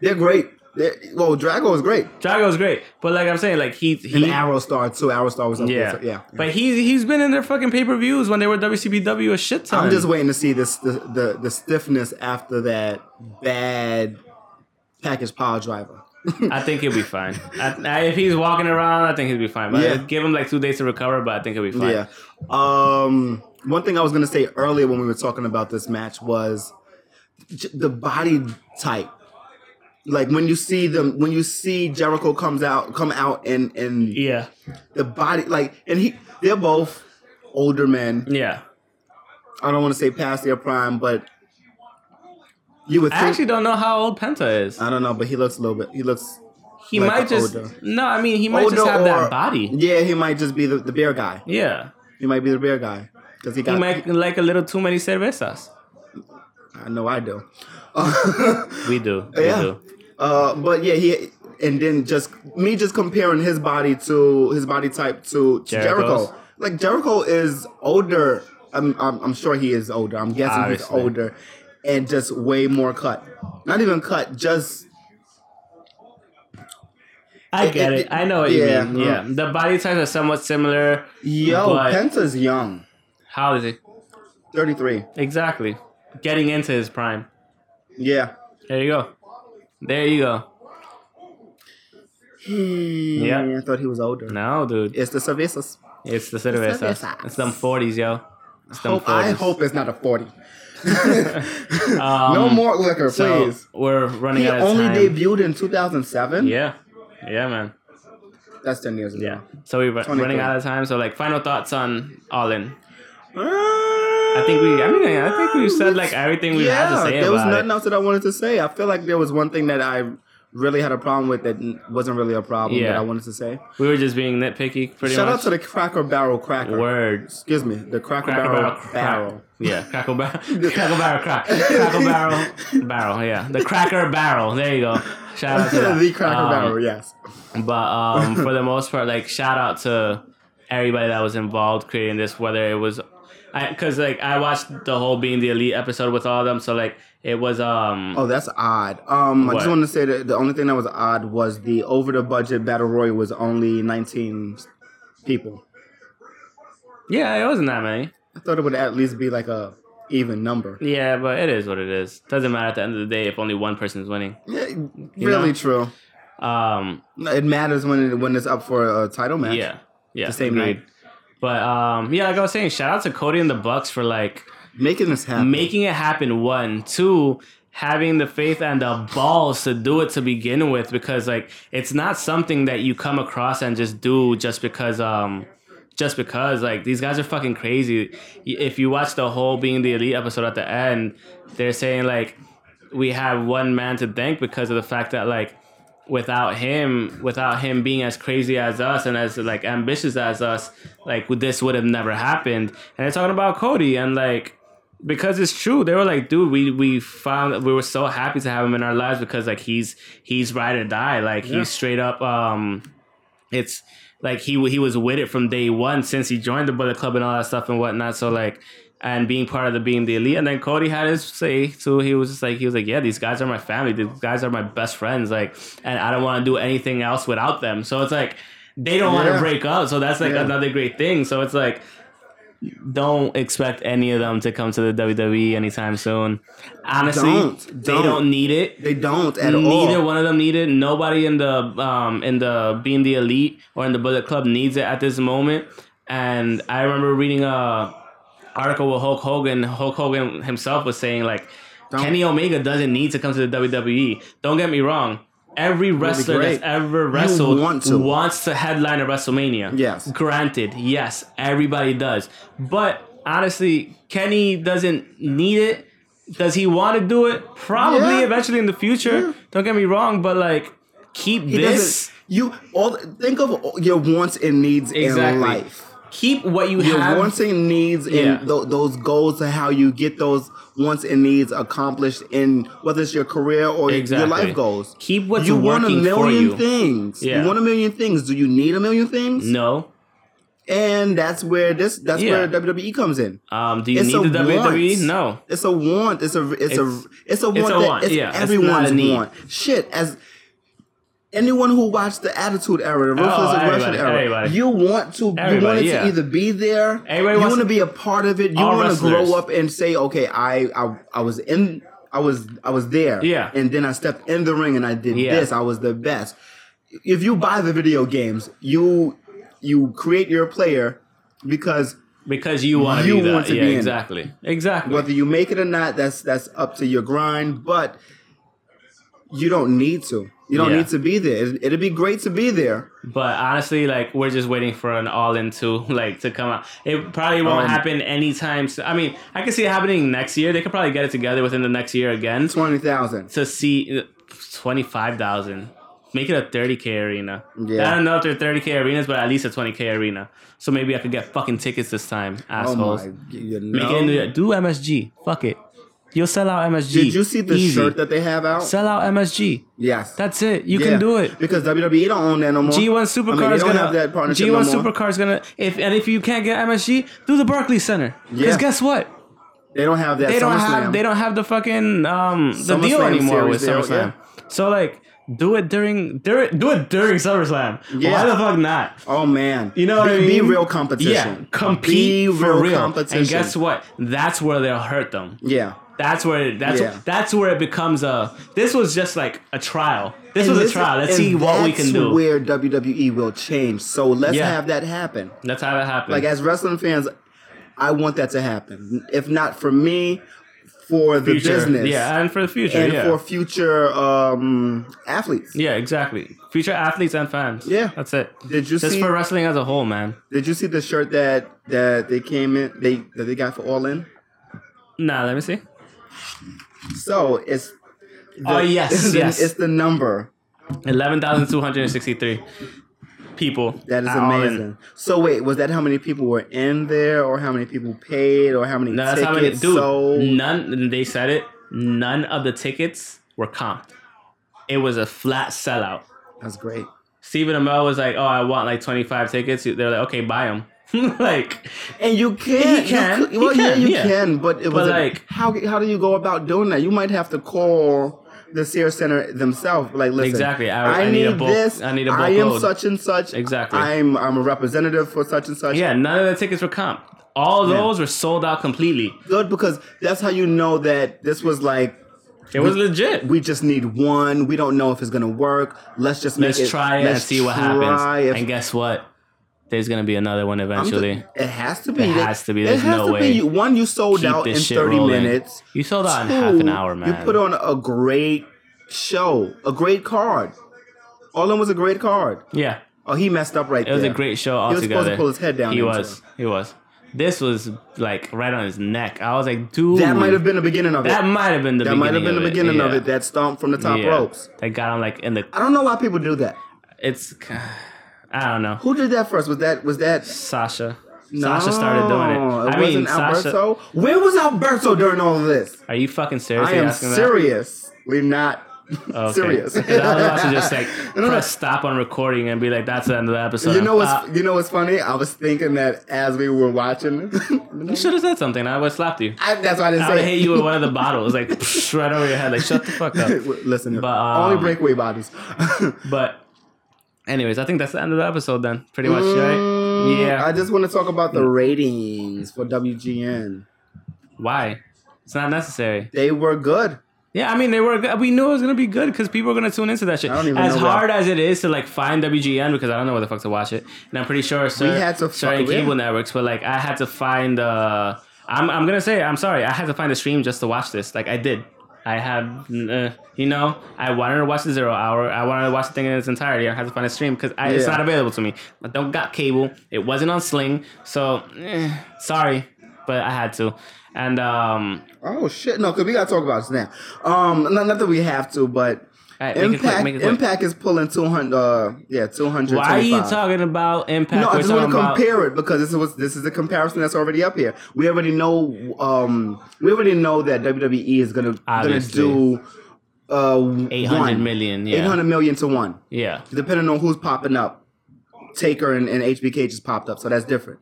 B: They're great. They're, well, Drago is great.
C: Drago's great, but like I'm saying, like he
B: And
C: he
B: Arrow Star too. Arrow Star was up
C: Yeah.
B: there. So, yeah.
C: But he's he's been in their fucking pay per views when they were WCBW a shit ton.
B: I'm just waiting to see this the, the the stiffness after that bad package power driver. *laughs*
C: I think he'll be fine. I, I, if he's walking around, I think he'll be fine. But
B: Yeah.
C: give him like two days to recover, but I think he'll be fine.
B: yeah. Um. One thing I was gonna say earlier when we were talking about this match was j- the body type. Like when you see them, when you see Jericho comes out, come out and and
C: Yeah.
B: the body like, and he, they're both older men.
C: Yeah.
B: I don't want to say past their prime, but you would think.
C: I actually don't know how old Penta is.
B: I don't know, but he looks a little bit. He looks
C: He
B: Uh, like
C: might just
B: older.
C: no. I mean, he might just
B: Older
C: have
B: or-
C: that body.
B: Yeah, he might just be the, the beer guy.
C: Yeah.
B: He might be the beer guy because he
C: He
B: got.
C: might like a little too many cervezas.
B: I know I do. *laughs*
C: We do. We
B: yeah.
C: do.
B: Uh, but yeah, he and then just me just comparing his body to his body type to, to
C: Jericho's.
B: Jericho. Like Jericho is older. I'm, I'm I'm sure he is older. I'm guessing
C: Obviously.
B: he's older, and just way more cut. Not even cut. Just
C: I
B: It-
C: get
B: it-
C: it. I know what
B: yeah, uh-huh.
C: you mean. Yeah. The body types are somewhat similar.
B: yo,
C: But-
B: Penta's young,
C: How is it
B: thirty three.
C: exactly? Getting into his prime.
B: Yeah.
C: There you go. There you go.
B: Yeah. I thought he was older.
C: No, dude.
B: It's the services.
C: It's the cerveza.
B: cervezas.
C: It's them 40s, yo. It's them
B: Hope-
C: 40s.
B: I hope it's not
C: *laughs*
B: a forty.
C: Um,
B: No more liquor,
C: so
B: please.
C: We're running
B: He
C: out of
B: only
C: time.
B: debuted in 2007.
C: Yeah. Yeah, man.
B: that's 10 years ago.
C: Yeah. So we're ru- running
B: 23.
C: out of time. So, like, final thoughts on All In.
B: I
C: I think we, I mean, I think we said, like, everything we had to say
B: there was
C: about
B: nothing
C: it.
B: else that I wanted to say. I feel like there was one thing that I really had a problem with that n- wasn't really a problem
C: Yeah.
B: that I wanted to say.
C: We were just being nitpicky, pretty
B: Shout
C: much.
B: out to the Cracker Barrel Cracker.
C: Words.
B: Excuse me, the Cracker,
C: Cracker
B: Barrel,
C: barrel, crack.
B: Barrel.
C: *laughs* Yeah, cracker
B: *laughs*
C: barrel, cracker barrel, crack, cracker barrel, barrel. Yeah, the cracker barrel. There you go. Shout out to that.
B: *laughs* the Cracker
C: Um,
B: Barrel, yes.
C: But um, for the most part, like shout out to everybody that was involved creating this, whether it was, I because like I watched the whole being the elite episode with all of them, so like it was um
B: Oh, that's odd. Um, I just
C: What?
B: want to say that the only thing that was odd was the over the budget battle royal was only 19 people.
C: yeah it wasn't that many.
B: I thought it would at least be like a even number.
C: Yeah, but it is what it is. Doesn't matter at the end of the day if only one person's winning.
B: Yeah, really
C: know?
B: true.
C: Um,
B: No, It matters when it, when it's up for a title match.
C: yeah, yeah,
B: The same night.
C: But um, yeah, like I was saying, shout out to Cody and the Bucks for like
B: making this happen.
C: making it happen. One, two, having the faith and the balls to do it to begin with, because like it's not something that you come across and just do just because um. Just because, like, these guys are fucking crazy. Y- If you watch the whole Being the Elite episode at the end, they're saying, like, we have one man to thank because of the fact that like without him without him being as crazy as us and as like ambitious as us like this would have never happened and they're talking about cody and like because it's true they were like dude we we found we were so happy to have him in our lives because like he's he's ride or die like he's straight up um it's like he he was with it from day one since he joined the Bullet Club and all that stuff and whatnot. So like, and being part of the being the elite, and then Cody had his say too. He was just like he was like, yeah, these guys are my family. These guys are my best friends. Like, and I don't want to do anything else without them. So it's like they don't want
B: Yeah.
C: to break up. So that's like
B: Yeah.
C: another great thing. So it's like. Don't expect any of them to come to the WWE anytime soon. Honestly,
B: Don't.
C: they
B: Don't.
C: don't need it.
B: They don't at
C: Neither
B: all.
C: one of them need it. Nobody in the um in the being the elite or in the Bullet Club needs it at this moment. And I remember reading a article with Hulk Hogan. Hulk Hogan himself was saying like
B: Don't-
C: Kenny Omega doesn't need to come to the WWE. Don't get me wrong. Every wrestler
B: great.
C: that's ever wrestled
B: want to.
C: wants to headline a WrestleMania.
B: Yes.
C: Granted, yes, everybody does. But honestly, Kenny doesn't need it. Does he want to do it? Probably
B: Yeah.
C: eventually in the future. Don't get me wrong, but like keep
B: He doesn't-
C: this
B: you all think of all your wants and needs
C: Exactly.
B: in life.
C: keep what you
B: Your
C: have.
B: wants and needs
C: Yeah.
B: and th- those goals and how you get those wants and needs accomplished in whether it's your career or your
C: Exactly.
B: life goals.
C: Keep what's
B: you want a
C: working for
B: million
C: you.
B: things.
C: Yeah.
B: You want a million things. Do you need a million things?
C: no.
B: And that's where this that's
C: Yeah.
B: where WWE comes in.
C: Um, do you
B: It's
C: need
B: a
C: the WWE?
B: want.
C: No.
B: It's a want. It's a it's, a
C: It's-
B: it's a want.
C: it's a
B: that,
C: want,
B: It's
C: yeah. It's not
B: everyone's
C: a need.
B: want. Shit, as anyone who watched the Attitude Era, the Ruthless
C: Oh,
B: Aggression
C: everybody,
B: Era,
C: everybody.
B: you want to you
C: Everybody,
B: wanted
C: yeah.
B: to either be there.
C: Everybody
B: you
C: wants
B: want to
C: to-
B: be a part of it. You
C: All
B: want to grow
C: wrestlers.
B: up and say, okay, I I, I was in. I was I was there,
C: Yeah.
B: and then I stepped in the ring and I did
C: Yeah.
B: this. I was the best. If you buy the video games, you you create your player because
C: Because you want to
B: You
C: be that.
B: want to
C: yeah,
B: be in it.
C: exactly. Exactly.
B: whether you make it or not that's that's up to your grind but you don't need to you don't
C: Yeah.
B: need to be there It- it'd be great to be there
C: But honestly, like we're just waiting for an all in two like to come out. It probably won't
B: Um,
C: happen anytime. So, I mean, I can see it happening next year. They could probably get it together within the next year again
B: 20000
C: to see twenty five thousand. Make it a thirty k arena.
B: Yeah.
C: I don't know if they're thirty k arenas, but at least a twenty k arena. So maybe I could get fucking tickets this time,
B: oh
C: assholes.
B: my you
C: Make
B: know?
C: it into do MSG. Fuck it. You'll sell out MSG.
B: did you see the
C: Easy.
B: shirt that they have out
C: sell out MSG?
B: yes
C: That's it. You
B: Yeah.
C: can do it.
B: because wwe don't own that no more
C: G1
B: I
C: Supercar
B: mean, they
C: is
B: don't
C: gonna
B: have that partnership
C: G1
B: no more.
C: Supercar is gonna if and if you can't get MSG, do the Barclays Center. Because
B: Yeah.
C: guess what?
B: they don't have that
C: They don't have
B: SummerSlam.
C: they don't have the fucking um the
B: SummerSlam
C: deal anymore with
B: series
C: SummerSlam.
B: deal,
C: So like do it during during do it during SummerSlam.
B: Yeah.
C: Why the fuck not?
B: oh man
C: You know
B: be,
C: what I
B: be
C: mean?
B: real competition
C: Yeah, compete
B: be
C: for real.
B: competition
C: And guess what? That's where they'll hurt them.
B: yeah
C: That's where that's
B: Yeah.
C: that's where it becomes a. This was just like a trial. This was a trial. Let's
B: and
C: see what we
B: that's
C: can do.
B: where wwe will change so let's
C: Yeah.
B: have that happen
C: That's how it happened.
B: Like as wrestling fans, I want that to happen. If not for me, for the
C: Future.
B: business.
C: Yeah, and for the future.
B: And
C: yeah.
B: for future um, athletes.
C: yeah, exactly. Future athletes and fans.
B: Yeah.
C: That's it.
B: Did you
C: Just
B: see
C: for wrestling as a whole, man.
B: did you see the shirt that that they came in they that they got for all in?
C: Nah, let me see.
B: So it's the,
C: Oh, yes,
B: *laughs* it's the,
C: yes.
B: it's the number.
C: 11,263 people.
B: That is
C: at All In.
B: amazing. So wait, was that how many people were in there or how many people paid or how many
C: No, that's
B: tickets
C: how many. Dude,
B: sold?
C: none, they said it, none of the tickets were comped. It was a flat sellout.
B: That's great.
C: Stephen Amell was like, oh, I want like 25 tickets. They're like, okay, buy them. *laughs* like,
B: And you can,
C: He can.
B: You could-
C: He
B: well, yeah,
C: can,
B: you
C: yeah.
B: can, but it was a-
C: like-
B: how how do you go about doing that? You might have to call the Sears Center themselves. Like, listen,
C: Exactly. I- I need a bulk-
B: this.
C: I need a
B: I
C: bulk
B: am
C: load.
B: such and such.
C: Exactly.
B: I'm I'm a representative for such and such.
C: yeah, none of the tickets were comped. All
B: Yeah.
C: those were sold out completely.
B: Good because that's how you know that this was like
C: It was legit.
B: we just need one. We don't know if it's gonna work. Let's just make
C: let's
B: it-
C: try it and
B: let's
C: see what
B: try
C: happens.
B: if-
C: And guess what? There's gonna be another one
B: I'm
C: eventually.
B: th- it has to be.
C: It has to be.
B: It
C: There's
B: has
C: no
B: to
C: way.
B: Be. One, you sold
C: Keep
B: out in
C: this shit
B: 30
C: rolling.
B: minutes.
C: You sold out in half an
B: Two,
C: hour, man.
B: You put on a great show, a great card. All in was a great card.
C: yeah,
B: Oh, he messed up right
C: it was
B: there.
C: a great show
B: He was
C: altogether.
B: supposed to pull his head down.
C: He
B: into
C: was.
B: it.
C: He was. This was like right on his neck. I was like, dude,
B: That might have been the beginning of it.
C: That might have been the.
B: That might have been the beginning of it. That stomp from the top ropes.
C: That got him like in the.
B: I don't know why people do that.
C: It's. *sighs* I don't know.
B: Who did that first? Was that was that
C: Sasha. Sasha started doing
B: No,
C: it. I mean,
B: wasn't
C: Sasha.
B: Alberto. Where was Alberto during all of this?
C: Are you fucking serious?
B: I am
C: asking that?
B: seriously not
C: Okay.
B: *laughs* serious.
C: 'Cause *laughs* I was about to just like
B: *laughs* No, no.
C: press stop on recording and be like, that's the end of the episode.
B: You know what's
C: Uh,
B: you know what's funny? I was thinking that as we
C: *laughs*
B: were watching. *laughs*
C: you should have said something. I would have slapped you.
B: I, that's why I didn't
C: I would
B: say.
C: have hit you with one of the bottles, like right over your head. Like shut the fuck up.
B: *laughs* Listen,
C: But, um,
B: only breakaway bodies. *laughs*
C: But, anyways, I think that's the end of the episode. Then pretty much, right? Yeah.
B: I just want to talk about the ratings for WGN.
C: Why? It's not necessary.
B: They were good.
C: Yeah, I mean, they were. good. We knew it was gonna be good because people were gonna tune into that shit.
B: I don't even
C: as
B: know where-
C: hard as it is to like find WGN because I don't know where the fuck to watch it, and I'm pretty sure cer-
B: had to
C: certain
B: fuck- yeah.
C: cable networks, but like I had to find. Uh, I'm I'm gonna say I'm sorry. I had to find a stream just to watch this. Like I did. I have, uh, you know, I wanted to watch the zero hour. I wanted to watch the thing in its entirety. I had to find a stream because it's
B: Yeah.
C: not available to me. I don't got cable. It wasn't on Sling, so eh, sorry, but I had to. And um,
B: Oh shit! No, because we gotta talk about this now. Um, not, not that we have to, but
C: all right, make it
B: Impact
C: quick, make it quick.
B: Impact is pulling two hundred. Uh, yeah, two hundred.
C: Why are you talking about impact?
B: No, I
C: We're
B: just want
C: talking
B: to
C: about-
B: compare it because this was this is a comparison that's already up here. We already know. Um, we already know that WWE is gonna
C: Obviously.
B: gonna do. Uh,
C: 800 million, yeah.
B: eight hundred million to one,
C: yeah.
B: depending on who's popping up. Taker and, and HBK just popped up, so that's different.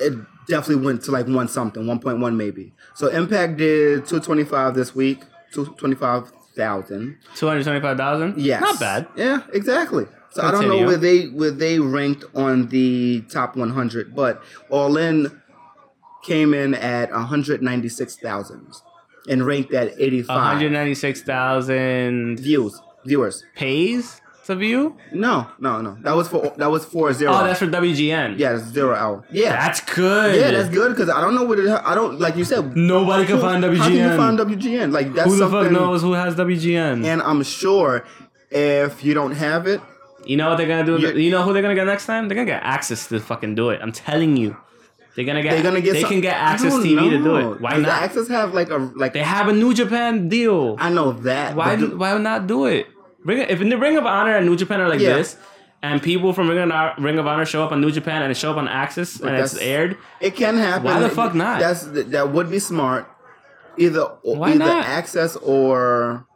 B: It definitely went to like one something, one point one maybe. So Impact did two twenty five this week, two twenty five thousand.
C: 225,000?
B: Yes.
C: Not bad.
B: Yeah, exactly. So I don't know
C: Continue.
B: where they where they ranked on the top 100, but All In came in at 196,000 and ranked at 85
C: 196,000
B: views viewers.
C: pays to view?
B: No, no, no. That was for that was for zero.
C: Oh, that's for WGN.
B: yeah, that's zero hour. Yeah,
C: That's good.
B: yeah, that's good because I don't know what it, I don't like. You said
C: Nobody can
B: who-
C: find
B: How can you
C: WGN.
B: find WGN? Like that's
C: who the
B: something.
C: fuck knows who has WGN?
B: And I'm sure if you don't have it,
C: you know what they're gonna do?
B: You-
C: You, know who they're gonna get next time? They're gonna get access to fucking do it. I'm telling you. They're gonna get.
B: they're gonna get.
C: They
B: some-
C: can get
B: I
C: access
B: don't
C: TV to do
B: know.
C: it. Why
B: Does
C: not?
B: Access have like a like.
C: they have a New Japan deal.
B: I know that.
C: Why
B: but
C: do, why not do it? Ring if the Ring of Honor and New Japan are like
B: Yeah.
C: this, and people from Ring of, Honor, Ring of Honor show up on New Japan and show up on Axis and it's
B: that's-
C: aired,
B: it can happen?
C: Why the fuck not?
B: That's that would be smart. Either
C: Why
B: either
C: not?
B: access or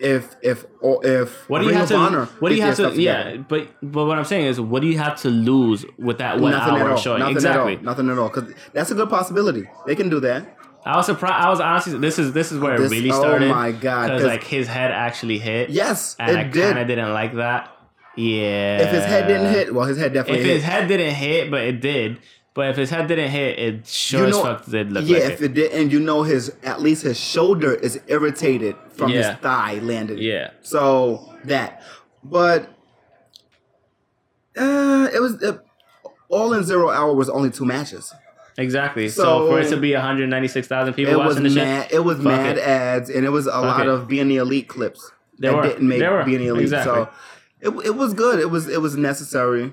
B: if if or if
C: what do
B: Ring
C: you have
B: of
C: to?
B: Honor
C: what do you
B: gets their
C: have to?
B: stuff
C: Yeah,
B: together.
C: but but what I'm saying is, what do you have to lose with that one
B: Nothing at
C: hour
B: all.
C: show?
B: Nothing
C: exactly.
B: at all. Nothing at all. Because that's a good possibility. They can do that.
C: I was surprised. I was honestly, this is this is where
B: This-
C: it really
B: oh
C: started.
B: my God, 'cause-
C: Because like his head actually hit.
B: Yes,
C: and
B: it
C: I
B: did.
C: kind of didn't like that. Yeah.
B: If his head didn't hit, well, his head definitely
C: uh, if
B: hit.
C: his head didn't hit, but it did. But if his head didn't hit, it sure as fuck did look
B: yeah,
C: like
B: if it. did, and you know his at least his shoulder is irritated from
C: Yeah.
B: his thigh landing.
C: Yeah.
B: So that, but uh, it was uh, all in zero hour was only two matches.
C: Exactly. So,
B: So-
C: for it to be 196,000 people
B: It was
C: watching the
B: mad.
C: shit,
B: It was
C: Fuck
B: mad
C: it.
B: ads, and it was a lot
C: it.
B: of being the elite clips
C: There
B: that
C: were.
B: didn't make
C: There were.
B: being the elite.
C: Exactly.
B: So it, it was good. It was it was necessary.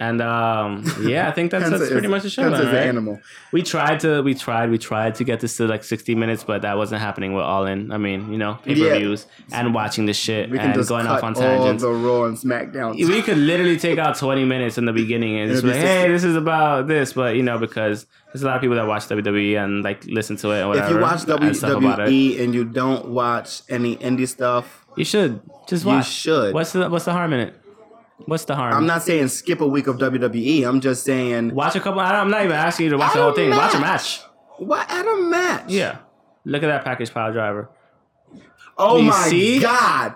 C: and um, yeah, I
B: *laughs*
C: think that's,
B: Penta
C: that's
B: is-
C: pretty much the show.
B: Penta
C: Then,
B: is an
C: right?
B: animal.
C: We tried to, we tried, we tried to get this to like 60 minutes, but that wasn't happening. We're all in. I mean, you know, pay per views and watching this shit
B: We can
C: and
B: just
C: going
B: cut
C: off on
B: all
C: tangents.
B: the Raw and SmackDown.
C: we could literally take out 20 minutes in the beginning and just be
B: It'll
C: like,
B: be
C: hey,
B: 60.
C: this is about this, but you know, because there's a lot of people that watch WWE and like listen to it or whatever.
B: If you watch E
C: and stuff about it.
B: WWE and you don't watch any indie stuff,
C: you should just
B: You
C: watch.
B: should.
C: What's the what's the harm in it? What's the harm?
B: I'm not saying skip a week of WWE. I'm just saying
C: Watch a couple. I don't- I'm not even asking you to watch the
B: At a
C: whole thing. Watch a match.
B: match. why at a match?
C: Yeah. Look at that package pile driver.
B: Oh
C: You
B: my
C: see?
B: god.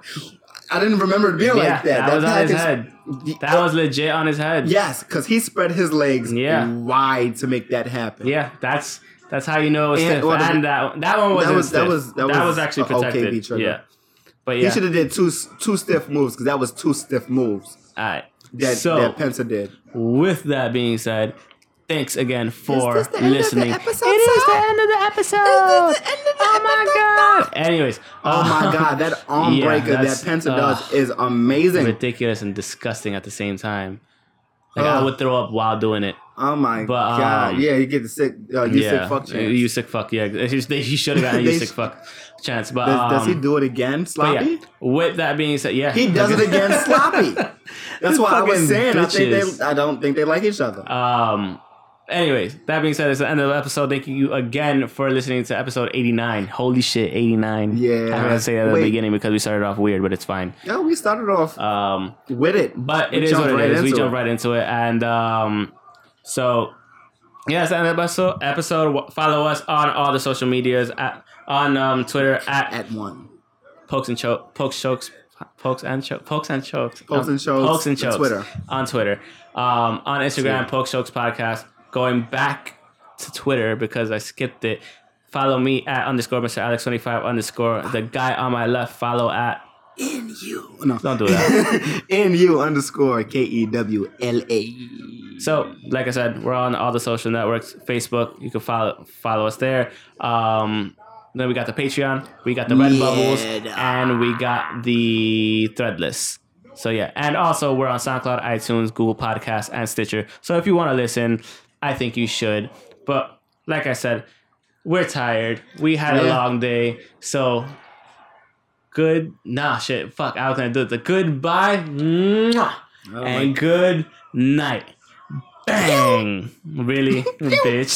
B: I didn't remember it being
C: Yeah,
B: like that.
C: that was on his
B: package- Y-
C: That was legit on his head.
B: yes, because he spread his legs
C: Yeah.
B: wide to make that happen.
C: Yeah, that's that's how you know it was
B: And-
C: stiff.
B: well, the-
C: and that that one wasn't
B: was- that
C: stiff.
B: was- that
C: that was
B: was
C: actually
B: a OKB
C: protected.
B: trigger.
C: Yeah, but
B: He
C: yeah,
B: should have did two s- two stiff moves because that was two stiff moves
C: all right.
B: that
C: so
B: that Penta did.
C: with that being said, thanks again for
B: this the end of the
C: listening.
B: episode,
C: it is
B: sir?
C: the end of the episode. oh my god! Anyways, *laughs*
B: Oh my god, that arm
C: Uh, yeah,
B: breaker that
C: that's- uh,
B: Penta
C: ugh.
B: does is amazing.
C: ridiculous and disgusting at the same time. Like I
B: Ugh.
C: would throw up while doing it.
B: Oh my
C: But,
B: god,
C: um,
B: yeah, you get the sick, uh, you
C: yeah,
B: sick fuck chance.
C: you sick fuck. Yeah, *laughs* he should have gotten a
B: They
C: you sick
B: sh-
C: fuck chance. But
B: does, does he
C: um,
B: do it again,
C: but
B: sloppy?
C: yeah, with that being said, yeah,
B: He does it again, sloppy. That's
C: These
B: why I was
C: fucking
B: saying I think
C: bitches.
B: they, I don't think they like each other.
C: *laughs* Um. Anyways, that being said, it's the end of the episode. Thank you again for listening to episode 89. Holy shit, 89.
B: Yeah.
C: I had to say that at
B: Wait.
C: the beginning because we started off weird, but it's fine.
B: yeah, we started off
C: Um,
B: with it,
C: but
B: We
C: it is
B: jumped
C: what
B: right
C: it is. We
B: into
C: jump
B: it.
C: right into it. And um, so, yeah, it's the end of the episode. episode. Follow us on all the social medias at, on um, Twitter at,
B: at one.
C: Pokes and Chokes, Pokes Chokes, Pokes and Chokes, Pokes and Chokes, Um,
B: Pokes and Chokes
C: Pokes and
B: on
C: Chokes
B: Twitter.
C: on Twitter, um, on Instagram, Pokes Chokes podcast. Going back to Twitter because I skipped it. Follow me at underscore Mr. Alex twenty five underscore the guy on my left. Follow at
B: In you, no,
C: don't do that.
B: *laughs* in you underscore K E W L A.
C: so like I said, we're on all the social networks. Facebook, you can follow follow us there. Um, then we got the Patreon, we got the Red
B: Yeah.
C: Bubbles, and we got the Threadless. So yeah, and also we're on SoundCloud, iTunes, Google Podcasts, and Stitcher. So if you want to listen, I think you should. But like I said, we're tired. We had a
B: Yeah.
C: long day, so good. Nah, shit, fuck. I was gonna do it. The goodbye mwah,
B: Oh my *laughs*
C: and good night. Bang!
B: *laughs*
C: Really, bitch.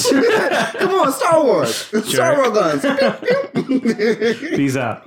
C: *laughs*
B: Come on, Star Wars, Star
C: Jerk. *laughs*
B: Wars guns.
C: Peace out.